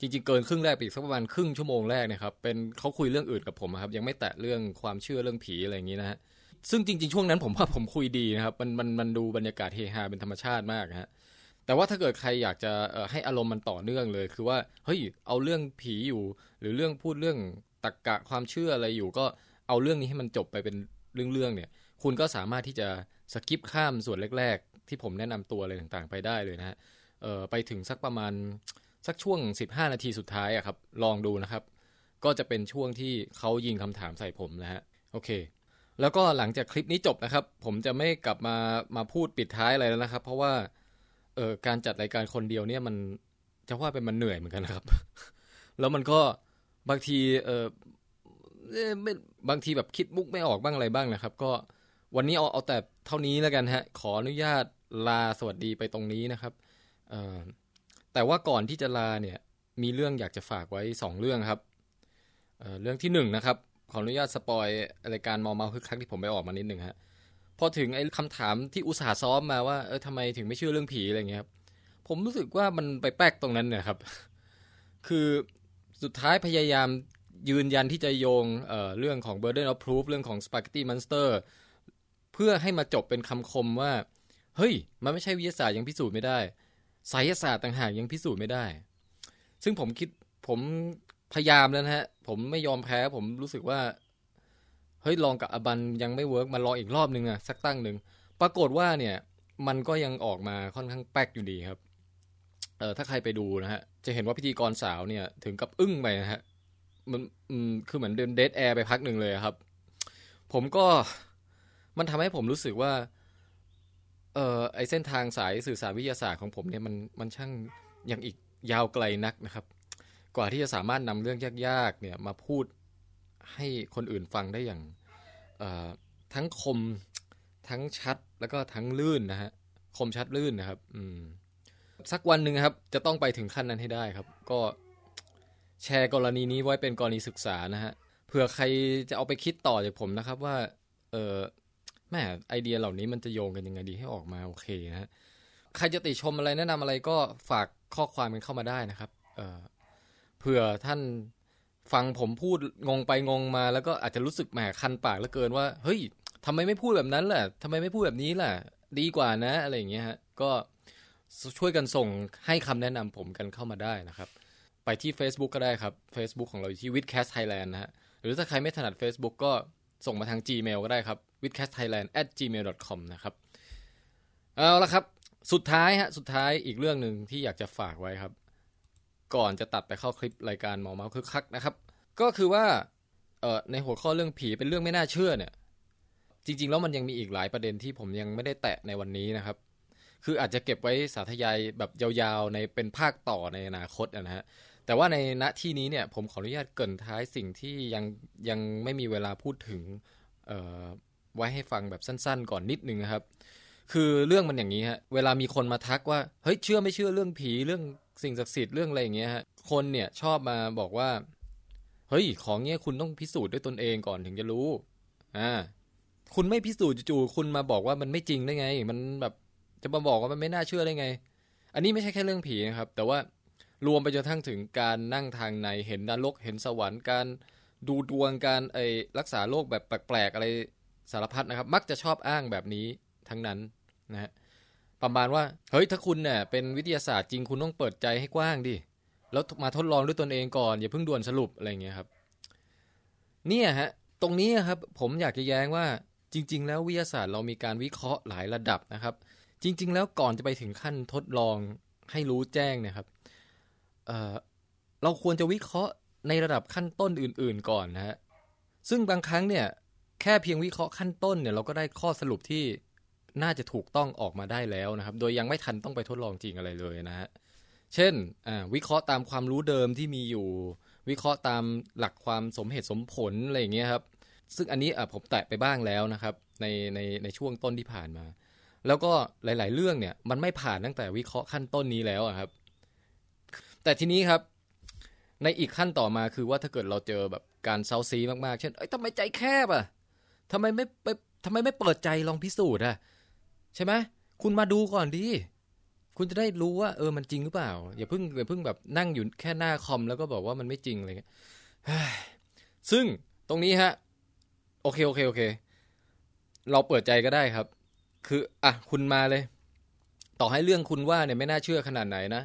Speaker 1: จริง ๆ เกินครึ่งแรกไปอีกสักประมาณครึ่งชั่วโมงแรกเนะครับ เป็นเขาคุยเรื่องอื่นกับผมอะครับ ยังไม่แตะเรื่องความเชื่อเรื่องผีอะไรอย่างนี้นะฮะ ซึ่งจริง ๆ ช่วงนั้นผมว่า ผมคุยดีนะครับ มันมันมันดูบรรยากาศเฮฮาเป็นธรรมชาติมากนะฮะ แต่ว่าถ้าเกิดใครอยากจะเอ่อให้อารมณ์มันต่อเนื่องเลย คือว่าเฮ้ยเอาเรื่องผีอยู่ หรือเรื่องพูดเรื่องตรกกะความเชื่ออะไรอยู่ ก็เอาเรื่องนี้ให้มันจบไปเป็นเรื่องๆเนี่ย คุณก็สามารถที่จะสกิปข้ามส่วนแรก ๆ ที่ผมแนะนำตัวอะไรต่างๆ ไปได้เลยนะฮะเอ่อไปถึงสักประมาณสักช่วง 15 นาทีสุดท้ายอะครับ ลองดูนะครับ ก็จะเป็นช่วงที่เขายิงคำถามใส่ผมนะฮะโอเค แล้วก็หลังจากคลิปนี้จบนะครับ ผมจะไม่กลับมามาพูดปิดท้ายอะไรแล้วนะครับ เพราะว่า เออการจัดรายการคนเดียวเนี่ยมันจะว่าเป็นมันเหนื่อยเหมือนกันนะครับ แล้วมันก็บางทีเออเอ่อไม่บางทีแบบคิดมุกไม่ออกบ้างอะไรบ้างนะครับ ก็วันนี้เอาเอาแต่เท่านี้แล้วกันฮะ ขออนุญาตลาสวัสดีไปตรงนี้นะครับเออแต่ว่าก่อนที่จะลาเนี่ย มีเรื่องอยากจะฝากไว้สองเรื่องครับเอ่อเรื่องที่หนึ่งนะครับ ขออนุญาตสปอยรายการมอเมาคึกคักที่ผมไปออกมานิดหนึ่งฮะ พอถึงไอ้คำถามที่อุตส่าห์ซ้อมมาว่าเออทำไมถึงไม่เชื่อเรื่องผีอะไรเงี้ยครับผมรู้สึกว่ามันไปแป๊กตรงนั้นเนี่ยครับ คือสุดท้ายพยายามยืนยันที่จะโยงเอ่อเรื่องของ Burden of Proof เรื่องของ Spaghetti Monster เพื่อให้มาจบเป็นคำคมว่า เฮ้ย มันไม่ใช่วิทยาศาสตร์ยังพิสูจน์ไม่ได้ไสยศาสตร์ต่างหากยังพิสูจน์ไม่ได้ ซึ่งผมคิดผมพยายามแล้วนะฮะ ผมไม่ยอมแพ้ผมรู้สึกว่า เฮ้ยลองกับอบันยังไม่เวิร์กมาลองอีกรอบนึงอะสักตั้งหนึ่งปรากฏว่าเนี่ย มันก็ยังออกมาค่อนข้างแป๊กอยู่ดีครับ เออถ้าใครไปดูนะฮะ จะเห็นว่าพิธีกรสาวเนี่ย ถึงกับอึ้งไปนะฮะมันอืมคือเหมือนเดินเดทแอร์ไปพักหนึ่งเลยอะครับ ผมก็มันทำให้ผมรู้สึกว่า เออไอเส้นทางสายสื่อสารวิทยาศาสตร์ของผมเนี่ยมันมันช่างยังอีกยาวไกลนักนะครับ กว่าที่จะสามารถนำเรื่องยากๆ เนี่ยมาพูดให้คนอื่นฟังได้อย่าง เอ่อทั้งคมทั้งชัดแล้วก็ทั้งลื่นนะฮะคมชัดลื่นนะครับ อืมสักวันหนึ่งครับ จะต้องไปถึงขั้นนั้นให้ได้ครับ ก็แชร์กรณีนี้ไว้เป็นกรณีศึกษานะฮะเผื่อใครจะเอาไปคิดต่อจากผมนะครับ ว่า เออแม่ไอเดียเหล่านี้มันจะโยงกันยังไงดีให้ออกมาโอเคนะฮะ
Speaker 7: ใครจะติชมอะไรแนะนำอะไรก็ฝากข้อความกันเข้ามาได้นะครับ เอ่อเผื่อท่านฟังผมพูดงงไปงงมา แล้วก็อาจจะรู้สึกแหมคันปากเหลือเกินว่า เฮ้ยทำไมไม่พูดแบบนั้นล่ะทำไมไม่พูดแบบนี้ล่ะ ดีกว่านะ อะไรอย่างเงี้ยฮะก็ช่วยกันส่งให้คำแนะนำผมกันเข้ามาได้นะครับ ไปที่ Facebook ก็ได้ครับ Facebook ของเราอยู่ที่ Witcast Thailand นะฮะ หรือถ้าใครไม่ถนัด Facebook ก็ส่งมาทาง Gmail ก็ได้ครับ witcastthailand@gmail.com นะครับ เอาละครับ สุดท้ายฮะ สุดท้ายอีกเรื่องหนึ่งที่อยากจะฝากไว้ครับ ก่อนจะตัดไปเข้าคลิปรายการเมอเมาคึกคักนะครับ ก็คือว่าเอ่อในหัวข้อเรื่องผีเป็นเรื่องไม่น่าเชื่อเนี่ย จริง ๆ แล้วมันยังมีอีกหลายประเด็นที่ผมยังไม่ได้แตะในวันนี้นะครับ คืออาจจะเก็บไว้สาธยายแบบยาวๆในเป็นภาคต่อในอนาคตนะฮะ แต่ว่าในณที่นี้เนี่ยผมขออนุญาตเกรินท้ายสิ่งที่ยังยังไม่มีเวลาพูดถึงเอ่อไว้ให้ฟังแบบสั้นๆ ก่อนนิดนึงนะครับ คือเรื่องมันอย่างนี้ฮะเวลามีคนมาทักว่าเฮ้ยเชื่อไม่เชื่อเรื่องผีเรื่องสิ่งศักดิ์สิทธิ์เรื่องอะไรอย่างเงี้ยฮะคนเนี่ยชอบมาบอกว่าเฮ้ยของเงี้ยคุณต้องพิสูจน์ด้วยตนเองก่อนถึงจะรู้อ่าคุณไม่พิสูจน์จู่ๆคุณมาบอกว่ามันไม่จริงได้ไง มันแบบจะมาบอกว่ามันไม่น่าเชื่อได้ไง อันนี้ไม่ใช่แค่เรื่องผีนะครับ แต่ว่า รวมไปจนทั้งถึงการนั่งทางในเห็นนรกเห็นสวรรค์การดูดวงการไอรักษาโรคแบบแปลกๆอะไรสารพัดนะครับ มักจะชอบอ้างแบบนี้ทั้งนั้นนะฮะประมาณว่าเฮ้ยถ้าคุณเนี่ยเป็นวิทยาศาสตร์จริงคุณต้องเปิดใจให้กว้างดิแล้วมาทดลองด้วยตนเองก่อนอย่าเพิ่งด่วนสรุปอะไรอย่างเงี้ยครับ เนี่ยฮะตรงนี้ครับผมอยากจะแย้งว่าจริง ๆ แล้ววิทยาศาสตร์เรามีการวิเคราะห์หลายระดับนะครับ จริง ๆ แล้วก่อนจะไปถึงขั้นทดลองให้รู้แจ้งเนยครับ เอ่อเราควรจะวิเคราะห์ในระดับขั้นต้นอื่น ๆ ก่อนนะฮะ ซึ่งบางครั้งเนี่ยแค่เพียงวิเคราะห์ขั้นต้นเนี่ยเราก็ได้ข้อสรุปที่น่าจะถูกต้องออกมาได้แล้วนะครับ โดยยังไม่ทันต้องไปทดลองจริงอะไรเลยนะฮะ เช่นอ่าวิเคราะห์ตามความรู้เดิมที่มีอยู่ วิเคราะห์ตามหลักความสมเหตุสมผลอะไรอย่างเงี้ยครับ ซึ่งอันนี้อ่ะผมแตะไปบ้างแล้วนะครับในในในช่วงต้นที่ผ่านมา แล้วก็หลาย ๆ เรื่องเนี่ยมันไม่ผ่านตั้งแต่วิเคราะห์ขั้นต้นนี้แล้วอะครับ แต่ทีนี้ครับ ในอีกขั้นต่อมาคือว่าถ้าเกิดเราเจอแบบการเซาซีมากๆ เช่นเอ้ยทำไมใจแคบอ่ะทำไมไม่ไปทำไมไม่เปิดใจลองพิสูจน์อ่ะใช่ไหมคุณมาดูก่อนดิคุณจะได้รู้ว่าเออมันจริงหรือเปล่า อย่าเพิ่งอย่าเพิ่งแบบนั่งอยู่แค่หน้าคอมแล้วก็บอกว่ามันไม่จริงอะไรเงี้ย เฮ้ยซึ่งตรงนี้ฮะ โอเคโอเคโอเค เราเปิดใจก็ได้ครับ คืออ่ะคุณมาเลย ต่อให้เรื่องคุณว่าเนี่ยไม่น่าเชื่อขนาดไหนนะ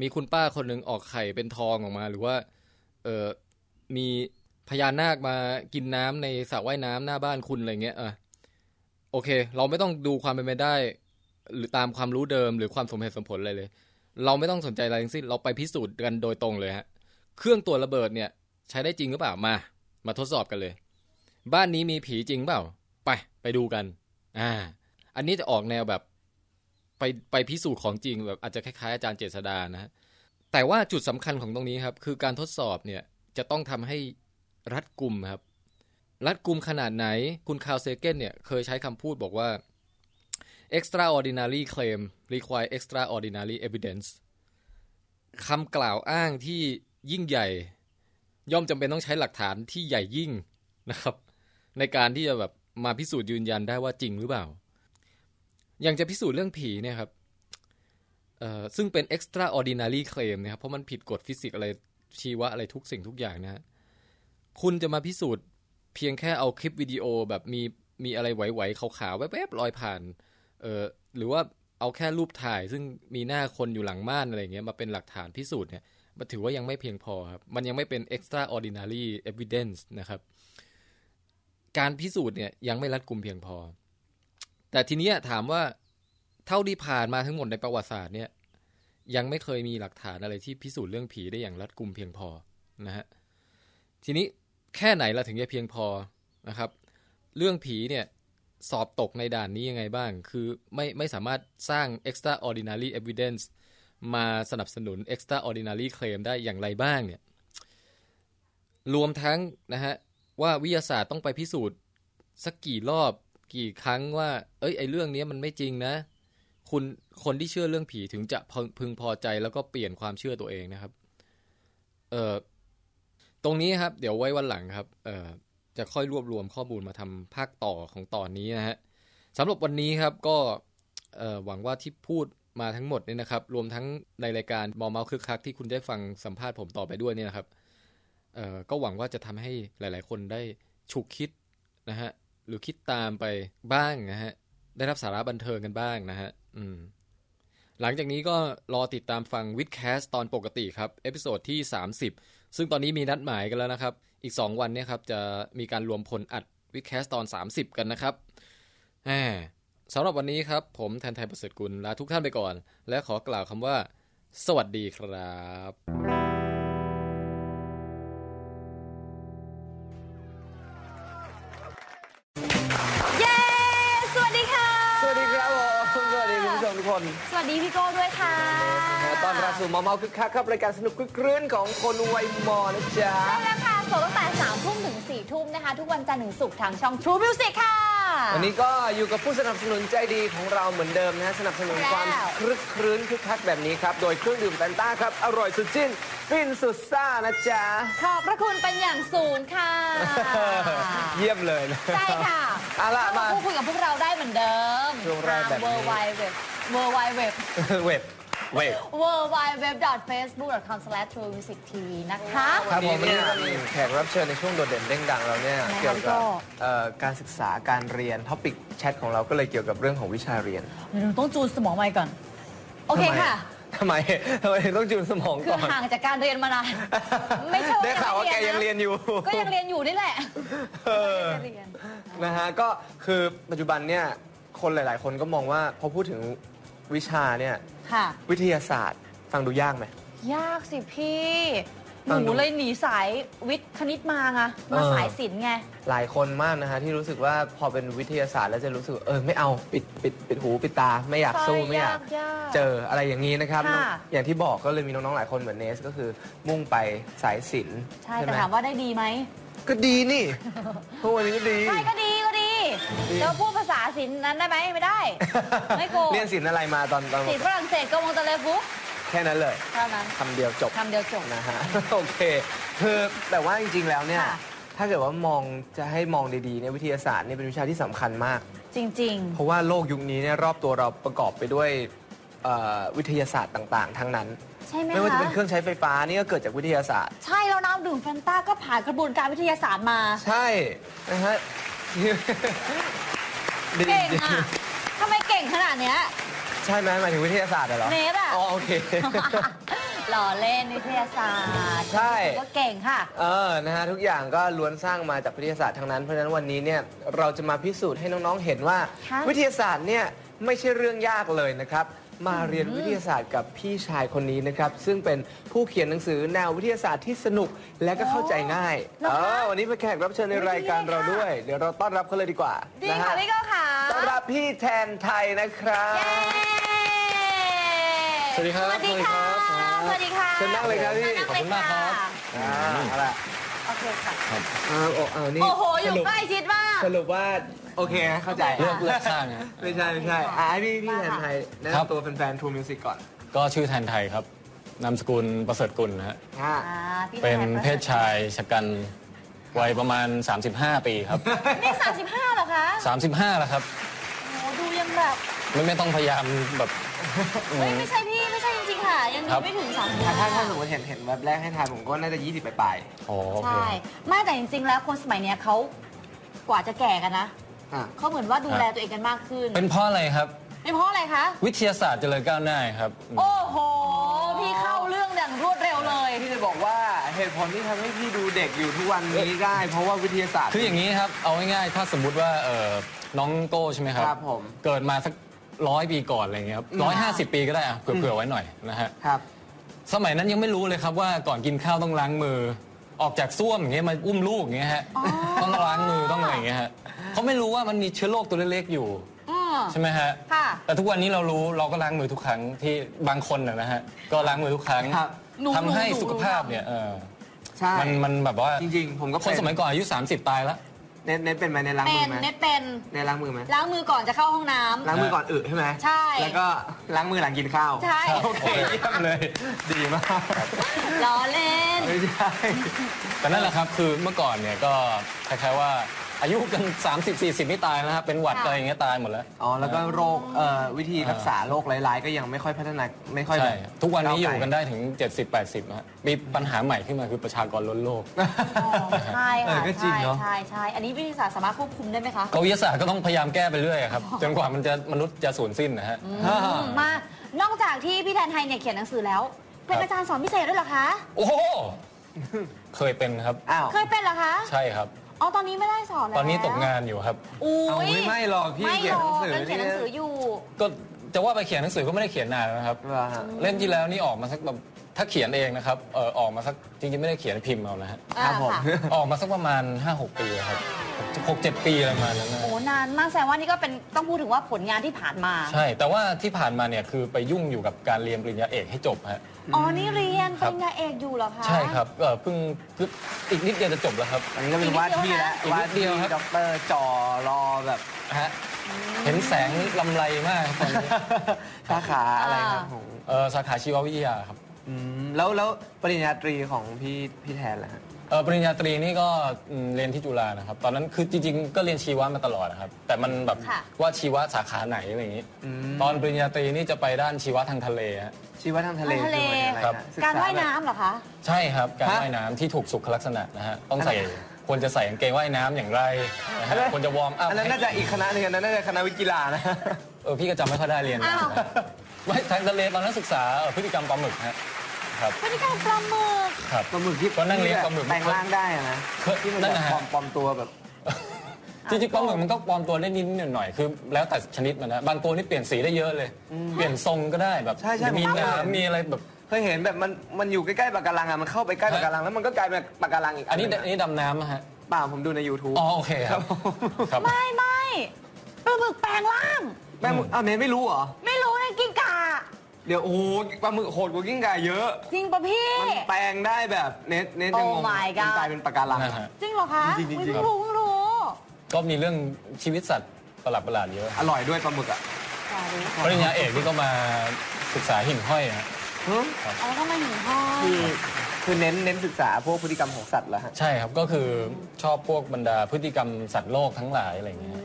Speaker 7: มีคุณป้าคนหนึ่งออกไข่เป็นทองออกมา หรือว่า เออมีพญานาคมากินน้ำในสระว่ายน้ำหน้าบ้านคุณอะไรเงี้ยเออโอเค เราไม่ต้องดูความเป็นไปได้ หรือตามความรู้เดิมหรือความสมเหตุสมผลอะไรเลย เราไม่ต้องสนใจอะไรทั้งสิ้นเราไปพิสูจน์กันโดยตรงเลยฮะ เครื่องตรวจระเบิดเนี่ย ใช้ได้จริงหรือเปล่ามา มาทดสอบกันเลย บ้านนี้มีผีจริงเปล่า ไปไปดูกัน อ่า อันนี้จะออกแนวแบบ ไปไปพิสูจน์ของจริงแบบอาจจะคล้ายๆอาจารย์เจษดานะฮะ แต่ว่าจุดสำคัญของตรงนี้ครับ คือการทดสอบเนี่ยจะต้องทำให้รัดกุมครับ รัดกุมขนาดไหนคุณคาร์ลเซเกนเนี่ยเคยใช้คำพูดบอกว่า extraordinary claim require extraordinary evidence คำกล่าวอ้างที่ยิ่งใหญ่ ย่อมจำเป็นต้องใช้หลักฐานที่ใหญ่ยิ่งนะครับ ในการที่จะแบบมาพิสูจน์ยืนยันได้ว่าจริงหรือเปล่า อย่างจะพิสูจน์เรื่องผีเนี่ยครับ เอ่อซึ่งเป็น extraordinary claim นะครับ เพราะมันผิดกฎฟิสิกส์อะไรชีวะอะไรทุกสิ่งทุกอย่างนะฮะคุณจะมาพิสูจน์เพียงแค่เอาคลิปวิดีโอแบบมีมีอะไรไหวๆขาวๆแวบๆลอยผ่านเอ่อหรือว่าเอาแค่รูปถ่าย ซึ่งมีหน้าคนอยู่หลังม่านอะไรอย่างเงี้ยมาเป็นหลักฐานพิสูจน์เนี่ยมันถือว่ายังไม่เพียงพอครับ มันยังไม่เป็น extraordinary evidence นะครับ การพิสูจน์เนี่ยยังไม่รัดกุมเพียงพอ แต่ทีเนี้ยถามว่าเท่าที่ผ่านมาทั้งหมดในประวัติศาสตร์เนี่ย ยังไม่เคยมีหลักฐานอะไรที่พิสูจน์เรื่องผีได้อย่างรัดกุมเพียงพอนะฮะทีนี้แค่ไหนเราถึงจะเพียงพอนะครับ เรื่องผีเนี่ยสอบตกในด่านนี้ยังไงบ้าง คือไม่ไม่สามารถสร้าง extraordinary evidence มาสนับสนุน extraordinary claim ได้อย่างไรบ้างเนี่ยรวมทั้งนะฮะว่าวิทยาศาสตร์ต้องไปพิสูจน์สักกี่รอบกี่ครั้งว่า เอ้ยไอเรื่องเนี้ยมันไม่จริงนะ คุณคนที่เชื่อเรื่องผีถึงจะพึงพึงพอใจแล้วก็เปลี่ยนความเชื่อตัวเองนะครับ เอ่อตรงนี้ครับ เดี๋ยวไว้วันหลังครับ เอ่อจะค่อยรวบรวมข้อมูลมาทำภาคต่อของตอนนี้นะฮะสำหรับวันนี้ครับก็เอ่อหวังว่าที่พูด มาทั้งหมดเนี่ยนะครับ รวมทั้งในรายการมอเมาคึกคักที่คุณได้ฟังสัมภาษณ์ผมต่อไปด้วยเนี่ยนะครับเอ่อก็หวังว่าจะทำให้หลาย ๆ คนได้ฉุกคิดนะฮะหรือคิดตามไปบ้างนะฮะได้รับสาระบันเทิงกันบ้างนะฮะอืม หลังจากนี้ก็รอติดตามฟังวิดแคสตอนปกติครับ เอพิโซดที่ 30 ซึ่งตอนนี้มีนัดหมายกันแล้วนะครับ อีก 2 วันเนี่ยครับ จะมีการรวมพลอัดวิดแคสตอน 30 กันนะครับแหมสำหรับวันนี้ครับ ผมแทนไทยประเสริฐกุลลาทุกท่านไปก่อน และขอกล่าวคำว่า สวัสดีครับ
Speaker 8: เย้ สวัสดีค่ะ
Speaker 9: สวัสดีครับผมสวัสดีคุณผู้ชมทุกคน
Speaker 8: สวัสดีพี่โก้ด้วยค่ะ
Speaker 9: ขอต้อนรับสู่มอเมาคึกคักครับรายการสนุกคึกครื้นของคนวัยมอนะจ๊ะ
Speaker 8: ใช่แล้วค่ะสดตั้งแต่3ทุ่มถึง4ทุ่มนะคะ ทุกวันจันทร์ถึงศุกร์ทางช่อง True Music ค่ะ
Speaker 9: วันนี้ก็อยู่กับผู้สนับสนุนใจดีของเราเหมือนเดิมนะฮะสนับสนุนความ
Speaker 8: แล้ว
Speaker 9: คลึกครื้นคึกคักแบบนี้ครับ โดยเครื่องดื่มแฟนต้าครับ อร่อยสุดจิ้นฟินสุดซ่านะจ๊ะ
Speaker 8: ขอบพระคุณเป็นอย่างสูง ค่ะ
Speaker 9: เยี่ยมเลยนะ
Speaker 8: ใช่ค่ะ
Speaker 9: เอาล่ะมา
Speaker 8: พูดคุยกับพวกเราได้เหมือนเดิม
Speaker 9: ช่วงแรกแบบนี้
Speaker 8: เวอร์ไวเว็บเวอร์ไวเว็บ
Speaker 9: เว็บเว็บ
Speaker 8: w w w f a c e b o o k c o m t r u e m u s i c t v นะคะ
Speaker 9: ครับผมวันนี้ก็มีแขกรับเชิญในช่วงโดดเด่นเด้งดังเราเนี่ย
Speaker 8: ไหนครับ
Speaker 9: เกี่ยว
Speaker 8: พี่
Speaker 9: กับ
Speaker 8: โก้
Speaker 9: เอ่อการศึกษาการเรียนท็อปิกแชทของเราก็เลยเกี่ยวกับเรื่องของวิชาเรียน
Speaker 8: เดี๋ยวหนูต้องจูนสมองใหม่ก่อน โอเคค่ะ
Speaker 9: ทำไมทำไมต้องจูนสมอง
Speaker 8: คื
Speaker 9: ก่
Speaker 8: อ
Speaker 9: อน
Speaker 8: ห่างจากการเรียนมานาน ไม่ใช่
Speaker 9: ได้ข่าวว่าแกยังเรียนอยู่
Speaker 8: ก็ยังเรียนอยู่นี่แหละ
Speaker 9: เออ
Speaker 8: ยังเรียน
Speaker 9: นะฮะก็คือปัจจุบันเนี่ยคนหลายๆ คนก็มองว่าพอพูดถึงวิชาเนี่ย
Speaker 8: ค่ะ
Speaker 9: วิทยาศาสตร์ ฟังดูยากไหม
Speaker 8: ยากสิพี่
Speaker 9: ฟัง
Speaker 8: ห
Speaker 9: ดู
Speaker 8: นูเลยหนีสายวิทย์คณิตมาไงมา
Speaker 9: เออ
Speaker 8: สายศิลป์ไง
Speaker 9: หลายคนมากนะฮะที่รู้สึกว่าพอเป็นวิทยาศาสตร์แล้วจะรู้สึกเออไม่เอาปิดปิดปิดหูปิดตาไม่อยาก
Speaker 8: ใช่
Speaker 9: สู้ไม่อยาก
Speaker 8: ยากยาก
Speaker 9: เจออะไรอย่างนี้นะครับ
Speaker 8: ค่ะ
Speaker 9: น้องอย่างที่บอกก็เลยมีน้องๆหลายคนเหมือนเนสก็คือมุ่งไปสายศิลป์
Speaker 8: ใช่
Speaker 9: ไห
Speaker 8: แต่ถามว่าได้ดีไหม
Speaker 9: ก็ดีนี่ ทุกวันนี้ก็ดี
Speaker 8: ใช่ ก็ดีก็ดี
Speaker 9: ดี
Speaker 8: จะพูดภาษาศิลป์นั้นได้ไหมไม่ได้ ไม่โกง
Speaker 9: เรียนศิลป์อะไรมาตอนตอน
Speaker 8: ศิลป์ฝรั่งเศสก็มงตะเลฟุก
Speaker 9: แค่นั้นเลย
Speaker 8: เท่านั้น
Speaker 9: คำเดียวจบ
Speaker 8: คำเดียวจบ
Speaker 9: นะฮะ โอเคคือแต่ว่าจริงๆแล้วเนี่ย
Speaker 8: ค่ะ
Speaker 9: ถ้าเกิดว่ามองจะให้มองดีๆเนี่ยวิทยาศาสตร์เนี่ยเป็นวิชาที่สำคัญมาก
Speaker 8: จริง
Speaker 9: เพราะว่าโลกยุคนี้เนี่ยรอบตัวเราประกอบไปด้วยเอ่อวิทยาศาสตร์ต่างๆ ทั้งนั้น
Speaker 8: ๆ ใช่ไหม
Speaker 9: ไม่ว่าจะ
Speaker 8: คะ
Speaker 9: เป็นเครื่องใช้ไฟฟ้านี่ก็เกิดจากวิทยาศาสตร์
Speaker 8: ใช่แล้วน้ำดื่มแฟนต้าก็ผ่านกระบวนการวิทยาศาสตร์มา
Speaker 9: ใช่นะฮะ ดี
Speaker 8: เก่งอ่ะทำไมเก่งขนาดเนี้ย
Speaker 9: ใช่ไหมหมายถึงวิทยาศาสตร์เหรอ
Speaker 8: เนสอะ
Speaker 9: อ๋อโอเค
Speaker 8: หล่อเล่นวิทยาศาสตร์
Speaker 9: ใช่
Speaker 8: ก็เก่งค่ะ
Speaker 9: เออ นะฮะ ทุกอย่างก็ล้วนสร้างมาจากวิทยาศาสตร์ทั้งนั้น เพราะฉะนั้นวันนี้เนี่ยเราจะมาพิสูจน์ให้น้องๆ เห็นว่า
Speaker 8: ค่ะ
Speaker 9: วิทยาศาสตร์เนี่ยไม่ใช่เรื่องยากเลยนะครับ มาเรียนวิทยาศาสตร์กับพี่ชายคนนี้นะครับ ซึ่งเป็นผู้เขียนหนังสือแนววิทยาศาสตร์ที่สนุกและก็เข้าใจง่าย เออ วันนี้เป็นแขกรับเชิญในรายการเราด้วย เดี๋ยวเราต้อนรับเขาเลยดีกว่า
Speaker 8: ดี
Speaker 9: นะ
Speaker 8: ค่ะ
Speaker 9: ฮะ
Speaker 8: พี่โก้ค่ะ
Speaker 9: ต้อนรับพี่แทนไทยนะครับ
Speaker 8: เย้
Speaker 7: สวัสดีครับ
Speaker 8: สวัสดีค่ะสวัสดีค่ะ
Speaker 9: เชิญนั่งเลยครับพี่
Speaker 8: เชิญนั่งเลยค่ะ
Speaker 9: อ่าเอาล่ะ
Speaker 8: โอเคค่ะ
Speaker 9: เอาเอาเอานี่
Speaker 8: โอ้โห อ
Speaker 9: ส
Speaker 8: ยู่
Speaker 9: รุป
Speaker 8: ใกล้ชิดมาก
Speaker 9: สรุปว่า โอเค เข้าใจ
Speaker 8: โอเคค่ะ
Speaker 7: เลือกข้างนะ
Speaker 9: ไม่ใช่ ไม่ใช่อ่ะให้พี่พี่แทนไทยแนะนำตัวแฟนๆ True Music ก่อน
Speaker 7: ก็ชื่อแทนไทยครับ นามสกุลประเสริฐกุลนะฮะ
Speaker 9: อ่า
Speaker 8: อ่าพี่
Speaker 7: เป็น
Speaker 8: แทน
Speaker 7: เพศชายชะกันวัยประมาณ 35 ปีครั
Speaker 8: นี่สามสิบห้าเหรอคะ
Speaker 7: บ 35 แล้วครับ
Speaker 8: โอ้โหดูยังแบบ
Speaker 7: ไม่ไม่ต้องพยายามแบบ
Speaker 8: เฮ้ยไม่ใช่พี่ไม่ใช่จริงๆค่ะ ยัง
Speaker 7: ครับ
Speaker 8: ไม่ถึงสามสิบ
Speaker 9: ถ้าถ้า
Speaker 8: ห้า
Speaker 9: ถ้าสมมติเห็นเห็นแบบแรกให้ทายผมก็น่าจะ 20ปลาย
Speaker 7: อ๋อโอเค
Speaker 8: ใช่ไม่แต่จริงๆแล้วคนสมัยเนี้ยเขากว่าจะแก่กันนะ
Speaker 9: ๆอ่ะ
Speaker 8: เขาเหมือนว่าดูแลตัวเองกันมากขึ้น
Speaker 7: เป็นเพราะอะไรครับ
Speaker 8: เป็นเพราะอะไรคะ
Speaker 7: วิทยาศาสตร์เจริญก้าวหน้าครับ
Speaker 8: โอ้โห พี่เข้าเรื่องอย่างรวดเร็วเลย
Speaker 9: พี่จะบอกว่าเหตุผลที่ทำให้พี่ดูเด็กอยู่ทุกวันนี้ได้ เพราะว่าวิทยาศาสตร์
Speaker 7: คืออย่างนี้ครับ เอาง่ายๆ ถ้าสมมุติว่าเอ่อน้องโก้ใช่ไหมครับ
Speaker 9: ครับผม
Speaker 7: เกิดมาสักร้อยปีก่อนอะไรเงี้ยครับ
Speaker 9: อืม
Speaker 7: ร้อยห้าสิบปีก็ได้อะเผื่อๆไว้หน่อยนะฮะ
Speaker 9: ครับ
Speaker 7: สมัยนั้นยังไม่รู้เลยครับว่าก่อนกินข้าวต้องล้างมือ ออกจากส้วมอย่างเงี้ยมาอุ้มลูกอย่างเงี้ยฮะ ต้องล้างมือต้องอะไรอย่างเงี้ยฮะเขาไม่รู้ว่ามันมีเชื้อโรคตัวเล็กๆอยู่
Speaker 8: อืม
Speaker 7: ใช่ไหมฮะ
Speaker 8: ค่ะ
Speaker 7: แต่ทุกวันนี้เรารู้เราก็ล้างมือทุกครั้งที่บางคนนะนะฮะ ก็ล้างมือทุกครั้ง
Speaker 9: ครับ
Speaker 8: หนู
Speaker 7: ทำให้
Speaker 8: หนู
Speaker 7: สุขภาพเนี่ยเออ
Speaker 9: ใช่
Speaker 7: มันมันแบบว่า
Speaker 9: จริง ๆ ผมก็
Speaker 7: คน
Speaker 9: เป็
Speaker 7: สมัยก่อนอายุ 30 ตายแล้ว
Speaker 9: เน้นเน้นเป็นไหมเน้นล้าง
Speaker 8: เป็
Speaker 9: มื
Speaker 8: น
Speaker 9: อไหม
Speaker 8: เน็ตเป็น
Speaker 9: เน้นล้างมือไหม
Speaker 8: ล้างมือก่อนจะเข้าห้องน้ำ
Speaker 9: ล้างมือก่อนอึใช่ไหม
Speaker 8: ใช่
Speaker 9: แล้วก็ล้างมือหลังกินข้าว
Speaker 8: ใช่
Speaker 9: โอเคเยี่ยมเลย ดีมาก
Speaker 8: ล้อเล่น
Speaker 9: ไม่ใช่
Speaker 7: แต่นั่นแหละครับคือเมื่อก่อนเนี่ยก็คล้ายๆว่า อายุกัน 30 40นี่ตายนะครับ เป็นหวัด
Speaker 8: ค่ะ
Speaker 7: อะไรอย่างเงี้ยตายหมดแล้ว
Speaker 9: อ๋อ แล้วก็โรคเอ่อวิธีรักษาโรคร้ายๆ ก็ยังไม่ค่อยพัฒนาไม่ค่อย
Speaker 7: ใช่ ทุกวันนี้อ
Speaker 9: าวไ
Speaker 7: ยู่กันได้ถึง 70 80นะฮะมีปัญหาใหม่ขึ้นมาคือประชากรล้นโลก
Speaker 8: อ๋อใช่
Speaker 9: เออ
Speaker 8: ค่ะ
Speaker 9: ก็จริงเนอะ
Speaker 8: ใช่ใช่อันนี้วิทยาศาสตร์สามารถควบคุมได้ไหมคะ
Speaker 7: ก็วิทยาศาสตร์ก็ต้องพยายามแก้ไปเรื่อยอะครับ จนกว่ามันจะมนุษย์จะสูญสิ้นนะฮะ
Speaker 8: มานอกจากที่พี่แทนไทยเนี่ยเขียนหนังสือแล้ว เป็น
Speaker 7: ครับ
Speaker 8: อาจารย์สอนพิเศษด้วยเหรอคะ
Speaker 7: โอ้โห เคยเป็นครับ
Speaker 9: อ้าว
Speaker 8: เคยเป็นเหรอคะ
Speaker 7: ใช่ครับ
Speaker 8: อ๋อตอนนี้ไม่ได้สอนแล้ว
Speaker 7: ตอนนี้ตกงานอยู่ครับ
Speaker 8: อุ้
Speaker 9: เอา
Speaker 8: ย
Speaker 9: ไม่ไม่หรอกพี่
Speaker 8: ไม่
Speaker 9: เขียน
Speaker 8: หร
Speaker 9: ห
Speaker 8: อ
Speaker 9: นั
Speaker 8: กยัง
Speaker 9: งสือ
Speaker 8: เขียนหนังสืออยู่
Speaker 7: ก็จะว่าไปเขียนหนังสือก็ไม่ได้เขียนนานแล้วนะครับ
Speaker 9: เหรอฮะ
Speaker 7: เล่มที่แล้วนี่ออกมาสักแบบถ้าเขียนเองนะครับเออออกมาสักจริงๆไม่ได้เขียนพิมพ์เอานะฮะ
Speaker 8: อ่า
Speaker 9: ครับผม
Speaker 8: ค่ะ
Speaker 7: ออกมาสักประมาณ 5-6 ปีครับหกเจ็ดปีอะไรประมาณนั้นนะ
Speaker 8: โอ้นานมากแสดงว่านี่ก็เป็นต้องพูดถึงว่าผลงานที่ผ่านมา
Speaker 7: ใช่ แต่ว่าที่ผ่านมาเนี่ยคือไปยุ่งอยู่กับการเรียนปริญญาเอกให้จบฮะ
Speaker 8: อ๋อนี่เรียน
Speaker 7: ค
Speaker 8: ป
Speaker 7: รับ
Speaker 8: ริญญาเอกอยู่เหรอคะ
Speaker 7: ใช่ครับเอ่อเพิ่งเพิ่งอีกนิดเดียวจะจบแล้วครับ
Speaker 9: อันนี้ก็เป็นวาดที่แล้ว
Speaker 7: อีก
Speaker 9: วา
Speaker 7: นิ
Speaker 9: ด
Speaker 7: ดเดี
Speaker 9: ที่
Speaker 7: ยวครับ
Speaker 9: ด็อกเตอร์จ่อรอแบบ
Speaker 7: ฮะเห็นแสงลำไรมากครับตอนนี้
Speaker 9: สาขาอะไรครับ
Speaker 8: อ่า
Speaker 9: ผม
Speaker 7: เอ่อสาขาชีววิทยาครับ
Speaker 9: อืมแล้วแล้วปริญญาตรีของพี่พี่แทนล่ะฮะ
Speaker 7: เอ่อปริญญาตรีนี่ก็อืมเรียนที่จุฬานะครับ ตอนนั้นคือจริงๆ ก็เรียนชีวะมาตลอดนะครับ แต่มันแบบ
Speaker 8: ค่ะ
Speaker 7: ว่าชีวะสาขาไหนอะไรอย่างนี้
Speaker 9: อืม
Speaker 7: ตอนปริญญาตรีนี่จะไปด้านชีวะทางทะเลฮะ
Speaker 9: ชีวะทางทะเล
Speaker 8: ทางทะเล
Speaker 9: คือมันอะไร
Speaker 7: ครับ
Speaker 9: ฮะศึษ
Speaker 8: การ
Speaker 9: แบบ
Speaker 8: ว่ายน้ำเหรอคะ
Speaker 7: ใช่ครับ การ
Speaker 9: ฮะ
Speaker 7: ว่ายน้ำที่ถูกสุขลักษณะนะฮะ ต้องใส่
Speaker 9: อะไร
Speaker 7: ควรจะใส่กางเกงว่ายน้ำอย่างไรนะ
Speaker 9: อะ
Speaker 7: ฮะ
Speaker 9: ไร
Speaker 7: ควรจะวอร์มอัพ
Speaker 9: อันนั้นน่าจะอีกคณะหนึงอันนั้นน่าจะคณะวิทย์กีฬานะ
Speaker 7: เออพี่ก็จำไม่ค่อยได้เรียนนะ
Speaker 8: อ้าว
Speaker 7: ไม่ทางทะเลตอนนั้นศึกษาเอ่อพฤติกรรมปลาหมึกฮะครับ
Speaker 8: พฤติกรรมปลาหมึก
Speaker 7: ครับ
Speaker 9: ปลาหมึกที่
Speaker 7: ก็นั่งเลี้ยงปลาหมึก
Speaker 9: แต่งร่างได้อะนะ
Speaker 7: คือ
Speaker 9: ที่มัน
Speaker 7: นั่น
Speaker 9: แบบ
Speaker 7: นะฮะ
Speaker 9: ปลอมปลอมตัวแบบ
Speaker 7: จริงๆปลาหมึกมันก็ปลอมตัวได้นิดๆหน่อยๆคือ แล้วแต่ชนิดมันนะบางตัวนี่เปลี่ยนสีได้เยอะเลย เปลี่ยนทรงก็ได้แบบ
Speaker 9: ใช่ใช่
Speaker 7: มี
Speaker 9: ผมก็เห็น
Speaker 7: น้ำมีอะไรแบบ
Speaker 9: เคยเห็นแบบมันมันอยู่ใกล้ๆปะการังอะมันเข้าไปใกล้ปะการังแล้วมันก็กลายเป็นปะการังอีก
Speaker 7: อันนี้
Speaker 9: หงะ
Speaker 7: อันนี้ดำน้ำอะฮะ
Speaker 9: เปล่าผมดูใน YouTube
Speaker 7: อ๋อโอเคครับ
Speaker 9: ค
Speaker 7: ค
Speaker 9: รับผม
Speaker 7: รับ
Speaker 8: ไม่ไม่ปลาหมึกแปลงร่าง
Speaker 9: แม่มึงอ้าวเมย์ไม่รู้เหรอ
Speaker 8: ไม่รู้นะกิ้งก่า
Speaker 9: เดี๋ยวโอ้โหปลาหมึกโหดกว่ากิ้งก่าเยอะ
Speaker 8: จริงปะพี่
Speaker 9: มันแปลงได้แบบเน็ตเน็ตจะงง
Speaker 8: Oh my god
Speaker 9: มันกลายเป็นปะการัง
Speaker 7: นะฮะ
Speaker 8: จริงเหรอคะ
Speaker 9: จริงๆจริงๆ
Speaker 8: อุ๊ยเพิ่รู้เพิ่งรู้
Speaker 7: ก็มีเรื่องชีวิตสัตว์ประหลาดๆเยอะ
Speaker 9: อร่อยด้วยปลาหมึกอ่ะ
Speaker 8: แต่ดิ
Speaker 7: ปริญญาเอกนี่ก็มาศึกษาหิ่งห้อยฮะ
Speaker 9: ฮะ
Speaker 8: เอาแล้วก็มาหิ่งห้อย
Speaker 9: คือคือเน้นเน้นศึกษาพวกพฤติกรรมของสัตว์เหรอฮะ
Speaker 7: ใช่ครับ ก็คือชอบพวกบรรดาพฤติกรรมสัตว์โลกทั้งหลายอะไรอย่างเงี้ย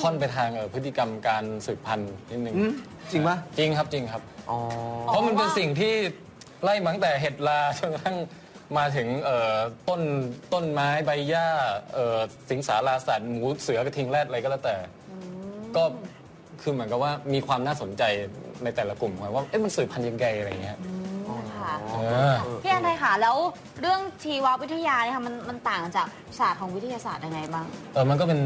Speaker 7: ค่อนไปทางเออพฤติกรรมการสืบพันธุ์นิดนึง
Speaker 9: อืมจริงปะ
Speaker 7: จริงครับจริงครับ
Speaker 9: อ๋อ
Speaker 7: เพราะมันเป็นสิ่งที่ไล่มาตั้งแต่เห็ดลาจนกระทั่งมาถึงเอ่อต้นต้นไม้ใบหญ้าเอ่อสิงสาราสัตว์หมูเสือกระทิงแรดอะไรก็แล้วแต่ ก็คือเหมือนกับว่ามีความน่าสนใจในแต่ละกลุ่มว่าเอ๊ะมันสืบพันธุ์ยังไงอะไรอย่างเงี้ย
Speaker 8: ค่ะ
Speaker 7: เออ
Speaker 8: พี่แอนไทยค่ะแล้วเรื่องชีววิทยาเนี่ยค่ะมันมันต่างจากศาสตร์ของวิทยาศาสตร์ยังไงบ้าง
Speaker 7: เออมันก็เป็น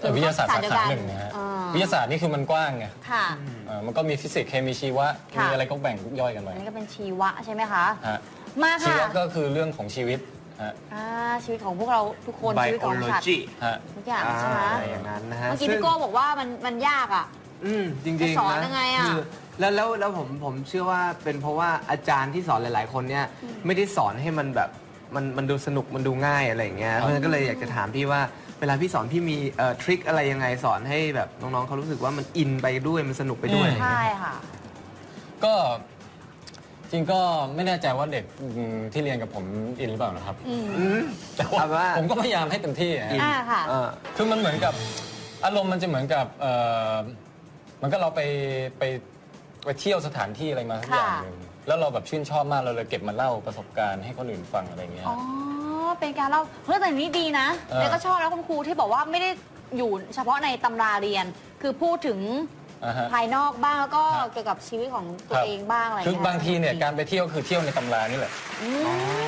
Speaker 7: เอ่อวิทยาศาสตร์สา
Speaker 8: เดียวกั
Speaker 7: ขาน หนึ่งนะฮะ
Speaker 8: อ่า
Speaker 7: วิทยาศาสตร์นี่คือมันกว้างไง
Speaker 8: ค่ะ
Speaker 7: เอ่อมันก็มีฟิสิกส์เคมีชีวะ
Speaker 8: ค่ะ
Speaker 7: มีอะไรก็แบ่งย่อยกันไป
Speaker 8: อันนี้ก็เป็นชีวะใช่ไหมคะ
Speaker 7: ฮะ
Speaker 8: มา
Speaker 7: ชี
Speaker 8: ค่ะ
Speaker 7: วะก็คือเรื่องของชีวิตฮะ
Speaker 8: อ่าชีวิตของพวกเราทุกคน ชีวิตของสัตว์
Speaker 9: biology
Speaker 7: ฮะ
Speaker 8: ทุกอย่าง
Speaker 9: อ่า
Speaker 8: ใช่ไหม
Speaker 9: อะไรอย่างนั้นนะฮะ
Speaker 8: เมื่อกี้
Speaker 9: ซึ่ง
Speaker 8: พี่โก้บอกว่ามันมันยากอ่ะ
Speaker 9: อืมจริงๆ
Speaker 8: จะสอน
Speaker 9: นะ
Speaker 8: ยังไงอะ
Speaker 9: คืแล้วแล้วแล้วผมผมเชื่อว่าเป็นเพราะว่าอาจารย์ที่สอนหลาย ๆ คนเนี่ยไม่ได้สอนให้มันแบบมันมันดูสนุกมันดูง่ายอะไรอย่างเงี้ยเพราะฉะนั้นก็เลยอยากจะถามพี่ว่าเวลาพี่สอนพี่มีเอ่อทริคอะไรยังไงสอนให้แบบน้อง ๆเขารู้สึกว่ามันอินไปด้วยมันสนุกไปด้วยอะไรอย่าง
Speaker 8: ใช่
Speaker 9: เงี้ย
Speaker 8: ค่ะ
Speaker 7: ก็จริงก็ไม่แน่ใจว่าเด็กอืมที่เรียนกับผมอินหรือเปล่านะครับ
Speaker 9: อืม
Speaker 7: แต่
Speaker 9: เอาเป็น
Speaker 7: ว่า
Speaker 9: ว่า
Speaker 7: ผมก็พยายามให้เต็มที่ฮะ
Speaker 9: อิน
Speaker 8: อ่าค่ะ
Speaker 9: เออ
Speaker 7: คือมันเหมือนกับอารมณ์มันจะเหมือนกับเออมันก็เราไปไปไปเที่ยวสถานที่อะไรมาสัก
Speaker 8: ค่ะ
Speaker 7: อย่างหนึ่งแล้วเราแบบชื่นชอบมากเราเลยเก็บมาเล่าประสบการณ์ให้คนอื่นฟังอะไรเงี้ย
Speaker 8: อ๋อ เป็นการเล่าเฮ้ยแต่นี้ดีนะ
Speaker 7: เออ
Speaker 8: แล้วก็ชอบแล้วคุณครูที่บอกว่าไม่ได้อยู่เฉพาะในตำราเรียน คือพูดถึง
Speaker 7: อ่าฮะ
Speaker 8: ภายนอกบ้างแล้วก็
Speaker 7: ครับ
Speaker 8: เกี่ยวกับชีวิตของตัวเองบ้างอะไร
Speaker 7: คื
Speaker 8: เงี้
Speaker 7: อย บางทีเนี่ยการไปเที่ยวคือเที่ยวในตำรานี่แหละ
Speaker 8: อื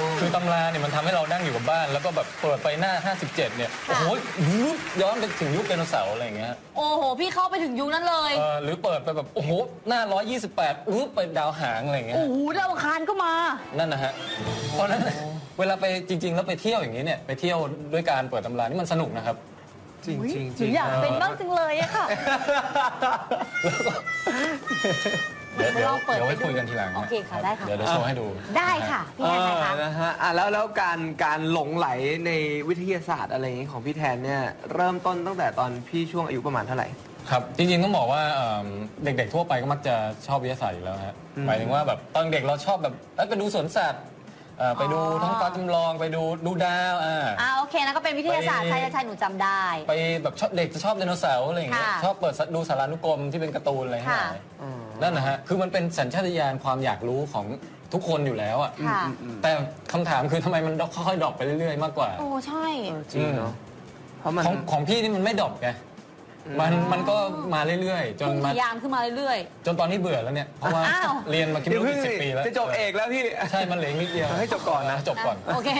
Speaker 8: ม
Speaker 7: คือตำราเนี่ยมันทำให้เรานั่งอยู่กับบ้าน แล้วก็แบบเปิดไปหน้า 57 เนี่ย
Speaker 8: ค่ะ
Speaker 7: โอ้โหยุคย้อนไปถึงยุคไดโนเสาร์อะไรเงี้ย
Speaker 8: โอ้โห พี่เข้าไปถึงยุคนั้นเลย
Speaker 7: เออหรือเปิดไปแบบโอ้โหหน้า 128อื้อไปดาวหางอะไรเงี้ย
Speaker 8: โอ้โหดาวอังคารก็มา
Speaker 7: นั่นนะฮะ เพราะฉะนั้น เวลาไปจริง ๆ แล้วไปเที่ยวอย่างนี้เนี่ยไปเที่ยวด้วยการเปิดตำรานี่มันสนุก นะครับ
Speaker 9: จริงจริง
Speaker 8: ห
Speaker 9: จริ
Speaker 8: นู
Speaker 9: ง
Speaker 8: อยากเป็นบ้างจังเลยอะค่ะ
Speaker 7: เดี๋ยวเดี๋ยว
Speaker 8: เราเปิด
Speaker 7: เดี๋ยวไว้
Speaker 8: ไปดู
Speaker 7: คุยกันทีหลังน
Speaker 8: โอเคค่ะได้ค่ะ
Speaker 7: เดี๋ยวเดี๋ยวโชว์ให้ดู
Speaker 8: ได้ค่ะ พี่
Speaker 9: เอ
Speaker 8: แอนไหน
Speaker 9: อ
Speaker 8: คะ
Speaker 9: นะฮะอ่ะแล้วแล้วการการหลงไหลในวิทยาศาสตร์อะไรอย่างงี้ของพี่แทนเนี่ยเริ่มต้นตั้งแต่ตอนพี่ช่วงอายุประมาณเท่าไหร่
Speaker 7: ครับ จริง ๆ ต้องบอกว่าเอิ่มเด็ก ๆ ทั่วไปก็มักจะชอบวิทยาศาสตร์อยู่แล้วฮะหมายถึงว่าแบบตอนเด็กเราชอบแบบเอ้ยไปดูสวนสัตว์ เอ่อไปดู
Speaker 8: อ๋อ
Speaker 7: ท้องฟ้าจำลองไปดูดูดาวอ่า
Speaker 8: อ่าโอเคนะก็เป็นวิทยาศาสตร์
Speaker 7: ไป
Speaker 8: ใช่ใช่หนูจำได้
Speaker 7: ไปแบบชอบเด็กจะชอบไดโนเสาร์อะไรอย่างเงี้ย
Speaker 8: ค่ะ
Speaker 7: ชอบเปิดดูสารานุกรมที่เป็นการ์ตูนอะไรทั้งหลาย
Speaker 8: ค่ะ
Speaker 7: นั่นนะฮะคือมันเป็นสัญชาตญาณความอยากรู้ของทุกคนอยู่แล้วอ่ะ
Speaker 8: ค่ะ
Speaker 7: แต่คำถามคือทำไมมันค่อยๆดรอปไปเรื่อยๆมากกว่า
Speaker 8: โอ้ใช่
Speaker 9: เออจริงเนาะเพราะมัน
Speaker 7: ของของพี่นี่มันไม่ดรอปไงมันมันก็มาเรื่อยๆ จน
Speaker 8: พุ่ง
Speaker 7: มา
Speaker 8: ทะยานขึ้นมาเรื่อย
Speaker 7: จนตอนนี้เบื่อแล้วเนี่ยเพราะว่า
Speaker 8: อ้าว
Speaker 7: เรียนมาคิด
Speaker 9: เดี๋ยว
Speaker 7: ว่า
Speaker 9: เพิ่ง
Speaker 7: สิบปีแล้ว
Speaker 9: จะจบเอกแล้วพี่
Speaker 7: ใช่มันเหลืออีกนิดเดียว
Speaker 9: ให้จบก่อนนะ
Speaker 7: จบก่อน
Speaker 8: โอเค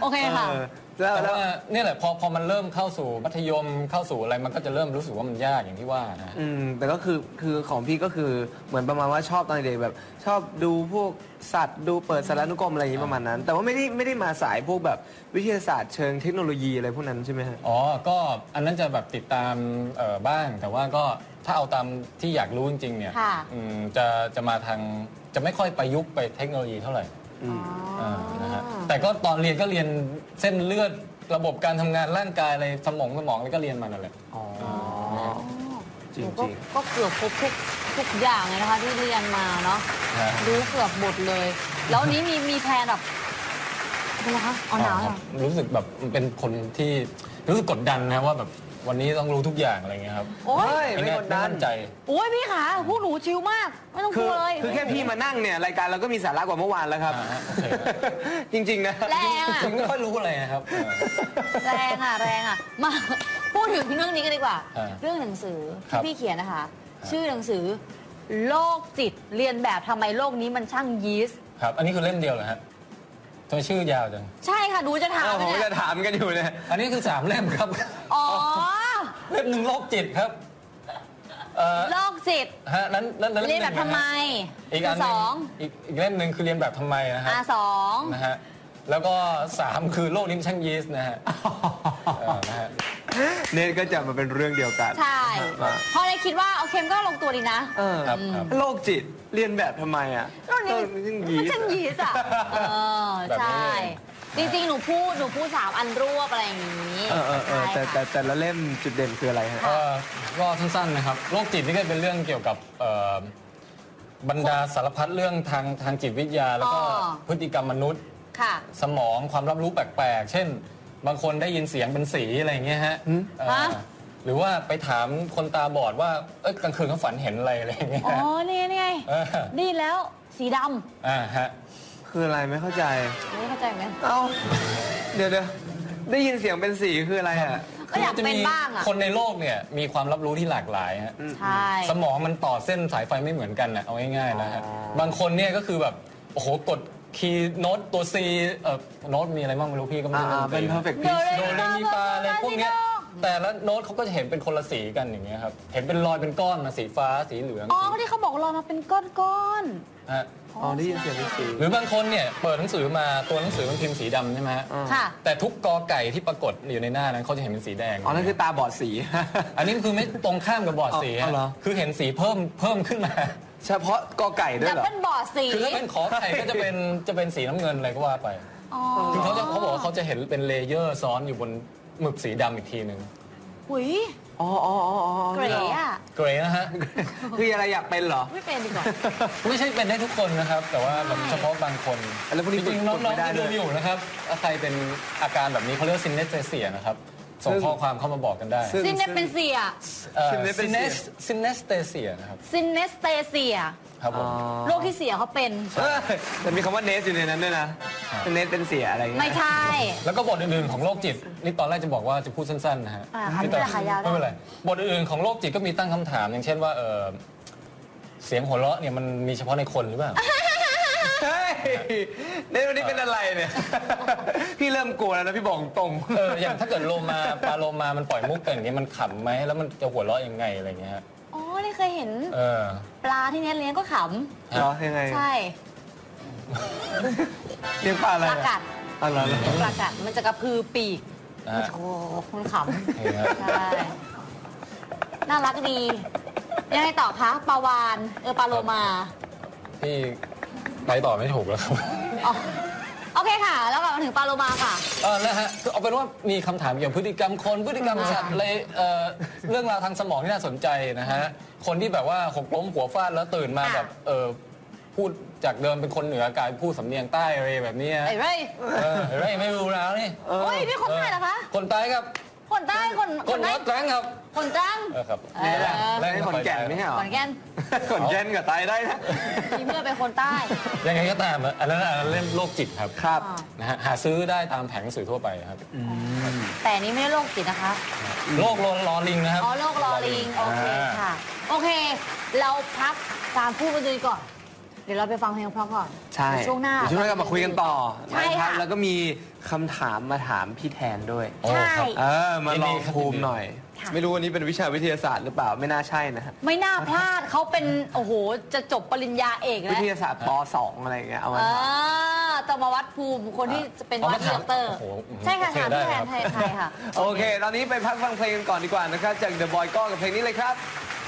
Speaker 8: โอเคค่ะ
Speaker 9: เออแล้ว
Speaker 7: แต่
Speaker 9: แล้ว
Speaker 7: ว่าเนี่ยแหละพอพอมันเริ่มเข้าสู่มัธยมเข้าสู่อะไรมันก็จะเริ่มรู้สึกว่ามันยากอย่างที่ว่านะ
Speaker 9: อืมแต่ก็คือคือของพี่ก็คือเหมือนประมาณว่าชอบตอนเด็กแบบ ชอบดูพวกสัตว์ดูเปิดสารานุกรมอะไรอย่างนี้ประมาณนั้น แต่ว่าไม่ได้ไม่ได้มาสายพวกแบบวิทยาศาสตร์เชิงเทคโนโลยีอะไรพวกนั้นใช่ไหมฮะ
Speaker 7: อ๋อ ก็อันนั้นจะแบบติดตามเอ่อบ้าง แต่ว่าก็ถ้าเอาตามที่อยากรู้จริงๆเนี่ย
Speaker 8: ค่ะ
Speaker 7: อืมจะจะมาทางจะไม่ค่อยประยุกต์ไปเทคโนโลยีเท่าไหร่
Speaker 8: อ๋อ
Speaker 7: านะฮะแต่ก็ตอนเรียนก็เรียนเส้นเลือดระบบการทำงานร่างกายอะไรสมองสมองอะไรก็เรียนมานั่นแหละ
Speaker 9: อ๋อ จ
Speaker 8: ห
Speaker 9: ริ
Speaker 8: นู
Speaker 9: ง
Speaker 8: ก็
Speaker 9: ๆ
Speaker 8: ก็เกือบครบทุกทุกอย่างเลยนะคะที่เรียนมาเนาะ
Speaker 7: ฮะ
Speaker 8: รู้เกือบหมดเลย แล้วนี้มีมีแพลนแบบเป็นไรคะอ๋อหนาวเหรอ
Speaker 7: รู้สึกแบบเป็นคนที่รู้สึกกดดันนะว่าแบบวันนี้ต้องรู้ทุกอย่างอะไรเงี้ยครับ
Speaker 8: โอ๊ย
Speaker 9: ไม่ไม่กดดัน
Speaker 7: มั่ใจ
Speaker 8: โอ้ยพี่ขาพวกหนูชิลมาก ไม่ต้องก
Speaker 9: คื
Speaker 8: ลัว
Speaker 9: อ
Speaker 8: เลย
Speaker 9: คือแค่พี่มานั่งเนี่ย รายการเราก็มีสาระกว่าเมื่อวานแล้วครับ
Speaker 7: อ่าฮะโอเค
Speaker 9: จริง ๆ นะ
Speaker 8: แรงอ่ะ
Speaker 7: ไม่ค่อยรู้อะไรนะครับเออ
Speaker 8: แรงอ่ะ แรงอ่ะ มาพูดถึงเรื่องนี้กันดีกว่า
Speaker 7: อ่า
Speaker 8: เรื่องหนังสือ
Speaker 7: ครับ
Speaker 8: ที่พี่เขียนนะคะ ชื่อหนังสือ โลกจิตเรียนแบบทำไมโลกนี้มันช่างยีสต์
Speaker 7: ครับ อันนี้คือเล่มเดียวเหรอฮะทำไมชื่อยาวจัง
Speaker 8: ใช่ค่ะดูจะถาม
Speaker 9: เอาผม
Speaker 8: เนี่
Speaker 9: จะ
Speaker 8: ย
Speaker 9: ถามกันอยู่เนี่ย
Speaker 7: อันนี้คือสามเล่มครับ
Speaker 8: อ๋อ
Speaker 7: เล่มหนึ่งโรคจิตครับ เอ่อ
Speaker 8: โลกจิต
Speaker 7: ฮะนั้นนั้นนั้น
Speaker 8: เรียนแบบทำไม
Speaker 7: อีกอันห
Speaker 8: ส
Speaker 7: นึ่ง
Speaker 8: อง
Speaker 7: อีกอีกเล่มหนึ่งคือเรียนแบบทำไมนะฮะ
Speaker 8: อาสอง
Speaker 7: นะฮะ แล้วก็สามคือโรคลิ้นช่างยีสต์นะฮะเออนะฮะ
Speaker 9: เนทก็จะมาเป็นเรื่องเดียวกัน
Speaker 8: ใช่พอได้คิดว่าโอเคมนก็ลงตัวดีนะ
Speaker 9: เออ
Speaker 7: ครับครับ
Speaker 9: โรคจิตเรียนแบบทำไมอ่ะ
Speaker 8: โลกนี้
Speaker 9: ต้
Speaker 8: มัน
Speaker 9: อง
Speaker 8: มัน
Speaker 9: ยีสต์
Speaker 8: ช่างยีสต์อ่ะเออ
Speaker 7: แบบนี้
Speaker 8: ใช่
Speaker 7: เ
Speaker 8: จริงๆ หนูพูดหนูพูดสามอันรวบอะไรอย่างนี้
Speaker 9: เออเออเออแต่
Speaker 8: ใช่
Speaker 9: แต่
Speaker 8: ค่ะ
Speaker 9: แต่ละเล่มจุดเด่นคืออะไรฮะ
Speaker 7: เอ่อก็สั้นๆนะครับ โรคจิตนี่ก็เป็นเรื่องเกี่ยวกับเอ่อบรรดาสารพัดเรื่องทางทางจิตวิทยา แล้วก็
Speaker 8: อ๋อ
Speaker 7: พฤติกรรมมนุษย์
Speaker 8: ค่ะ
Speaker 7: สมองความรับรู้แปลกๆ เช่น บางคนได้ยินเสียงเป็นสีอะไรอย่างเงี้ยฮะเอ่อ
Speaker 8: ฮะ
Speaker 7: หรือว่าไปถามคนตาบอดว่า เอ้ยกลางคืนเขาฝันเห็นอะไรอะไรอย่างเงี้ย
Speaker 8: อ๋
Speaker 7: ฮะ
Speaker 8: อนี่นี่ไง
Speaker 7: เออ
Speaker 8: ดีแล้วสีด
Speaker 7: อ่าฮะ
Speaker 9: คืออะไรไม่เข้าใจ
Speaker 8: ำไม่เข้าใจไหมอนกัน
Speaker 9: เอ้า เดี๋ยวเดี๋ยวได้ยินเสียงเป็นสีคืออะไรอ่ะ
Speaker 8: ก็อยากเป็นบ้างอะ
Speaker 7: คนในโลกเนี่ยมีความรับรู้ที่หลากหลายฮะ
Speaker 8: ใช่
Speaker 7: สมองมันต่อเส้นสายไฟไม่เหมือนกันนะเอาง่ายๆนะฮะ บางคนเนี่ยก็คือแบบ โอ้โห กดคีย์โน้ตตัว C เอ่อโน้ตมีอะไรบ้างไม่รู้พี่ก็ไม่
Speaker 9: อ่า
Speaker 7: รู้
Speaker 9: อ่าเป็น
Speaker 7: ดนตรี
Speaker 9: perfect
Speaker 8: เดี๋ยวเล
Speaker 9: pitch
Speaker 8: ย
Speaker 7: โดเรมีฟาอะไรพวกเนี้ยแต่ละโน้ตเขาก็จะเห็นเป็นคนละสีกันอย่างเงี้ยครับ เห็นเป็นรอยเป็นก้อนนะสีฟ้าสีเหลือง
Speaker 8: อ๋อที่เขาบอกรอมาเป็นก้อน
Speaker 7: ฮะ
Speaker 9: อ๋อได้ยินเสียงเป็นสี
Speaker 7: หรือบางคนเนี่ยเปิดหนังสือมาตัวหนังสือมันพิมพ์สีดำใช่ไหมฮะ
Speaker 9: อ่า
Speaker 8: ๆค่ะ
Speaker 7: แต่ทุกกอไก่ที่ปรากฏอยู่ในหน้านั้นเขาจะเห็นเป็นสีแดง
Speaker 9: อ๋อนั่นคือตาบอดสี
Speaker 7: อันนี้คือไม่ตรงข้ามกับบอร์ดสี
Speaker 9: อ๋อ
Speaker 7: ฮะ
Speaker 9: เหรอ
Speaker 7: คือเห็นสีเพิ่มเพิ่มขึ้นมา
Speaker 9: เฉพาะกอไก่ด้วย
Speaker 8: ดับ
Speaker 9: เหรอ
Speaker 8: เบิลบอร์ดสี
Speaker 7: คือถ้าเป็นขอไข่ก็จะเป็นจะเป็นสีน้ำเงินอะไรก็ว่าไป
Speaker 8: อ๋อ
Speaker 7: คือเขาจะเขาบอกว่าเขาจะเห็นเป็นเลเยอร์ซ้อนอยู่บนหมึกสีดำอีกทีหนึ่ง
Speaker 8: หุย
Speaker 9: อ๋ออ๋ออ๋ออ๋อ
Speaker 8: เกรย์อะ
Speaker 7: เกรย์นะฮะ
Speaker 9: คืออะไรอยากเป็นเหรอ
Speaker 8: ไม่เป็นดีกว่า
Speaker 7: ไม่ใช่เป็นได้ทุกคนนะครับ แต่ว่าแบบเฉพาะบางคน
Speaker 9: แล้วพวกนี้
Speaker 7: จริงๆน้
Speaker 9: ฝึกไม่
Speaker 7: องๆ
Speaker 9: ได้
Speaker 7: ที่
Speaker 9: ด้
Speaker 7: ดู
Speaker 9: วย
Speaker 7: อยู่นะครับใครเป็นอาการแบบนี้เขาเรียกว่าซินเนสเซียนะครับ ส่งข้อความเข้ามาบอกกันได้
Speaker 9: ซึ่ง
Speaker 8: ซินเนสเป็นเสีย
Speaker 7: ซินเน
Speaker 9: synesthesia
Speaker 7: สซินเนสเเซียนะครับ
Speaker 8: ซินเนสเตเซีย
Speaker 7: ครับผม
Speaker 8: โรคที่เสียเขาเป็น
Speaker 9: เออแต่มีคำว่าเนสอยู่ในนั้นด้วยนะ
Speaker 7: ครับ
Speaker 9: เนสเป็นเสียอะไรอย่าง
Speaker 8: ไม่
Speaker 9: เงี้ย
Speaker 8: ใช่
Speaker 7: แล้วก็บทอื่นๆของโรคจิตนี่ตอนแรกจะบอกว่าจะพูดสั้นๆนะฮะ
Speaker 8: อ่าครับ
Speaker 7: พี่เต๋อ
Speaker 8: ไม่เป็นไรค่ะยาวได้
Speaker 7: ไม่เป็นไรบทอื่นๆของโรคจิตก็มีตั้งคำถาม อย่างเช่นว่าเออเสียงหัวเราะเนี่ยมันมีเฉพาะในคนหรือเปล่า
Speaker 9: เฮ้ยเนสวันนี้เป็นอะไรเนี่ย พี่เริ่มกลัวแล้วนะพี่บอกตรง
Speaker 7: เอออย่างถ้าเกิดโลมาปลาโลมามันปล่อยมุกกันอย่างเงี้ยมันขำไหมแล้วมันจะหัวเราะยังไงอะไรเงี้ยฮะ
Speaker 8: อ๋อนี่เคยเห็น
Speaker 7: เออ
Speaker 8: ปลาที่เนี้ยเลี้ยงก็ข
Speaker 9: เหรอยังไง
Speaker 8: ำ
Speaker 9: อะ
Speaker 8: ใช่
Speaker 9: เรียกปลาอะ
Speaker 8: ป
Speaker 9: ไร
Speaker 8: ลากั
Speaker 9: อะ
Speaker 8: ด
Speaker 9: อ๋อเหรอเหรอ
Speaker 8: เลี้ยงปลากัดมันจะกระพือปีก
Speaker 7: อ่า
Speaker 8: โอ้โหคุณขำ
Speaker 7: เห็นไหมฮะ
Speaker 8: ใช่ น่ารักดี ยังไงต่อคะปลาวาน เออปลาโลมา
Speaker 7: พี่ไปต่อไม่ถูกแล้วครับ
Speaker 8: อ๋อโอเคค่ะ แล้วกลับมาถึงปลาโลมาค่ะ
Speaker 7: เออนะฮะคือเอาเป็นว่ามีคำถามเกี่ยวกับพฤติกรรมคนพฤติกรรมสัตว์อะไรเอ่อเรื่องราวทางสมองที่น่าสนใจนะฮะคนที่แบบว่าหกล้มหัวฟาดแล้วตื่นมา
Speaker 8: อ่ะ
Speaker 7: แบบเออ พูดจากเดิมเป็นคนเหนือกลายพูดสำเนียงใต้อะไรแบบเนี้ย
Speaker 8: ไอ้เร่ย
Speaker 7: เออเฮ้ยไม่รู้แล้วนี่
Speaker 8: โอ้ยนี่คนใต้เหรอคะ
Speaker 7: คนใต้ครับ
Speaker 8: คนใต้คน
Speaker 7: ค
Speaker 8: คน นใต้
Speaker 7: วัดแรงครับ
Speaker 8: คนจัง
Speaker 7: เออครับ
Speaker 8: เออ
Speaker 7: แร
Speaker 9: แล้
Speaker 7: ง
Speaker 9: วขอนแก่นไม่ใช่เหรอ
Speaker 8: ขอนแก่น
Speaker 9: ขอนแก่นกับตายได้นะ
Speaker 8: มีเมื่อเป็นคนใต้
Speaker 7: ยังไงก็ตามอะอันนั้นอันนั้นเล่นโรคจิตครับ
Speaker 9: ครับ
Speaker 8: อ่า
Speaker 7: นะฮะหาซื้อได้ตามแผงหนังสือทั่วไปครับ
Speaker 8: แต่อันนี้ไม่ได้โรคจิตนะคะ
Speaker 7: โรคลอลอลิงนะครับ
Speaker 8: อ๋อโรคลอลิง โอเค
Speaker 7: อ่า
Speaker 8: ค่ะ โอเค เราพักการพูดมาดูก่อน เดี๋ยวเราไปฟังเพลงเพราะก่อน
Speaker 9: ใช่
Speaker 8: เดี๋ยวช่วงหน้า
Speaker 9: เดี๋ยวช่วงหน้ากลับมาคุยกันต่อ
Speaker 8: ใช่
Speaker 9: นรับ
Speaker 8: ค่ะ
Speaker 9: แล้วก็มีคำถามมาถามพี่แทนด้วย
Speaker 7: โอ้
Speaker 8: ใช่
Speaker 7: ครับ
Speaker 9: เออ มาลอง
Speaker 7: ยินดีครับ
Speaker 9: ภู
Speaker 7: ยิน
Speaker 9: มิ
Speaker 7: ดี
Speaker 9: หน่อย
Speaker 8: ค่ะ
Speaker 9: ไม่รู้วันนี้เป็นวิชาวิทยาศาสตร์หรือเปล่า ไม่น่าใช่นะฮะ
Speaker 8: ไม่น่าพลาดเขาเป็น โอ้โห จะจบปริญญาเอก
Speaker 9: วิ
Speaker 8: แล้ว
Speaker 9: ทยาศาสตร์ป .2 อะไรอย่างเงี้ย เอามา
Speaker 8: เอ
Speaker 9: ถาม
Speaker 8: อต้องมาวัดภูมิคนที่จะเป็น
Speaker 7: เอา
Speaker 8: วั
Speaker 7: มา
Speaker 8: ดด
Speaker 7: ถาม
Speaker 8: อกเตอร์
Speaker 7: โอ้โห
Speaker 8: ใช่ค่ะ
Speaker 7: โอเค
Speaker 8: ถาม
Speaker 7: ได้
Speaker 8: พี่แท
Speaker 7: ครั
Speaker 8: น
Speaker 7: บ
Speaker 8: ไทยไทยค่ะ
Speaker 9: โอเค ตอนนี้ไปพักฟังเพลงกันก่อนดีกว่านะครับ จาก The Boy ก็กับเพลงนี้เลยครับ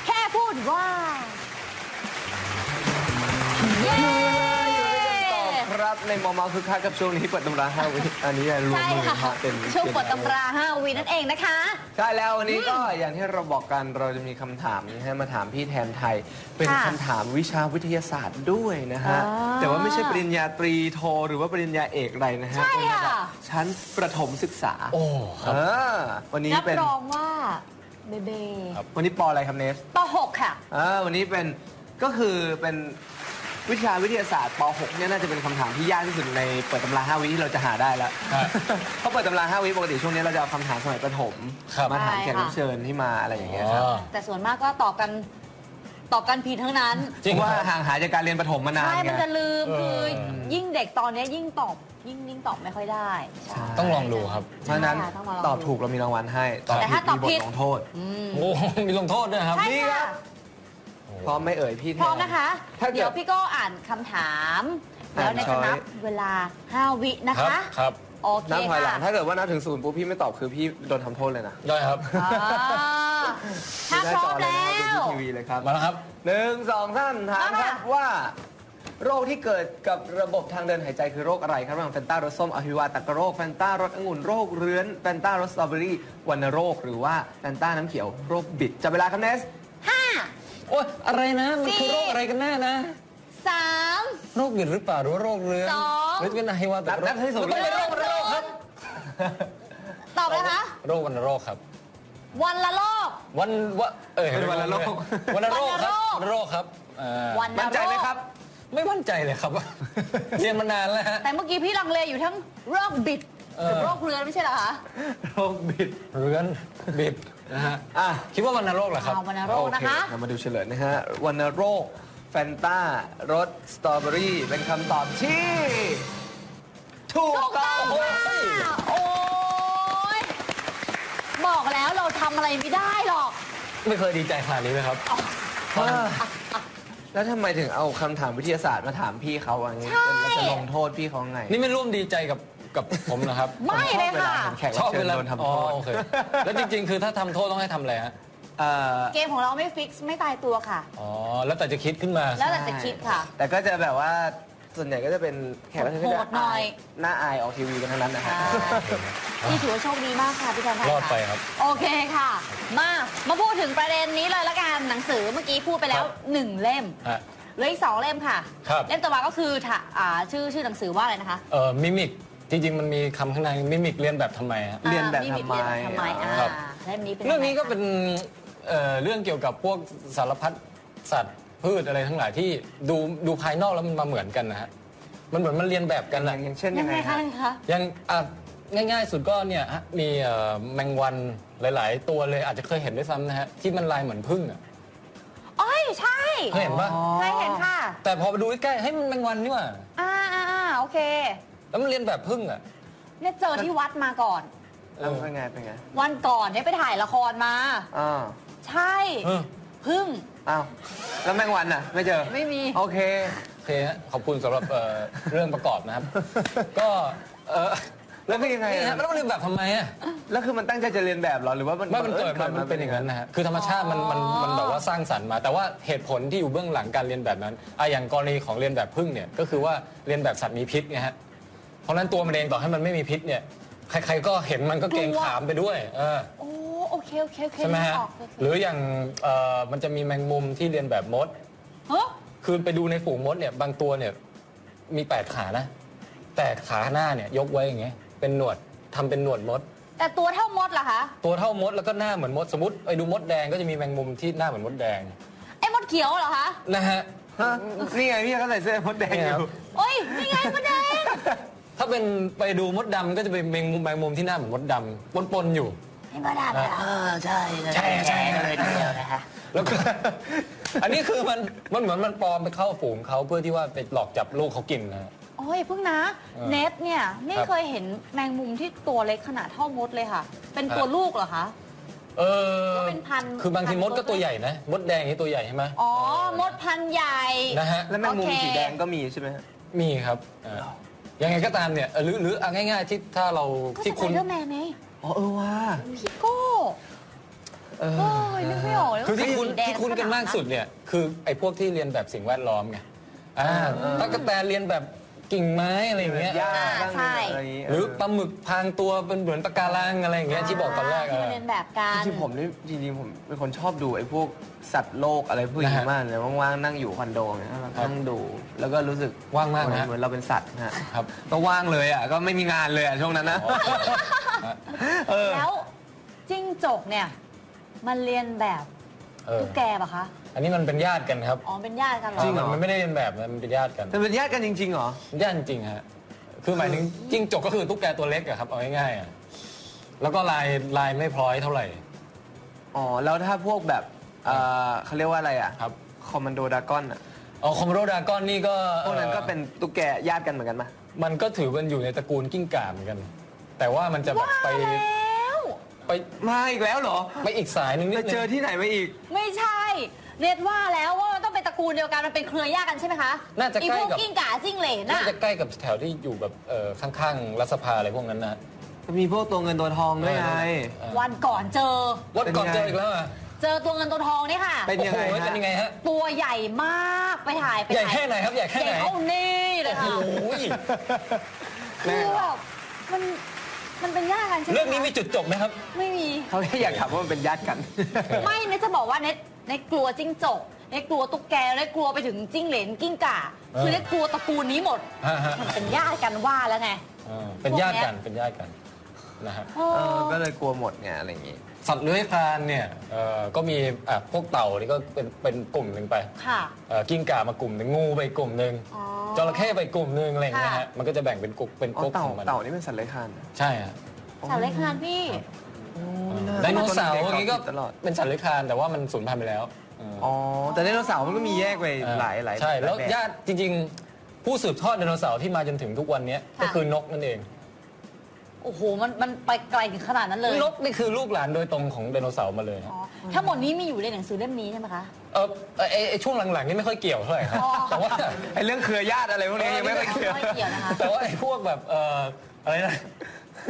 Speaker 8: แค่พูดว่า เย้
Speaker 9: ต่อครับ ในมอมาคือค่ากับช่วงนี้เปิดตำราห้าวิอันนี้รวม
Speaker 8: ใช่
Speaker 9: มือ
Speaker 8: ค่ะ
Speaker 9: ฮะเป็น
Speaker 8: ช่วงเปิดตำรา5วีนั่นเองนะคะ
Speaker 9: ใช่แล้ววันนี้ก็อย่างที่เราบอกกันเราจะมีคำถามนะฮะมาถามพี่แทนไทย เป็น
Speaker 8: ค่ะ
Speaker 9: คำถามวิชาวิทยาศาสตร์ด้วยนะฮะ
Speaker 8: อ๋อ
Speaker 9: แต่ว่าไม่ใช่ปริญญาตรีโท หรือว่าปริญญาเอกอะไรนะฮะ
Speaker 8: ใช่
Speaker 9: เป็น
Speaker 8: ค่ะ
Speaker 9: ระดับชั้นประถมศึกษา
Speaker 7: โอ้ครับ
Speaker 9: เออวันนี้
Speaker 8: รับ
Speaker 9: เป็น
Speaker 8: รองว่าเบเบ
Speaker 7: ครับ
Speaker 9: วันนี้ปออะไรครับเนส
Speaker 8: ป .6 ค่ะ
Speaker 9: อ่าวันนี้เป็นก็คือเป็นวิชาวิทยาศาสตร์ป .6 เนี่ยน่าจะเป็นคำถามที่ยากที่สุดในเปิดตำรา5วิที่เราจะหาได้แล้ว
Speaker 7: ฮะ
Speaker 9: เพราะเปิดตำรา5วิปกติช่วงนี้เราจะเอาคำถามสมัยประถม
Speaker 7: ครับ
Speaker 9: มาถาม
Speaker 8: ใช่
Speaker 9: แขก
Speaker 8: ค่ะ
Speaker 9: รับเชิญที่มาอะไรอย่างเงี้ยครับ
Speaker 7: อ๋อ
Speaker 8: แต่ส่วนมากก็ตอบกันตอบกันผิดทั้งนั้น
Speaker 7: จริง
Speaker 9: เพราะ
Speaker 7: ค
Speaker 9: ว่า
Speaker 7: รับ
Speaker 9: ห่างหายจากการเรียนประถมมานาน
Speaker 8: ใช่
Speaker 9: ไง
Speaker 8: มันจะลืม
Speaker 7: เออ
Speaker 8: คือยิ่งเด็กตอนเนี้ยยิ่งตอบยิ่งยิ่งตอบไม่ค่อยได้ใช่
Speaker 7: ต้องลองดูครับ
Speaker 9: เพราะฉะนั้น
Speaker 8: ใช่ค่ะต้องมาลอง
Speaker 9: ตอบถูกเรามีรางวัลให้ตอบ
Speaker 8: แต่
Speaker 9: ผิ
Speaker 8: ถ้า
Speaker 9: ด
Speaker 8: ตอบ
Speaker 9: มี
Speaker 8: บ
Speaker 9: ท
Speaker 8: ผิด
Speaker 9: ลงโทษ
Speaker 8: อืม
Speaker 7: โอ้โหมีลงโทษด้วยครับ
Speaker 8: ใช่ค่ะ
Speaker 9: พร้อมไหม่เอ่ยพี่แท
Speaker 8: พร้อมนะคะ
Speaker 9: ถ้าเกิ
Speaker 8: เดี๋ยว
Speaker 9: ด
Speaker 8: พี่โก็อ่านคำถาม
Speaker 9: อ่าน
Speaker 8: แล้วในจะนับ
Speaker 9: ช้อย
Speaker 8: เวลา 5 วินะ
Speaker 7: ครั
Speaker 8: คะ
Speaker 7: ครับ
Speaker 8: โอเค
Speaker 9: นับถอยหลั
Speaker 8: ค่ะ
Speaker 9: งถ้าเกิดว่านับถึงศูนย์ปุ๊บพี่ไม่ตอบคือพี่โดนทำโทษเลยนะ
Speaker 7: ได้ครับ
Speaker 8: อ่าถ้า
Speaker 9: หน้
Speaker 8: พร้อ
Speaker 9: จ
Speaker 8: ม
Speaker 9: เลย
Speaker 8: แล้
Speaker 9: นะ
Speaker 8: ว
Speaker 9: ดูที่ทีวีเลยครับ
Speaker 7: มาแล้วครับ
Speaker 9: หนึ่งสองสามถาม
Speaker 8: มา
Speaker 9: ค
Speaker 8: ค่ะ
Speaker 9: รับว่า โรคที่เกิดกับระบบทางเดินหายใจคือโรคอะไรครับระหว่างแฟนต้ารสส้มอหิวาตกโรคแฟนต้ารสองุ่นโรคเรื้อนแฟนต้ารสสตรอเบอรี่วันโรคหรือว่าแฟนต้าน้ำเขียวโรคบิดจับเวลาครับเนส
Speaker 7: โอ้ยอะไรนะ มันคือโรคอะไรกันแน่นะ
Speaker 8: สาม
Speaker 7: โรคบิดหรือเปล่าหรือว่าโรคเรื้อน
Speaker 8: สอง
Speaker 7: หรือเป็นอะไรวะแต่
Speaker 9: นับนับให้สุด
Speaker 7: โรค
Speaker 9: เลย
Speaker 8: ตอบเลยคะ
Speaker 7: โรควันโรคครับ
Speaker 8: วันละโลก
Speaker 7: วันวะเอ้ย
Speaker 9: เป็นวันโรค
Speaker 7: วันโรคครับ
Speaker 8: วั
Speaker 7: วัน
Speaker 8: ณ
Speaker 7: โร
Speaker 8: โร
Speaker 7: ค
Speaker 8: ค
Speaker 7: ครับเอ่อ
Speaker 8: วัน
Speaker 9: มั่
Speaker 8: ละ
Speaker 9: นใจไหมครับ
Speaker 7: ไม่มั่นใจเลยครับ เรียนมานานแล้วฮะ
Speaker 8: แต่เมื่อกี้พี่ลังเลอยู่ทั้งโรคบิด
Speaker 7: เออ
Speaker 8: กับโรคเรื้อนไม่ใช่เหรอคะ
Speaker 9: โรคบิด
Speaker 7: เรื้อนบิดนะฮะ
Speaker 9: อ่ะ
Speaker 7: คิดว่าวันโรคเหรอครับ
Speaker 8: เอาวันละโรคนะคะ
Speaker 9: เรามาดูเฉลยนะฮะวันโรคแฟนต้ารสสตรอเบอรี่เป็นคำตอบที่ถูก
Speaker 8: ถูก
Speaker 9: ต้
Speaker 8: ต้
Speaker 9: อ
Speaker 8: อง งค่ะโอ้ยบอกแล้วเราทำอะไรไม่ได้หรอก
Speaker 7: ไม่เคยดีใจขนาดนี้เลยครับ
Speaker 9: เออแล้วทำไมถึงเอาคำถามวิทยาศาสตร์มาถามพี่เขาอย่างนี้
Speaker 8: ใช่
Speaker 9: แล้วจะลงโทษพี่เขาไง
Speaker 7: นี่ไม่ร่วมดีใจกับกับผมนะครับ
Speaker 8: ไม่เลยค่ะ
Speaker 9: ชอบวาห็นแขกรับเชิญโดนทำ
Speaker 7: อ๋
Speaker 9: โท
Speaker 7: อ
Speaker 9: ษ
Speaker 7: โอเคแล้วจริง ๆ คือถ้าทำโทษต้องให้ทำอะไรฮะ
Speaker 9: เอ่อ
Speaker 8: เกมของเราไม่ฟิกซ์ไม่ตายตัว ค่ะ
Speaker 7: อ๋อแล้วแต่จะคิดขึ้นมา
Speaker 8: แล้วแต่จะคิดค่ะ
Speaker 9: แต่ก็จะแบบว่าส่วนใหญ่ก็จะเป็นแขกรับเชิญที่จะ
Speaker 8: โหดหน่อย
Speaker 9: หน้าอายออกทีวีกันทั้งนั้นนะฮะ
Speaker 8: นี่ถือว่าโชคดีมากค่ะพี่แทนไทย
Speaker 7: รอดไปครับ
Speaker 8: โอเคค่ะ มามาพูดถึงประเด็นนี้เลยละกันหนังสือเมื่อกี้พูดไปแล้วหนึ่งเล่ม
Speaker 7: ฮะ
Speaker 8: เหลืออีกสองเล่มค่ะ
Speaker 7: ครับ
Speaker 8: เล่มต่อมาก็คือถะอ่าชื่อชื่อหนังสือว่าอะไรนะคะ
Speaker 7: เอ่อมิมิกจริง ๆ มันมีคำข้างในมิมิกเรียนแบบทำไมฮะ
Speaker 9: เรียนแบบ
Speaker 8: อ่า
Speaker 9: ทำไม
Speaker 8: เรียนแบบทำไมอ่า
Speaker 7: ครับ
Speaker 8: เล่มนี้เป็น
Speaker 7: เรื่องนี้ก็
Speaker 8: ยัไคะ
Speaker 7: เป็นเอ่อเรื่องเกี่ยวกับพวกสารพัดสัตว์พืชอะไรทั้งหลายที่ดูดูภายนอกแล้วมันมาเหมือนกันนะฮะมันเหมือนมันเรียนแบบกัน
Speaker 9: อ
Speaker 7: แหละ
Speaker 9: ย่างอย่างเช่น
Speaker 8: ยั
Speaker 9: ยัง ง
Speaker 8: ไง
Speaker 9: ไง
Speaker 8: คะ
Speaker 9: ฮะ
Speaker 8: ยังไงคะ
Speaker 7: ยังอ่ะง่ายๆสุดก็เนี่ยฮะมีเอ่อแมงวันหลาย ๆ ตัวเลยอาจจะเคยเห็นด้วยซ้ำนะฮะที่มันลายเหมือนพึ่งอ่ะ
Speaker 8: โอ้ยใช่
Speaker 7: เคยเห็นปะ
Speaker 8: ใช่เห็นค่ะ
Speaker 7: แต่พอไปดูใกล้ๆให้ยมันแมงวันนี่หว่า
Speaker 8: อ่าอ่าอ่าโอเค
Speaker 7: แล้วมันเรียนแบบพึ่งอ่ะ
Speaker 8: เนี่ยเจอที่วัดมาก่อน
Speaker 9: แล้วเป็นไงเป็นไง
Speaker 8: วันก่อนเนี่ยไปถ่ายละครมา
Speaker 9: อ้าว
Speaker 8: ใช่
Speaker 7: เออ
Speaker 8: พึ่ง
Speaker 9: อ้าวแล้วแมงวันน่ะ ไม่เจอ
Speaker 8: ไม่มี
Speaker 9: โอเค
Speaker 7: โอเคฮะขอบคุณสำหรับเอ่อ เรื่องประกอบ นะครับ ก็เออ
Speaker 9: แล้วคือยังไง
Speaker 7: นี่
Speaker 9: อะ
Speaker 7: ฮะมันต้องเรียนแบบทำไมอ่ะ
Speaker 9: แล้วคือมันตั้งใจจะเรียนแบบเหรอหรือว่ามัน
Speaker 7: ไม่มันเกิดมามันเป็นอย่างนั้นนะฮะคือธรรมชาติมันมันมันแบบว่าสร้างสรรค์มา แต่ว่าเหตุผลที่อยู่เบื้องหลังการเรียนแบบนั้นอ่ะอย่างกรณีของเรียนแบบพึ่งเนี่ยก็คือว่าเรียนแบบสัตว์มีพิษไงฮะเพราะฉะนั้นตัวมันเองต่อให้มันไม่มีพิษเนี่ยใครๆก็เห็นมันก็เกรงขามไปด้วยเออ
Speaker 8: โอ้โอเคโอเคโอเค
Speaker 7: ใช่ไหม
Speaker 8: นึ
Speaker 7: ฮะ
Speaker 8: กออกโอเค
Speaker 7: หรืออย่างเอ่อมันจะมีแมงมุมที่เรียนแบบมด
Speaker 8: เฮ้ย
Speaker 7: คือไปดูในฝูงมดเนี่ยบางตัวเนี่ยมีแปดขานะ แต่ขาหน้าเนี่ยยกไว้อย่างเงี้ยเป็นหนวดทำเป็นหนวดมด
Speaker 8: แต่ตัวเท่ามดเหรอคะ
Speaker 7: ตัวเท่ามดแล้วก็หน้าเหมือนมดสมมติไปดูมดแดงก็จะมีแมงมุมที่หน้าเหมือนมดแดง
Speaker 8: ไอ้มดเขียวเหรอคะ
Speaker 7: นะฮะ
Speaker 9: ฮะนี่ไงพี่เขาใส่เสื้อมดแดงอยู่
Speaker 8: โอ้ยนี่ไงมดแดง
Speaker 7: ถ้าเป็นไปดูมดดำก็จะเป็นแมงมุมแมงมุมที่หน้าเหมือนมดดำปนๆอยู่
Speaker 8: ไอ้มดดำเหรอเออใช่
Speaker 7: ใช่ใช่ก็เลยเที่ยวนะฮะแล้วก็ อันนี้คือมันมันเหมือนมันปลอมไปเข้าฝูงเขาเพื่อที่ว่าไปหลอกจับลูกเขากินนะ
Speaker 8: โอ้ยเพิ่งนะ
Speaker 7: เออ
Speaker 8: เน็ตเนี่ยไม่
Speaker 7: ครับ
Speaker 8: เคยเห็นแมงมุมที่ตัวเล็กขนาดเท่ามดเลยค่ะ เป็นตั
Speaker 7: ค
Speaker 8: ว
Speaker 7: รับ
Speaker 8: ลูกเหรอคะ
Speaker 7: เออ
Speaker 8: ก็เป็นพัน
Speaker 7: คือบางทีมดก็ตัวใหญ่นะ มดแดงนี่ตัวใหญ่ใช่ไหม
Speaker 8: อ๋อมดพันธุ์ใหญ่
Speaker 7: นะฮะ
Speaker 9: แล้วแมงมุมสีแดงก็มีใช่ไหมฮะ
Speaker 7: มีครับอ่ายังไงก็ตามเนี่ยเออหรือหรือเอาง่าย ๆ ที่ถ้าเรา
Speaker 8: ก็
Speaker 7: ที่
Speaker 8: สไป
Speaker 7: คุณ
Speaker 8: เดอร์แมนไง
Speaker 9: อ๋อเออว่า
Speaker 8: พี่โก้
Speaker 9: เออ
Speaker 8: โอ้ยนึกไม่ออกเลย
Speaker 7: คือที่คุณ
Speaker 8: สีแดง
Speaker 7: ที่คุณกันมากสุดเนี่ยคือไอ้พวกที่เรียนแบบสิ่งแวดล้อมไงอ่าตั๊กแตนเรียนแบบกิ่งไม้อะไรอย่างเงี้ย
Speaker 9: ย่าบ้างอะไรอย่างงี้
Speaker 7: หรือปลาหมึกพรางตัวเป็นเหมือนปะการังอะไรอย่างเงี้ยที่บอกตอนแรก
Speaker 8: ที่
Speaker 7: อะ
Speaker 8: มันเป็นแบบการ
Speaker 9: จริงๆผมนี่จริงๆผมเป็นคนชอบดูไอ้พวกสัตว์โลกอะไรพวกนี้
Speaker 7: นะฮะ
Speaker 9: มากเลยว่างๆนั่งอยู่คอนโดเนี่ยนั่งดู แล้วก็รู้สึก
Speaker 7: ว่างมากนะฮะ
Speaker 9: เหมือนเราเป็นสัตว์นะฮะ
Speaker 7: ครับ
Speaker 9: ก็ว่างเลยอ่ะก็ไม่มีงานเลยอ่ะช่วงนั้นนะ เออ
Speaker 8: แล้วจิ้งจกเนี่ย มันเรียนแบบ
Speaker 7: เออ
Speaker 8: ตุ๊กแกปะคะ
Speaker 7: อันนี้มันเป็นญาติกันครับ
Speaker 8: อ๋อ เป็นญาติกันเหรอ
Speaker 9: จริงเหรอ
Speaker 7: มันไม่ได้เรียนแบบนะมันเป็นญาติกัน
Speaker 9: แต่เป็นญาติกันจริงๆเหรอ
Speaker 7: ญาติจริงฮะคือหมายถึงจิ้งจกก็คือตุ๊กแกตัวเล็กอะครับเอาง่ายๆอะแล้วก็ลายลายไม่พร้อยเท่าไหร่
Speaker 9: อ๋อ แล้วถ้าพวกแบบเอ่อเขาเรียกว่าอะไรอ่ะ
Speaker 7: ครับ
Speaker 9: คอมมานโดดากอนอ่ะ
Speaker 7: เอ๋อคอมโรดากอนนี่ก็
Speaker 9: พวกนั้นก็
Speaker 7: อ่อ
Speaker 9: เป็นตุ๊กแกญาติกันเหมือนกันไหม
Speaker 7: มันก็ถือมันอยู่ในตระกูลกิ้งก่าเหมือนกัน แต่ว่ามันจะแบบไป
Speaker 8: แล้ว
Speaker 7: ไป
Speaker 9: มาอีกแล้วเหรอ
Speaker 7: ไปอีกสายหนึงนิ
Speaker 9: ไป
Speaker 7: ดนึ
Speaker 9: เจองที่ไหนมาอีก
Speaker 8: ไม่ใช่ เนตว่าแล้วว่ามันต้องเป็นตระกูลเดียวกัน มันเป็นเครือญาติกันใช่ไหมคะ
Speaker 7: น่าจะ
Speaker 8: อี
Speaker 7: ใก
Speaker 8: พ
Speaker 7: ล้ว
Speaker 8: ก
Speaker 7: กับ
Speaker 8: กิ้งก่าจิ้งเหลน
Speaker 7: น่า
Speaker 8: อะ
Speaker 7: จะใกล้กับแถวที่อยู่แบบเอ่อข้างๆรัฐสภาอะไรพวกนั้นนะ
Speaker 9: มีพวกตัวเงินตัวทองด้วยไง
Speaker 7: เออ
Speaker 8: วันก่อนเจอ
Speaker 7: วันก่อน
Speaker 9: เป็นไง
Speaker 7: เจออีกแล้วอ่ะ
Speaker 8: เจอตัวเงินตัวทองเนี่ยค่ะ
Speaker 9: เป็นยังไง
Speaker 7: โอ้โห
Speaker 9: ฮะ
Speaker 7: เป็นยังไงฮะ
Speaker 8: ตัวใหญ่มากไปถ่ายไป
Speaker 7: ใหญ่
Speaker 8: ถ่าย
Speaker 7: แค่ไหนครับ ใหญ่แค่
Speaker 8: ให
Speaker 7: ไหน
Speaker 8: ญ่เท่านี้เลยค่ะ
Speaker 7: โอ้ย
Speaker 8: คือแบบมันมันเป็นญาติกันใช่ไหม
Speaker 7: เรื่องนี้
Speaker 8: คะ
Speaker 7: มีจุดจบไหมครับ
Speaker 8: ไม่มี
Speaker 9: เขาแค่อยากถามว่ามันเป็นญาติกัน
Speaker 8: ไม่เนทจะบอกว่าเนทเนทกลัวจิ้งจกเนทกลัวตุ๊กแกเนทกลัวไปถึงจิ้งเหลนกิ้งก่า
Speaker 7: เออ
Speaker 8: คือเนทกลัวตระกูลนี้หมด
Speaker 7: ฮะฮะ
Speaker 8: มันเป็นญาติกันว่าแล้วไง
Speaker 7: อ่าเป็นญาติกันเป็นญาติกันนะฮะ
Speaker 8: โอ้
Speaker 9: เออ ก็เลยกลัวหมดไงอะไรอย่างงี้
Speaker 7: สัตว์เลื้อยคลานเนี่ยเอ่อก็มีอ่ะพวกเต่านี่ก็เป็นเป็นกลุ่มหนึ่งไป
Speaker 8: ค่ะ
Speaker 7: เอ่อกิ้งก่ามากลุ่มหนึ่งงูไปกลุ่มหนึ่ง
Speaker 8: อ๋อ
Speaker 7: จระเข้ไปกลุ่มหนึ่งอะไรอย่างเงี้ยฮะ
Speaker 8: ค่ะ
Speaker 7: มันก็จะแบ่งเป็นกลุ่มเป็น
Speaker 9: อ๋อก
Speaker 7: ลุ่ม
Speaker 9: เต่า
Speaker 7: ของมัน
Speaker 9: เต่านี่เป็นสัตว์เลื้อยคลานเหรอ
Speaker 7: ใช่ฮะ
Speaker 8: สาวเล็กคานพี่
Speaker 7: ไดโนเสาร์
Speaker 9: ต
Speaker 7: อย่าง
Speaker 9: ด็
Speaker 7: งี้ก็
Speaker 9: ผิดตลอด
Speaker 7: เป็นสัตว์เลื้อยคลานแต่ว่ามันสูญพันธุ์ไปแล้วเออ
Speaker 9: อ๋อ แต่ไดโนเสาร์มันก็มีแยกไปหลายหลาย
Speaker 7: ใช่แล้ว
Speaker 9: บบ
Speaker 7: ญาติจริงๆ ผู้สืบทอดไดโนเสาร์ที่มาจนถึงทุกวันเนี้ย
Speaker 8: ค่ะ
Speaker 7: ก็คือนกนั่นเอง
Speaker 8: โอ้โห มันมันไปไกลถึงขนาดนั้นเลย
Speaker 7: นกนี่คือลูกหลานโดยตรงของไดโนเสาร์มาเลย
Speaker 8: อ๋อทั้งหมดนี้มีอยู่ในหนังสือเล่มนี้ใช่ไหมคะ
Speaker 7: เออไอไอ้ไอช่วงหลังๆนี่ไม่ค่อยเกี่ยวเท่าไหร่ครับ
Speaker 8: อ๋อ
Speaker 7: แต่ว่า
Speaker 9: ไอ้เรื่องเครือญาติอะไรพวกนี้ยังไม่ค่อยเกี่ยว
Speaker 8: ไม่เกี่ยวนะคะ
Speaker 7: แต่ว่าไอพวกแบบเอ่ออะไรนะ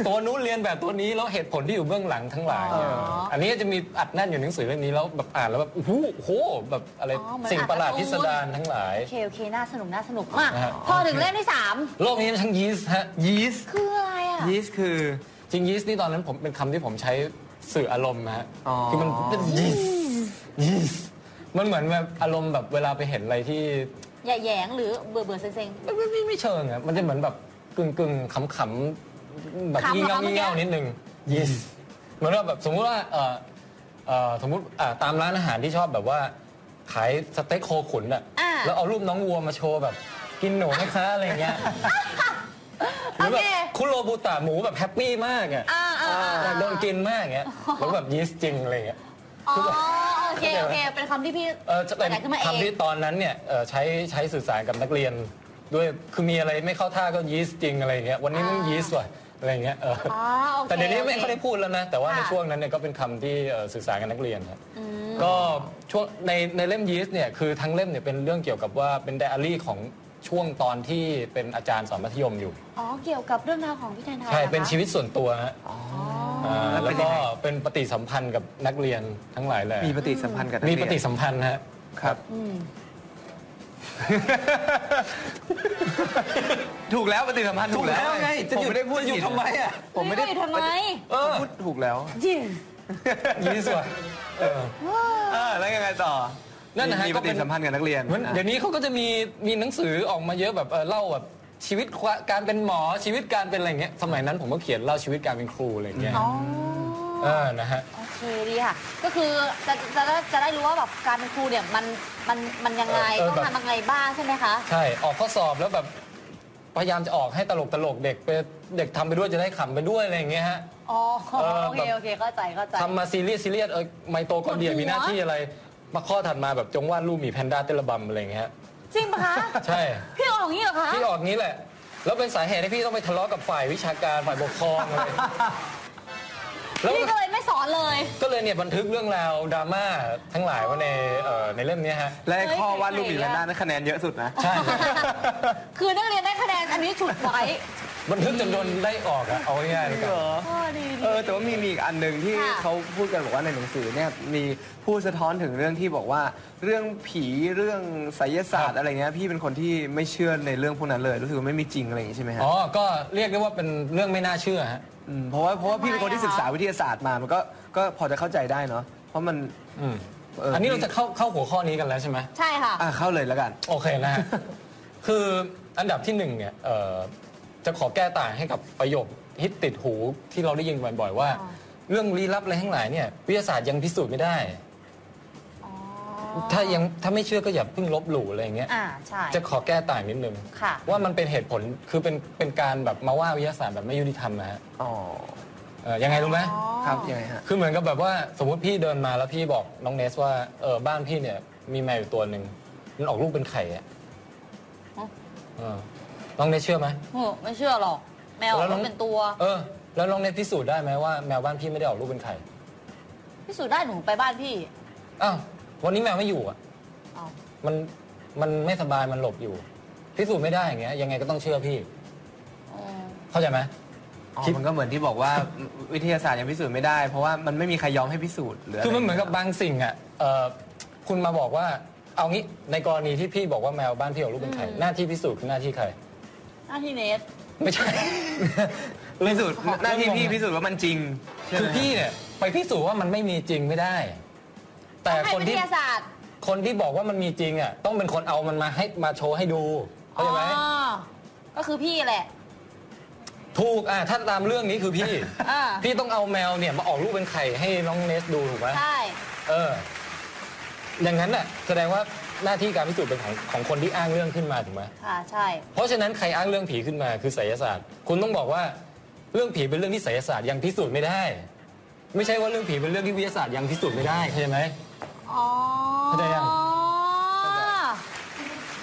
Speaker 7: ตัวนู้นเรียนแบบตัวนี้แล้วเหตุผลที่อยู่เบื้องหลังทั้งหลาย
Speaker 8: อ๋อ
Speaker 7: อันนี้จะมีอัดแน่นอยู่ในหนังสือเล่มนี้แล้วแบบอ่านแล้วแบบโอ้โหโหแบบอะไร
Speaker 8: อ๋อเหมือน
Speaker 7: สิ่งประหลาดพิสดารทั้งหลาย
Speaker 8: โอเคโอเค น่าสนุกน่าสนุกมาก
Speaker 7: นะฮะ
Speaker 8: พอถึงเล่มที่สาม
Speaker 7: โลกนี้มันทั้งยีสต์ฮะยีส
Speaker 8: คืออะไรอ่ะ
Speaker 9: ยีสต์คือ
Speaker 7: จริงยีสต์นี่ตอนนั้นผมเป็นคำที่ผมใช้สื่ออารมณ์นะฮะ
Speaker 9: อ๋อ
Speaker 7: คือมันเป็นยีสต์ยีสต์มันเหมือนแบบอารมณ์แบบเวลาไปเห็นอะไรที่
Speaker 8: อย่าแหยงหรือเบื่อเบื่อเซ็งเซ็ง
Speaker 7: ไม่ไม่ไม่ไม่เชิงอะมันจะเหมือนแบบกึ่งกึ่งขำขำๆแบบ
Speaker 8: ขำเหรอ
Speaker 7: งี่เง่า
Speaker 8: คะเมื่อกี้
Speaker 7: งี่เง่านิดนึงยีสต์เหมือนว่าแบบสมมุติว่าเอ่อเอ่อสมมุติอ่ะตามร้านอาหารที่ชอบแบบว่า ขายสเต็กโคขุนอะ
Speaker 8: อ่า
Speaker 7: แล้วเอารูปน้องวัวมาโชว์แบบ กินหนูไหมคะอะไรเงี้ ยหรือแบบ
Speaker 8: โอเค
Speaker 7: คุโรบุตะหมูแบบแฮปปี้มากอะ
Speaker 8: อ่าอ่าอ่า
Speaker 7: อยากโดนกินมากอย่างเงี้ยแล้วแบบยีสต์จริงอะไรอย่างเงี้ย
Speaker 8: อ๋อ
Speaker 7: คือแบบ
Speaker 8: โอเคโอเค เป็นคำที่พี่
Speaker 7: เออจะเป็น
Speaker 8: แต่งขึ้นมาเอ
Speaker 7: คำ
Speaker 8: ง
Speaker 7: ที่ตอนนั้นเนี่ยเอ่อใช้ใช้สื่อสารกับนักเรียน ด้วยคือมีอะไรไม่เข้าท่าก็ยีสต์จริงอะไรอย่างเงี้ยวันนี้มึง
Speaker 8: อ่ายี
Speaker 7: ยีสต์ว่ะอะไรอย่างเงี้ยเออ
Speaker 8: อ๋อโอค
Speaker 7: แต่เดี๋ยวนี้ไม่ค่อยได้
Speaker 8: โ
Speaker 7: พูดแล้วนะ แต่ว่าใน
Speaker 8: ค่ะ
Speaker 7: ช่วงนั้นเนี่ยก็เป็นคำที่เอ่อสื่อสารกับนักเรียนครับ
Speaker 8: ออืม
Speaker 7: ก็ช่วงในในเล่มยีสต์เนี่ยคือทั้งเล่มเนี่ยเป็นเรื่องเกี่ยวกับว่าเป็นไดอารี่ของช่วงตอนที่เป็นอาจารย์สอนมัธยมอยู่
Speaker 8: อ๋อ เกี่ยวกับเรื่องราวของพี่แทนไทย
Speaker 7: ใช่
Speaker 8: หรอคะ
Speaker 7: เป็นชีวิตส่วนตัวฮะ
Speaker 8: อ๋ออา
Speaker 9: แล้วเป็
Speaker 7: แล้ว
Speaker 9: นยั
Speaker 7: ก็
Speaker 9: งไง
Speaker 7: เป็นปฏิสัมพันธ์กับนักเรียนทั้งหลายแหละ
Speaker 9: มีปฏิสัมพันธ์กับนัก
Speaker 7: มี
Speaker 9: เรียน
Speaker 7: ปฏิสัมพันธ์ฮะ
Speaker 9: ครับ
Speaker 8: อืม
Speaker 9: ถูกแล้วปฏิสัมพันธ์ถูกแล้ว
Speaker 7: ถูกแล้วไงจะ
Speaker 9: ผม
Speaker 7: หยุด
Speaker 9: ไม่ได้พูด
Speaker 7: จะหยุด
Speaker 9: ผิ
Speaker 7: ทำไมอะ
Speaker 9: ผมไม่ได้
Speaker 8: ปทำไม
Speaker 7: เออ
Speaker 9: พูดถูกแล้ว
Speaker 8: ยิง
Speaker 7: ยีสต์ว่ะเออ
Speaker 9: เออแล้วยังไงต่อ
Speaker 7: นั่นนะฮะ
Speaker 9: มีป
Speaker 7: ก็
Speaker 9: ฏิ
Speaker 7: เป็น
Speaker 9: สัมพันธ์กับนักเรียน
Speaker 7: เหมือนเดี๋ยวนี้เขาก็จะมีมีหนังสือออกมาเยอะแบบเออเล่าแบบชีวิตควะการเป็นหมอชีวิตการเป็นอะไรอย่างเงี้ยสมัยนั้นผมก็เขียนเล่าชีวิตการเป็นครูอะไรอย่างเงี้ย
Speaker 8: อ๋อ
Speaker 7: เออนะฮะ
Speaker 8: โอเคดีค่ะ ก็คือจะจะได้จะได้รู้ว่าแบบการเป็นครูเนี่ยมันมันมันยังไง
Speaker 7: เออเออ
Speaker 8: ต้องทำยังไงบ้างใช่ไหมคะ
Speaker 7: ใช่ออกข้อสอบแล้วแบบพยายามจะออกให้ตลกตลกๆเด็กไปเด็กทำไปด้วยจะได้ขำไปด้วยอะไรอย่างเงี้ยฮะ
Speaker 8: อ๋อ
Speaker 7: เออ
Speaker 8: โอเค
Speaker 7: แบบ
Speaker 8: โอเคเข้าใจเข้าใจ
Speaker 7: ทำมาซีเรียสซีเรียสเออไมโตคอนเดีย
Speaker 8: ปวดหัว
Speaker 7: มีหน้าที่อะไร มาข้อถัดมาแบบจงวาดรูปหมีแพนด้าเต้นระบำอะไรอย่างเงี้ยฮะ
Speaker 8: จริงปะคะ
Speaker 7: ใช่
Speaker 8: พี่ออกอย่างนี้เหรอคะ
Speaker 7: พี่ออกงี้แหละ แล้วเป็นสาเหตุที่พี่ต้องไปทะเลาะกับฝ่ายวิชาการฝ่ายปกครองอะไร แล้ว
Speaker 8: พี่ก็เลยไม่สอนเลย
Speaker 7: ก็เลยเนี่ยบันทึกเรื่องราวดราม่าทั้งหลายไว่าในเอ่อในเล่มเนี้ยฮะ
Speaker 9: และไอ้ข้อวาดรูปหมีแพนด้านั้นคะแนนเยอะสุดนะ
Speaker 7: ใช่
Speaker 8: คือนักเรียนได้คะแนนอันนี้ฉุดไว้
Speaker 7: บันทึกจนโดนได้ออกอะเอาง่ายๆเลยครับ
Speaker 8: เออดีดี
Speaker 9: เออแต่ว่ามีมีอีกอันหนึ่งที่
Speaker 8: ค่ะ
Speaker 9: เขาพูดกันบอกว่าในหนังสือเนี่ยมีผู้สะท้อนถึงเรื่องที่บอกว่า เรื่องผีเรื่องไสยศาสตร์อะไรเงี้ยพี่เป็นคนที่ไม่เชื่อในเรื่องพวกนั้นเลยรู้สึกว่าไม่มีจริงอะไรอย่างงี้ใช่ไหมฮะ
Speaker 7: อ๋อ ก็เรียกได้ว่าเป็นเรื่องไม่น่าเชื่อฮะ
Speaker 9: มเพราะว่าเพราะว่าพี่เป็นคนที่ศึกษาวิทยาศาสตร์มามันก็ก็พอจะเข้าใจได้เนาะเพราะมัน
Speaker 7: อืม
Speaker 9: เออ
Speaker 7: อั
Speaker 9: อั
Speaker 7: นนี้เราจะเข้าเข้าหัวข้อนี้กันแล้วใช่ไหม
Speaker 8: ใช่ค่ะ
Speaker 9: อ่ะเข้าเลยแล้วกัน
Speaker 7: โอเคนะฮะ คืออันดับที่หนึ่งเนี่ยเอ่อจะขอแก้ต่างให้กับประโยคฮิตติดหูที่เราได้ยินบ่อยๆว่า
Speaker 8: อ๋อ
Speaker 7: เรื่องลี้ลับอะไรทั้งหลายเนี่ยวิทยาศาสตร์ยังพิสูจน์ไม่ได้
Speaker 8: อ๋อ
Speaker 7: ถ้ายังถ้าไม่เชื่อก็อย่าเพิ่งลบหลู่อะไรอย่างเงี้ย
Speaker 8: อ่าใช่
Speaker 7: จะขอแก้ต่างนิดนึง
Speaker 8: ค่ะ
Speaker 7: ว่ามันเป็นเหตุผลคือเป็นเป็นการแบบมาว่าวิทยาศาสตร์แบบไม่ยุติธรรมนะฮะ
Speaker 9: อ๋อ
Speaker 7: เอ่อยังไงรู้ไหม
Speaker 8: อ๋อ
Speaker 9: ครับยังไงฮะ
Speaker 7: คือเหมือนกับแบบว่าสมมติพี่เดินมาแล้วพี่บอกน้องเนสว่าเออบ้านพี่เนี่ยมีแมวอยู่ตัวหนึ่งมันออกลูกเป็นไข่อะเออน้องเนสเชื่อไหม
Speaker 8: โอ้ไม่เชื่อหรอก แมวมันเป็นตัว
Speaker 7: เออ แล้วน้องเนสพิสูจน์ได้ไหมว่าแมวบ้านพี่ไม่ได้ออกลูกเป็นไข่
Speaker 8: พิสูจน์ได้หนูไปบ้านพี่
Speaker 7: อ้าววันนี้แมวไม่อยู่อ่ะ
Speaker 8: เอา
Speaker 7: มันมันไม่สบายมันหลบอยู่พิสูจน์ไม่ได้อย่างเงี้ยยังไงก็ต้องเชื่อพี่
Speaker 8: อืม
Speaker 7: เข้าใจไหม
Speaker 9: อ๋อมันก็เหมือนที่บอกว่าวิทยาศาสตร์ยังพิสูจน์ไม่ได้ เพราะว่ามันไม่มีใครยอมให้พิสูจน์หรืออะไร
Speaker 7: คือมันเหมือนกับบางสิ่งอ่ะเอ่อคุณมาบอกว่า เอางี้ในกรณีที่พี่บอกว่าแมวบ้านพี่ออกลูกเป็นไข่หน้าที่พิสูจน์คือหน้าที่ใคร
Speaker 8: หน้าที่เนส
Speaker 7: ไม่ใช่
Speaker 9: พิ สูจน์หน้าที่พี่พิสูจน์ว่ามันจริงใช่ไหม
Speaker 7: คือพี่เนี่ยไปพิสูจน์ว่ามันไม่มีจริงไม่ได้ แต่
Speaker 8: ให้
Speaker 7: คน
Speaker 8: วิ
Speaker 7: ที่
Speaker 8: ทยาศาสตร์
Speaker 7: คนที่บอกว่ามันมีจริงอ่ะต้องเป็นคนเอามันมาให้มาโชว์ให้ดูเข้าใจไหม
Speaker 8: อ๋อก็คือพี่แหละ
Speaker 7: ถูกอ่ะถ้าตามเรื่องนี้คือพี่
Speaker 8: อ่า
Speaker 7: พี่ต้องเอาแมวเนี่ยมาออกลูกเป็นไข่ให้น้องเนสดูถูกไหม
Speaker 8: ใช่
Speaker 7: เออ อย่างนั้นน่ะแสดงว่าหน้าที่การพิสูจน์เป็นของของคนที่อ้างเรื่องขึ้นมาถูกไหม
Speaker 8: ค่ะ ใช่
Speaker 7: เพราะฉะนั้นใครอ้างเรื่องผีขึ้นมาคือไสยศาสตร์ คุณต้องบอกว่าเรื่องผีเป็นเรื่องที่ไสยศาสตร์ยังพิสูจน์ไม่ได้ ไม่ใช่ว่าเรื่องผีเป็นเรื่องที่วิทยาศาสตร์ยังพิสูจน์ไม่ได้เข้าใจไหม
Speaker 8: อ๋อ
Speaker 7: เข้าใจยัง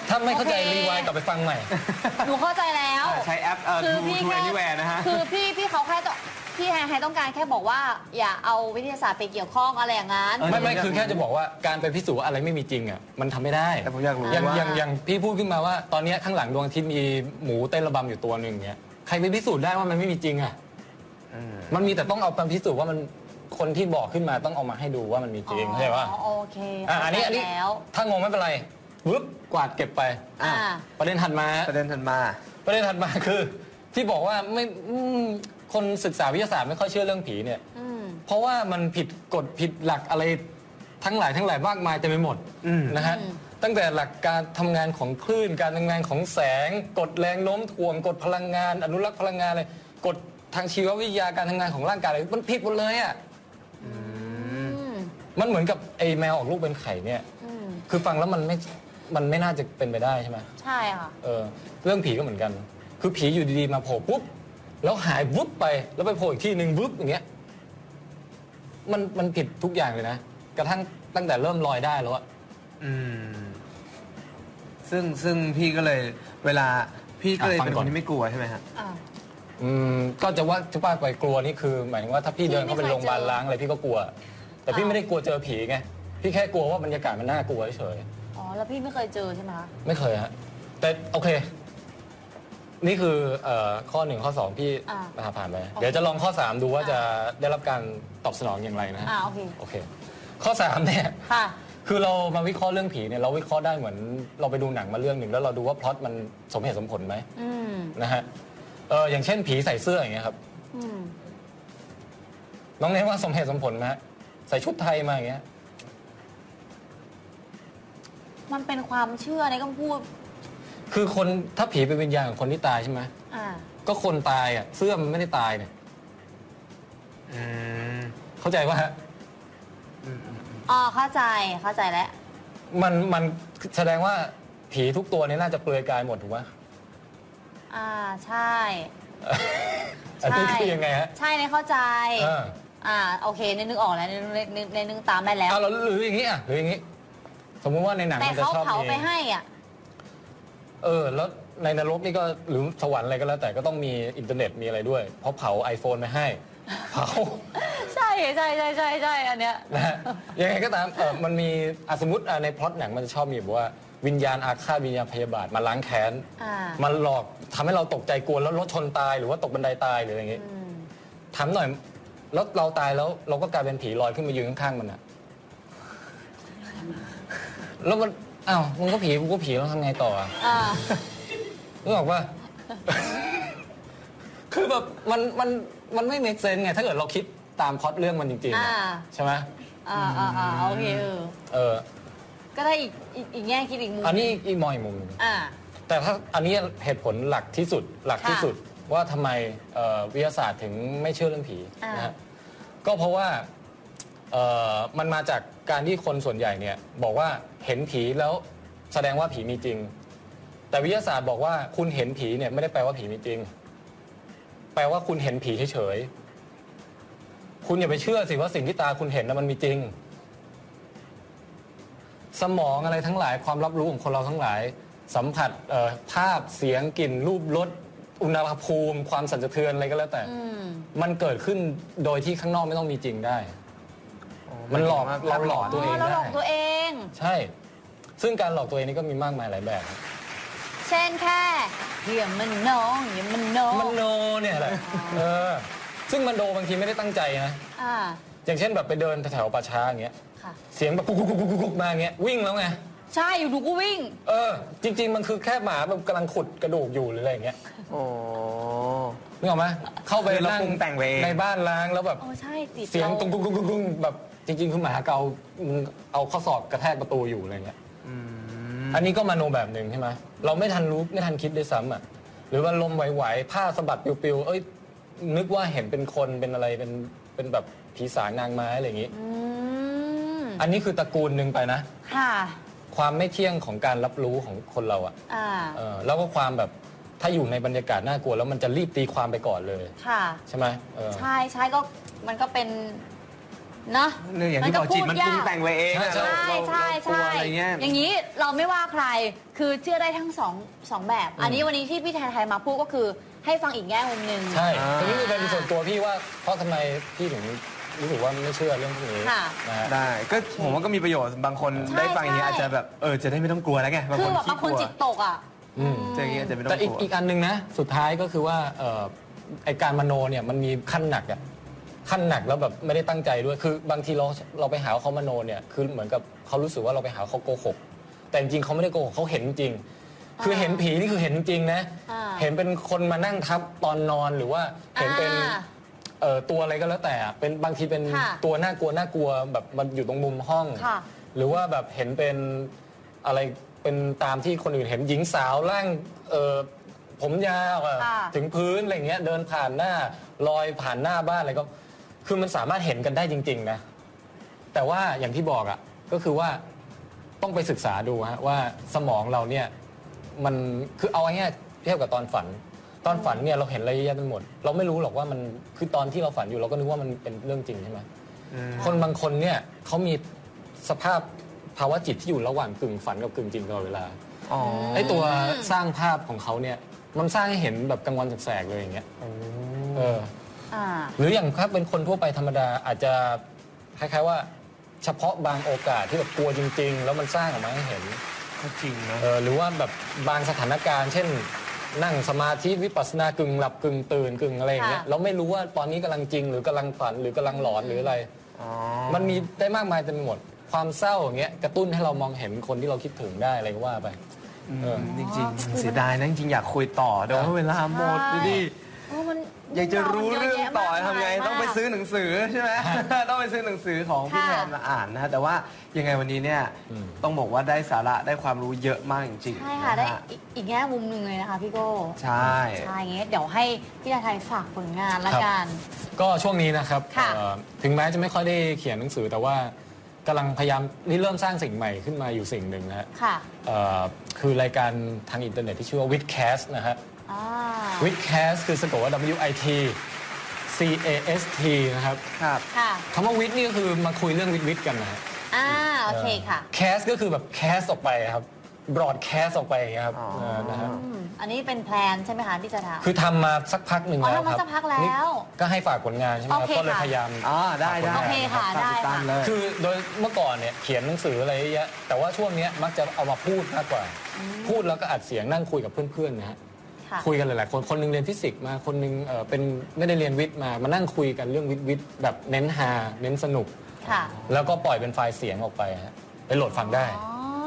Speaker 7: ถ้าไม่เข้าใจรีวายกลับไปฟังใหม่
Speaker 8: หนูเข้าใจแล้ว
Speaker 9: อ่าใช้แอปเอ่อ
Speaker 8: คือ
Speaker 9: ทู
Speaker 8: พี่
Speaker 9: ทูแอ
Speaker 8: แค่
Speaker 9: นิแวร์นะฮะ
Speaker 8: คือพี่พี่เขาแค่ต้องพี่แฮร์ไฮต้องการแค่บอกว่า อย่าเอาวิทยาศาสตร์ไปเกี่ยวข้องอะไรอย่างนั้น
Speaker 9: เออ
Speaker 7: ไม่ไม่คือแค่จะบอกว่าการไปพิสูจน์ว่าอะไรไม่มีจริงอ่ะมันทำไม่ได้
Speaker 9: แต่ผมอยากรู้
Speaker 7: อย่าง
Speaker 9: ว่า
Speaker 7: อย่างอย่างพี่พูดขึ้นมาว่า ตอนเนี้ยข้างหลังดวงอาทิตย์มีหมูเต้นระบำอยู่ตัวหนึ่งเนี้ยใครไปพิสูจน์ได้ว่ามันไม่มีจริงอ่ะ
Speaker 9: อืม
Speaker 7: มันมีแต่ต้องเอาไปพิสูจน์ว่ามันคนที่บอกขึ้นมาต้องเอามาให้ดูว่ามันมีจริงเข้าใจปะ
Speaker 8: อ๋อโอเค
Speaker 7: อ่ะอันนี้อัน
Speaker 8: เข้าใจ
Speaker 7: นี้
Speaker 8: แล้ว
Speaker 7: ถ้างงไม่เป็นไรวึบกวาดเก็บไป
Speaker 8: อ่า
Speaker 7: ประเด็นถัดมา
Speaker 9: ประเด็นถัดมา
Speaker 7: ประเด็นถัดมาคือ ที่บอกว่าไม่อืมคนศึกษาวิทยาศาสตร์ไม่ค่อยเชื่อเรื่องผีเนี่ย
Speaker 8: อืม
Speaker 7: เพราะว่ามันผิดกฎผิดหลักอะไรทั้งหลายทั้งหลายมากมายเต็มไปหมด
Speaker 9: อืม
Speaker 7: นะฮะ
Speaker 8: อืม
Speaker 7: ตั้งแต่หลักการทำงานของคลื่น การทำงานของแสง กฎแรงโน้มถ่วงกฎพลังงาน อนุรักษ์พลังงานอะไรกฎทางชีววิทยาการทำงานของร่างกายอะไรมันผิดหมดเลยอ่ะ
Speaker 8: อืม
Speaker 7: มันเหมือนกับไอ้แมวออกลูกเป็นไข่เนี่ย
Speaker 8: อืม
Speaker 7: คือฟังแล้วมันไม่ มันไม่น่าจะเป็นไปได้ใช่ไหม
Speaker 8: ใช่ค่ะ
Speaker 7: เออ เรื่องผีก็เหมือนกัน คือผีอยู่ดีๆมาโผล่ปุ๊บ แล้วหายวุบไป แล้วไปโผล่อีกที่หนึ่งวุบอย่างเงี้ย มัน มันผิดทุกอย่างเลยนะ กระทั่งตั้งแต่เริ่มลอยได้แล้วอะ
Speaker 9: อืม ซึ่งซึ่งพี่ก็เลยเวลาพี่ก็เลย
Speaker 7: อ่ะฟัง
Speaker 9: เป็น
Speaker 7: ก่
Speaker 9: ค
Speaker 7: อน
Speaker 9: นที่ไม่กลัวใช่ไหมฮะ
Speaker 8: อ่า
Speaker 7: อืม ก็จะว่าจะป้าไปกลัวนี่คือ หมายถึงว่าถ้าพี่เดินเข้าไปโรงพยาบาลล้างอะไรพี่ก็กลัว แต่พี่ไม่ได้กลัวเจอผีไง พี่แค่กลัวว่าบรรยากาศมันน่ากลัวเฉยๆ
Speaker 8: อ๋อ แล้วพี่ไม่เคยเจอใช่ไหมคะ
Speaker 7: ไม่เคยฮะ แต่โอเค นี่คือเออข้อหนึ่งข้อสองพี่
Speaker 8: า
Speaker 7: นะฮะผ่านไป
Speaker 8: โอเค
Speaker 7: เดี๋ยวจะลองข้อสามดูว่า
Speaker 8: อ่า
Speaker 7: จะได้รับการตอบสนองอย่างไรนะฮะ
Speaker 8: อ่าโอเค
Speaker 7: โอเค ข้อสามเนี่ย
Speaker 8: ค่ะ
Speaker 7: คือเรามาวิเคราะห์เรื่องผีเนี่ยเราวิเคราะห์ได้เหมือนเราไปดูหนังมาเรื่องหนึ่งแล้วเราดูว่าพล็อตมันสมเหตุสมผลไหม
Speaker 8: อืม
Speaker 7: นะฮะเอออย่างเช่นผีใส่เสื้ออย่างเงี้ยครับ
Speaker 8: อืม
Speaker 7: น้องเน้นว่าสมเหตุสมผลไหมฮะใส่ชุดไทยมาอย่างเงี้ย
Speaker 8: มันเป็นความเชื่อในคำพูด
Speaker 7: คือคนถ้าผีเป็นวิญญาณของคนที่ตายใช่ไหม
Speaker 8: อ่า
Speaker 7: ก็คนตายอ่ะเสื้อมันไม่ได้ตายเนี่ย
Speaker 9: อืม
Speaker 7: เข้าใจว่า
Speaker 8: อ๋อ เข้าใจ เข้าใจแล้ว
Speaker 7: มันมันแสดงว่าผีทุกตัวเนี่ยน่าจะเปลือยกายหมดถู กไหม
Speaker 8: อ่า ใช่
Speaker 7: อันนี้
Speaker 8: ใช่
Speaker 7: คือยังไงฮะ
Speaker 8: ใช่เนี่ยเข้าใจ
Speaker 7: เอ่า
Speaker 8: อ่า โอเคเนี่ยนึกออกแล้วเนี่ยนึกนึกนึกนึกตามได้แล้ว
Speaker 7: เราหรืออย่างนี้อ่ะหรืออย่างนี้ สมมุติว่าในหนัง
Speaker 8: แต่
Speaker 7: มันจะ
Speaker 8: เขา
Speaker 7: ชอบ
Speaker 8: เผา
Speaker 7: มี
Speaker 8: ไปให้อ่ะ
Speaker 7: เออ แล้วในนรกนี่ก็หรือสวรรค์อะไรก็แล้วแต่ก็ต้องมีอินเทอร์เน็ตมีอะไรด้วย เพราะเผา iPhone ไปให้ เผา
Speaker 8: ใช่ใช่ใช่ใช่ใช่อันเนี้ย
Speaker 7: นะฮะยังไงก็ตามเออมันมีอ่ะสมมติอ่ะในพล็อตหนังมันจะชอบมีแบบว่าวิญญาณอาฆาตวิญญาณพยาบาทมาล้างแค้น
Speaker 8: อ่ามั
Speaker 7: มันหลอกทำให้เราตกใจกลัวแล้วรถชนตายหรือว่าตกบันไดตายหรืออะไรอย่างงี้
Speaker 8: อืม
Speaker 7: ถามหน่อยแล้วเราตายแล้วเราก็กลายเป็นผีลอยขึ้นมายืนข้างๆมันอะแล้วมันอ้าวมึงก็ผีกูก็ผีแล้วทำไงต่ออะ
Speaker 8: อ่า
Speaker 7: นึกออก ปะ คือแบบมันมันมันไม่เมคเซนไงถ้าเกิดเราคิดตามพล็อตเรื่องมันจริงๆอะ
Speaker 8: อ่า
Speaker 7: ใช่ไหม
Speaker 8: อ่าอ่าอ่าโอเคเออ
Speaker 7: เออ
Speaker 8: ก็ได้อีกอีกอีกแง่คิดอีกมุม
Speaker 7: อันนี้อีกมองอีกมุมหนึ่ง
Speaker 8: อ่า
Speaker 7: แต่ถ้าอันนี้เหตุผลหลักที่สุดหลักที่สุดว่าทำไมเอ่อวิทยาศาสตร์ถึงไม่เชื่อเรื่องผี
Speaker 8: อ่าน
Speaker 7: นะฮะก็เพราะว่าเอ่อมันมาจากการที่คนส่วนใหญ่เนี่ยบอกว่าเห็นผีแล้วแสดงว่าผีมีจริง แต่วิทยาศาสตร์บอกว่าคุณเห็นผีเนี่ยไม่ได้แปลว่าผีมีจริง แปลว่าคุณเห็นผีเฉยๆคุณอย่าไปเชื่อสิว่าสิ่งที่ตาคุณเห็นนะมันมีจริง สมองอะไรทั้งหลายความรับรู้ของคนเราทั้งหลาย สัมผัสเอ่อภาพเสียงกลิ่นรูปรสอุณหภูมิ ความสั่นสะเทือนอะไรก็แล้วแต่
Speaker 8: อืม
Speaker 7: มันเกิดขึ้นโดยที่ข้างนอกไม่ต้องมีจริงได้ มันหลอกเราหลอก
Speaker 8: อ๋
Speaker 7: ตัวเอ
Speaker 8: อง เราหล
Speaker 7: ได้
Speaker 8: อกตัวเอง
Speaker 7: ใช่ ซึ่งการหลอกตัวเองนี่ก็มีมากมายหลายแบบ
Speaker 8: เช่นแค่เดี๋ยวมันน้องเดี๋ยวมันน้อง
Speaker 7: มันโนเนี่ยแหละเออซึ่งมันโนบางทีไม่ได้ตั้งใจนะ
Speaker 8: อ่า
Speaker 7: อย่างเช่นแบบไปเดินแถวๆป่าช้าอย่างเงี้ย
Speaker 8: ค่ะ
Speaker 7: เสียงแบบกุ๊กกุ๊กกุ๊กกุ๊กกุ๊กมาอย่างเงี้ยวิ่งแล้วไง
Speaker 8: ใช่ อยู่ดูก็วิ่ง
Speaker 7: เออจริง ๆ มันคือแค่หมาแบบกำลังขุดกระดูกอยู่หรืออะไรอย่างเงี้ย
Speaker 9: โอ้
Speaker 7: นึกออกไหมเข้าไป
Speaker 9: คือเรา
Speaker 7: นั่
Speaker 9: ปรุงแต่งไปเอง
Speaker 7: ในบ้านล้างแล้วแบบ
Speaker 8: โอ้ใช่จิต
Speaker 7: เสียง
Speaker 8: รา
Speaker 7: ตุ้งตุ้งตุ้งตุ้งตุ้งแบบจริง ๆ คือหมาเกามึงเอาข้อศอกกระแทกประตูอยู่อะไรเงี้ยอันนี้ก็มาโนแบบหนึ่งใช่ไหมเราไม่ทันรู้ไม่ทันคิดด้วยซ้ำอ่ะหรือว่าลมไหวๆผ้าสะบัดปิวๆเอ้ยนึกว่าเห็นเป็นคนเป็นอะไรเป็นเป็นแบบผีสางนางไม้อะไรอย่างงี้
Speaker 8: อืม
Speaker 7: อันนี้คือตระกูลหนึ่งไปนะ
Speaker 8: ค่ะ
Speaker 7: ความไม่เที่ยงของการรับรู้ของคนเราอ่ะ
Speaker 8: อ่า
Speaker 7: เออแล้วก็ความแบบถ้าอยู่ในบรรยากาศน่ากลัว แล้วมันจะรีบตีความไปก่อนเลย
Speaker 8: ค่ะ
Speaker 7: ใช่ไหมเออ
Speaker 8: ใช่ใช่ก็มันก็เป็นนะ
Speaker 9: เนี่ยอย่างที่บอกจิตมันปรุงแต่งไปเองอะ
Speaker 7: ใช่
Speaker 8: ใช่
Speaker 9: เรา
Speaker 8: ใช่
Speaker 9: เรากลัว
Speaker 8: ใช่
Speaker 9: อะไรเงี้ย
Speaker 8: อย่างนี้เราไม่ว่าใครคือเชื่อได้ทั้งสองสองแบบ อันนี้วันนี้ที่พี่ไทยไทยมาพูดก็คือให้ฟังอีกแง่มุมหนึ่ง
Speaker 7: ใช่
Speaker 9: อ่า
Speaker 7: ทีนี้คือเป็นส่วนตัวพี่ว่า เพราะทำไมพี่ถึงรู้สึกว่าไม่เชื่อเรื่องพวกนี้
Speaker 8: ค่ะ
Speaker 7: นะฮะ
Speaker 9: ได้ก็ผมว่าก็มีประโยชน์บางคน
Speaker 8: ใช่
Speaker 9: ได้ฟังอย่างนี้
Speaker 8: ใช่
Speaker 9: อาจจะแบบเออจะได้ไม่ต้องกลัวแล้วไงบาง
Speaker 8: คื
Speaker 9: ค
Speaker 8: อนแบบ
Speaker 9: ขี้
Speaker 8: บาง
Speaker 9: ก
Speaker 8: คน
Speaker 9: ลัว
Speaker 8: จิตตกอ่ะ
Speaker 7: อืม
Speaker 9: เจออย่างนี้อาจจะไม่ต้อ
Speaker 7: แต่
Speaker 9: ง
Speaker 7: อีก
Speaker 9: กลัว
Speaker 7: อีกอันหนึ่งนะ สุดท้ายก็คือว่าเอ่อไอการมโนเนี่ยมันมีขั้นหนักอะขั้นหนักแล้วแบบไม่ได้ตั้งใจด้วย คือบางทีเราเราไปหาว่าเขามโนเนี่ยคือเหมือนกับเขารู้สึกว่าเราไปหาว่าเขาโกหก แต่จริงๆเขาไม่ได้โกหกเขาเห็นจริง คือเห็นผีนี่คือเห็นจริงนะ
Speaker 8: อ่า
Speaker 7: เห็นเป็นคนมานั่งทับตอนนอนหรือว่าเห็นเป็น
Speaker 8: อ่า
Speaker 7: เอ่อตัวอะไรก็แล้วแต่อะเป็นบางทีเป็น
Speaker 8: ค่ะ
Speaker 7: ตัวน่ากลัวน่ากลัวแบบมันอยู่ตรงมุมห้อง
Speaker 8: ค่ะ
Speaker 7: หรือว่าแบบเห็นเป็นอะไรเป็นตามที่คนอื่นเห็นหญิงสาวร่างเอ่อผมยาวอะ
Speaker 8: ค่ะ
Speaker 7: ถึงพื้นอะไรเงี้ยเดินผ่านหน้าลอยผ่านหน้าบ้านอะไรก็ คือมันสามารถเห็นกันได้จริง ๆ นะ แต่ว่าอย่างที่บอกอะก็คือว่าต้องไปศึกษาดูฮะว่าสมองเราเนี่ย มันคือเอาง่ายๆเทียบกับตอนฝัน ตอนฝันเนี่ยเราเห็นอะไรเยอะแยะไปหมด เราไม่รู้หรอกว่ามันคือตอนที่เราฝันอยู่เราก็นึกว่ามันเป็นเรื่องจริงใช่ไหม
Speaker 9: อืม
Speaker 7: คนบางคนเนี่ยเขามีสภาพภาวะจิตที่อยู่ระหว่างกึ่งฝันกับกึ่งจริงตลอดเวลา
Speaker 9: อ๋อ
Speaker 7: ไอ้ตัวสร้างภาพของเขาเนี่ยมันสร้างให้เห็นแบบกลางวันแสกๆเลยอย่างเงี้ยเออ
Speaker 8: อ่า
Speaker 7: หรืออย่างถ้าเป็นคนทั่วไปธรรมดาอาจจะคล้ายๆว่าเฉพาะบางโอกาสที่แบบกลัวจริง ๆ แล้วมันสร้างออกมาให้เห็น
Speaker 9: ก็จริงเนอะ
Speaker 7: เออหรือว่าแบบบางสถานการณ์ เช่น นั่งสมาธิวิปัสสนากึ่งหลับกึ่งตื่นกึ่งอะไรอย่างเงี้ย
Speaker 8: ค่ะ
Speaker 7: เราไม่รู้ว่าตอนนี้กำลังจริง หรือกำลังฝันหรือกำลังหลอนหรืออะไร
Speaker 9: อ๋อ
Speaker 7: มันมีได้มากมายเต็มไปหมด ความเศร้าอย่างเงี้ยกระตุ้นให้เรามองเห็นคนที่เราคิดถึงได้อะไรก็ว่าไป
Speaker 9: อืมจริงๆเสียดายนะจริงๆอยากคุยต่อแต่ว่าเวลาหมดดูดิ
Speaker 8: โอ้มัน
Speaker 9: อยากจะรู้เรื่องต่อทำไงต้องไปซื้อหนังสือใช่ไหม ต้องไปซื้อหนังสือของพี่แท
Speaker 8: ค่ะ
Speaker 9: นมาอ่านนะฮะแต่ว่ายังไงวันนี้เนี่ย
Speaker 1: อืม
Speaker 9: ต้องบอกว่าได้สาระได้ความรู้เยอะมากจริงๆ
Speaker 8: ใช่ค่ะ
Speaker 9: น
Speaker 8: ได้
Speaker 9: ฮ
Speaker 8: อีกอีกแง่มุมหนึ่งเลยนะคะพี่โก้
Speaker 9: ใช่
Speaker 8: ใช่อย่างเงี้ยเดี๋ยวให้พี่ชาไทยฝากผลงานละกัน
Speaker 7: ก็ช่วงนี้นะครับ
Speaker 8: ค่ะ
Speaker 7: เอ่อถึงแม้จะไม่ค่อยได้เขียนหนังสือแต่ว่ากำลังพยายามริเริ่มสร้างสิ่งใหม่ขึ้นมาอยู่สิ่งหนึ่งนะฮะ
Speaker 8: ค่ะ
Speaker 7: เอ่อคือรายการทางอินเทอร์เน็ตที่ชื่อว่า w i t c a s t นะฮะ
Speaker 8: อ่า
Speaker 7: w i t c a s t คือสะกดว่า W I T C A S T นะครับ
Speaker 9: ครับ
Speaker 8: ค่ะ
Speaker 7: คำว่าวิทนี่ก็คือมาคุยเรื่องวิทวิทกันนะฮะ
Speaker 8: อ่า โอเคค่ะ
Speaker 7: แคสก็คือแบบแคสออกไปครับบรอดแคสออกไปอย่างเงี้ยครับเออนะฮะ
Speaker 8: อืมอันนี้เป็นแพลนใช่ไหมคะพี่ชาไทย
Speaker 7: คือทำมาสักพักหนึ่ง
Speaker 8: อ๋อ
Speaker 7: แล้วครั
Speaker 8: ทำมา
Speaker 7: บ
Speaker 8: สักพักแล้ว
Speaker 7: นี่ก็ให้ฝากผลงานใช่ไหมครั
Speaker 8: โอบเค
Speaker 7: ก็เลย
Speaker 8: ค่ะ
Speaker 7: พยายาม
Speaker 9: อ่าได้ได้
Speaker 8: โอเคค่ะ
Speaker 9: รับ
Speaker 8: ได้
Speaker 9: ตามติ
Speaker 8: ค่ะ
Speaker 9: ตามเลย
Speaker 7: คือโดยเมื่อก่อนเนี่ยเขียนหนังสืออะไรเยอะแยะแต่ว่าช่วงเนี้ยมักจะเอามาพูดมากกว่า พูดแล้วก็อัดเสียงนั่งคุยกับเพื่อนๆนะฮะ
Speaker 8: ค่ะ
Speaker 7: คุยกันหลายๆคนคนหนึงเรียนฟิสิกส์มาคนหนึงเอ่อเป็นไม่ได้เรียนวิทย์มามานั่งคุยกันเรื่องวิทย์วิทย์แบบเน้นฮาเน้นสนุก
Speaker 8: ค่ะ
Speaker 7: แล้วก็ปล่อยเป็นไฟล์เสียงออกไปฮะไปโหลดฟังได้
Speaker 8: อ๋อ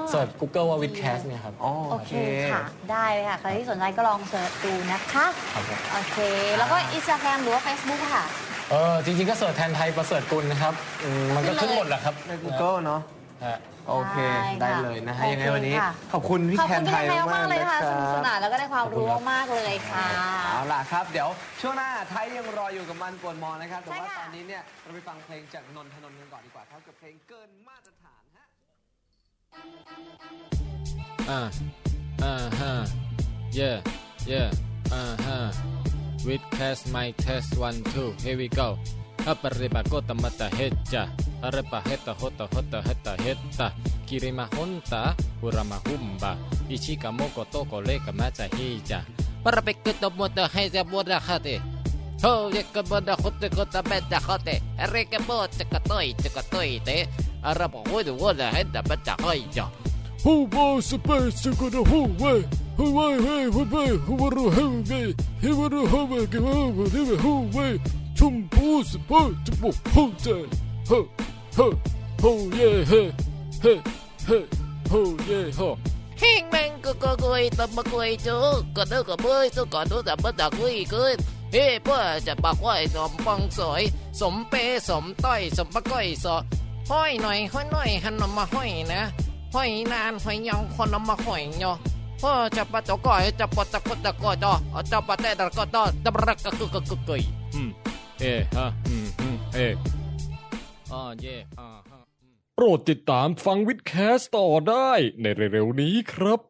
Speaker 7: เสิร์ช Google ว่าวิดแคส
Speaker 8: ดีเลย
Speaker 7: เนี่ยครับ
Speaker 9: อ๋อ
Speaker 8: โอเคค่ะ ได้เลยค่ะ ใครที่สนใจก็ลองเสิร์ชดูนะคะ
Speaker 7: ครับผม
Speaker 8: โอเค แล้วก็อินสตาแกรมหรือว่า Facebook ค่ะ
Speaker 7: เออจริงๆก็เสิร์ชแทนไทยประเสริฐกุลนะครับอืมมันก็ขึ้นหมดแหละครับ
Speaker 9: ใน Google เนาะ
Speaker 7: ฮะ
Speaker 9: โอเค
Speaker 8: ได้
Speaker 9: ได้
Speaker 8: ค่ะ
Speaker 9: เลยนะฮะ
Speaker 8: โอเค
Speaker 9: ยังไงวันนี้
Speaker 8: ค่ะ
Speaker 9: ขอบคุณพี่
Speaker 8: ขอบ
Speaker 9: แท
Speaker 8: คุณ
Speaker 9: นไท
Speaker 8: พี่
Speaker 9: ย
Speaker 8: แมวมากเลย
Speaker 9: นะ
Speaker 8: ค่ะ
Speaker 9: ค
Speaker 8: สนุกส
Speaker 9: รับ
Speaker 8: นานแล้วก็ได้ความรู้มากๆเลยค่ะ
Speaker 9: เอาล่ะครับ เดี๋ยวช่วงหน้าไทยยังรออยู่กับมันปวนมอนะครับแต่ว่า
Speaker 8: ใช่ค่ะ
Speaker 9: ตอนนี้เนี่ยเราไปฟังเพลงจากนนทนนท์กันก่อนดีกว่าครับกับเพลงเกินมาตรฐานฮะ
Speaker 1: อ่าอ่าฮะ Uh, uh-huh. yeah yeah อ่าฮะ with test my test one two here we go อัปริบาโกตมัตตาเฮจจะอารปะเฮตตาโฮตตาโฮตตาเฮตตาเฮตตาคิริมาฮอนตาฮุรามาฮุมบาอิชิกามโมโกโตโกเลกามาจะฮีจะปรเปกตบมตให้จะบวดาคาเตโฮเยกบดาคตกตเบดาคเตเรกบดจะกตอยจะกตอยเตอารปะฮุดวดาเฮตบะจะฮ้อยจะ Who wants the best to go the whole way? Who way, hey, who way, who want to help me? He want to help me, give over, give it whole way. Chum bulls, bulls, bulls, bulls, Huh, huh, oh yeah, hey, hey, hey, oh yeah, huh.
Speaker 2: เฮงแมงก็ก็กุยตบมะกุยจูก็เด้อก็เบยสู้ก่อนดูแต่บ่ตะกุยเกินเฮ้เพื่อจะปากไว้สมปองสวยสมเปสมต้อยสมปะก้อยสอห้อยหน่อยห้อยหน่อยหันเอามาห้อยนะห้อยนานห้อยยองคนเอามาห้อยเนาะพ่อจะปะตะก้อยจะปะตะกุตะก้อยดอเอาจะปะแต่ตะก้อยดอตะบรักกะกุกกะกุกกุย
Speaker 1: Hmm, eh, huh, hmm, hmm, eh. Oh yeah, uh huh.
Speaker 10: โปรดติดตามฟังวิดแคสต่อได้ในเร็วๆนี้ครับ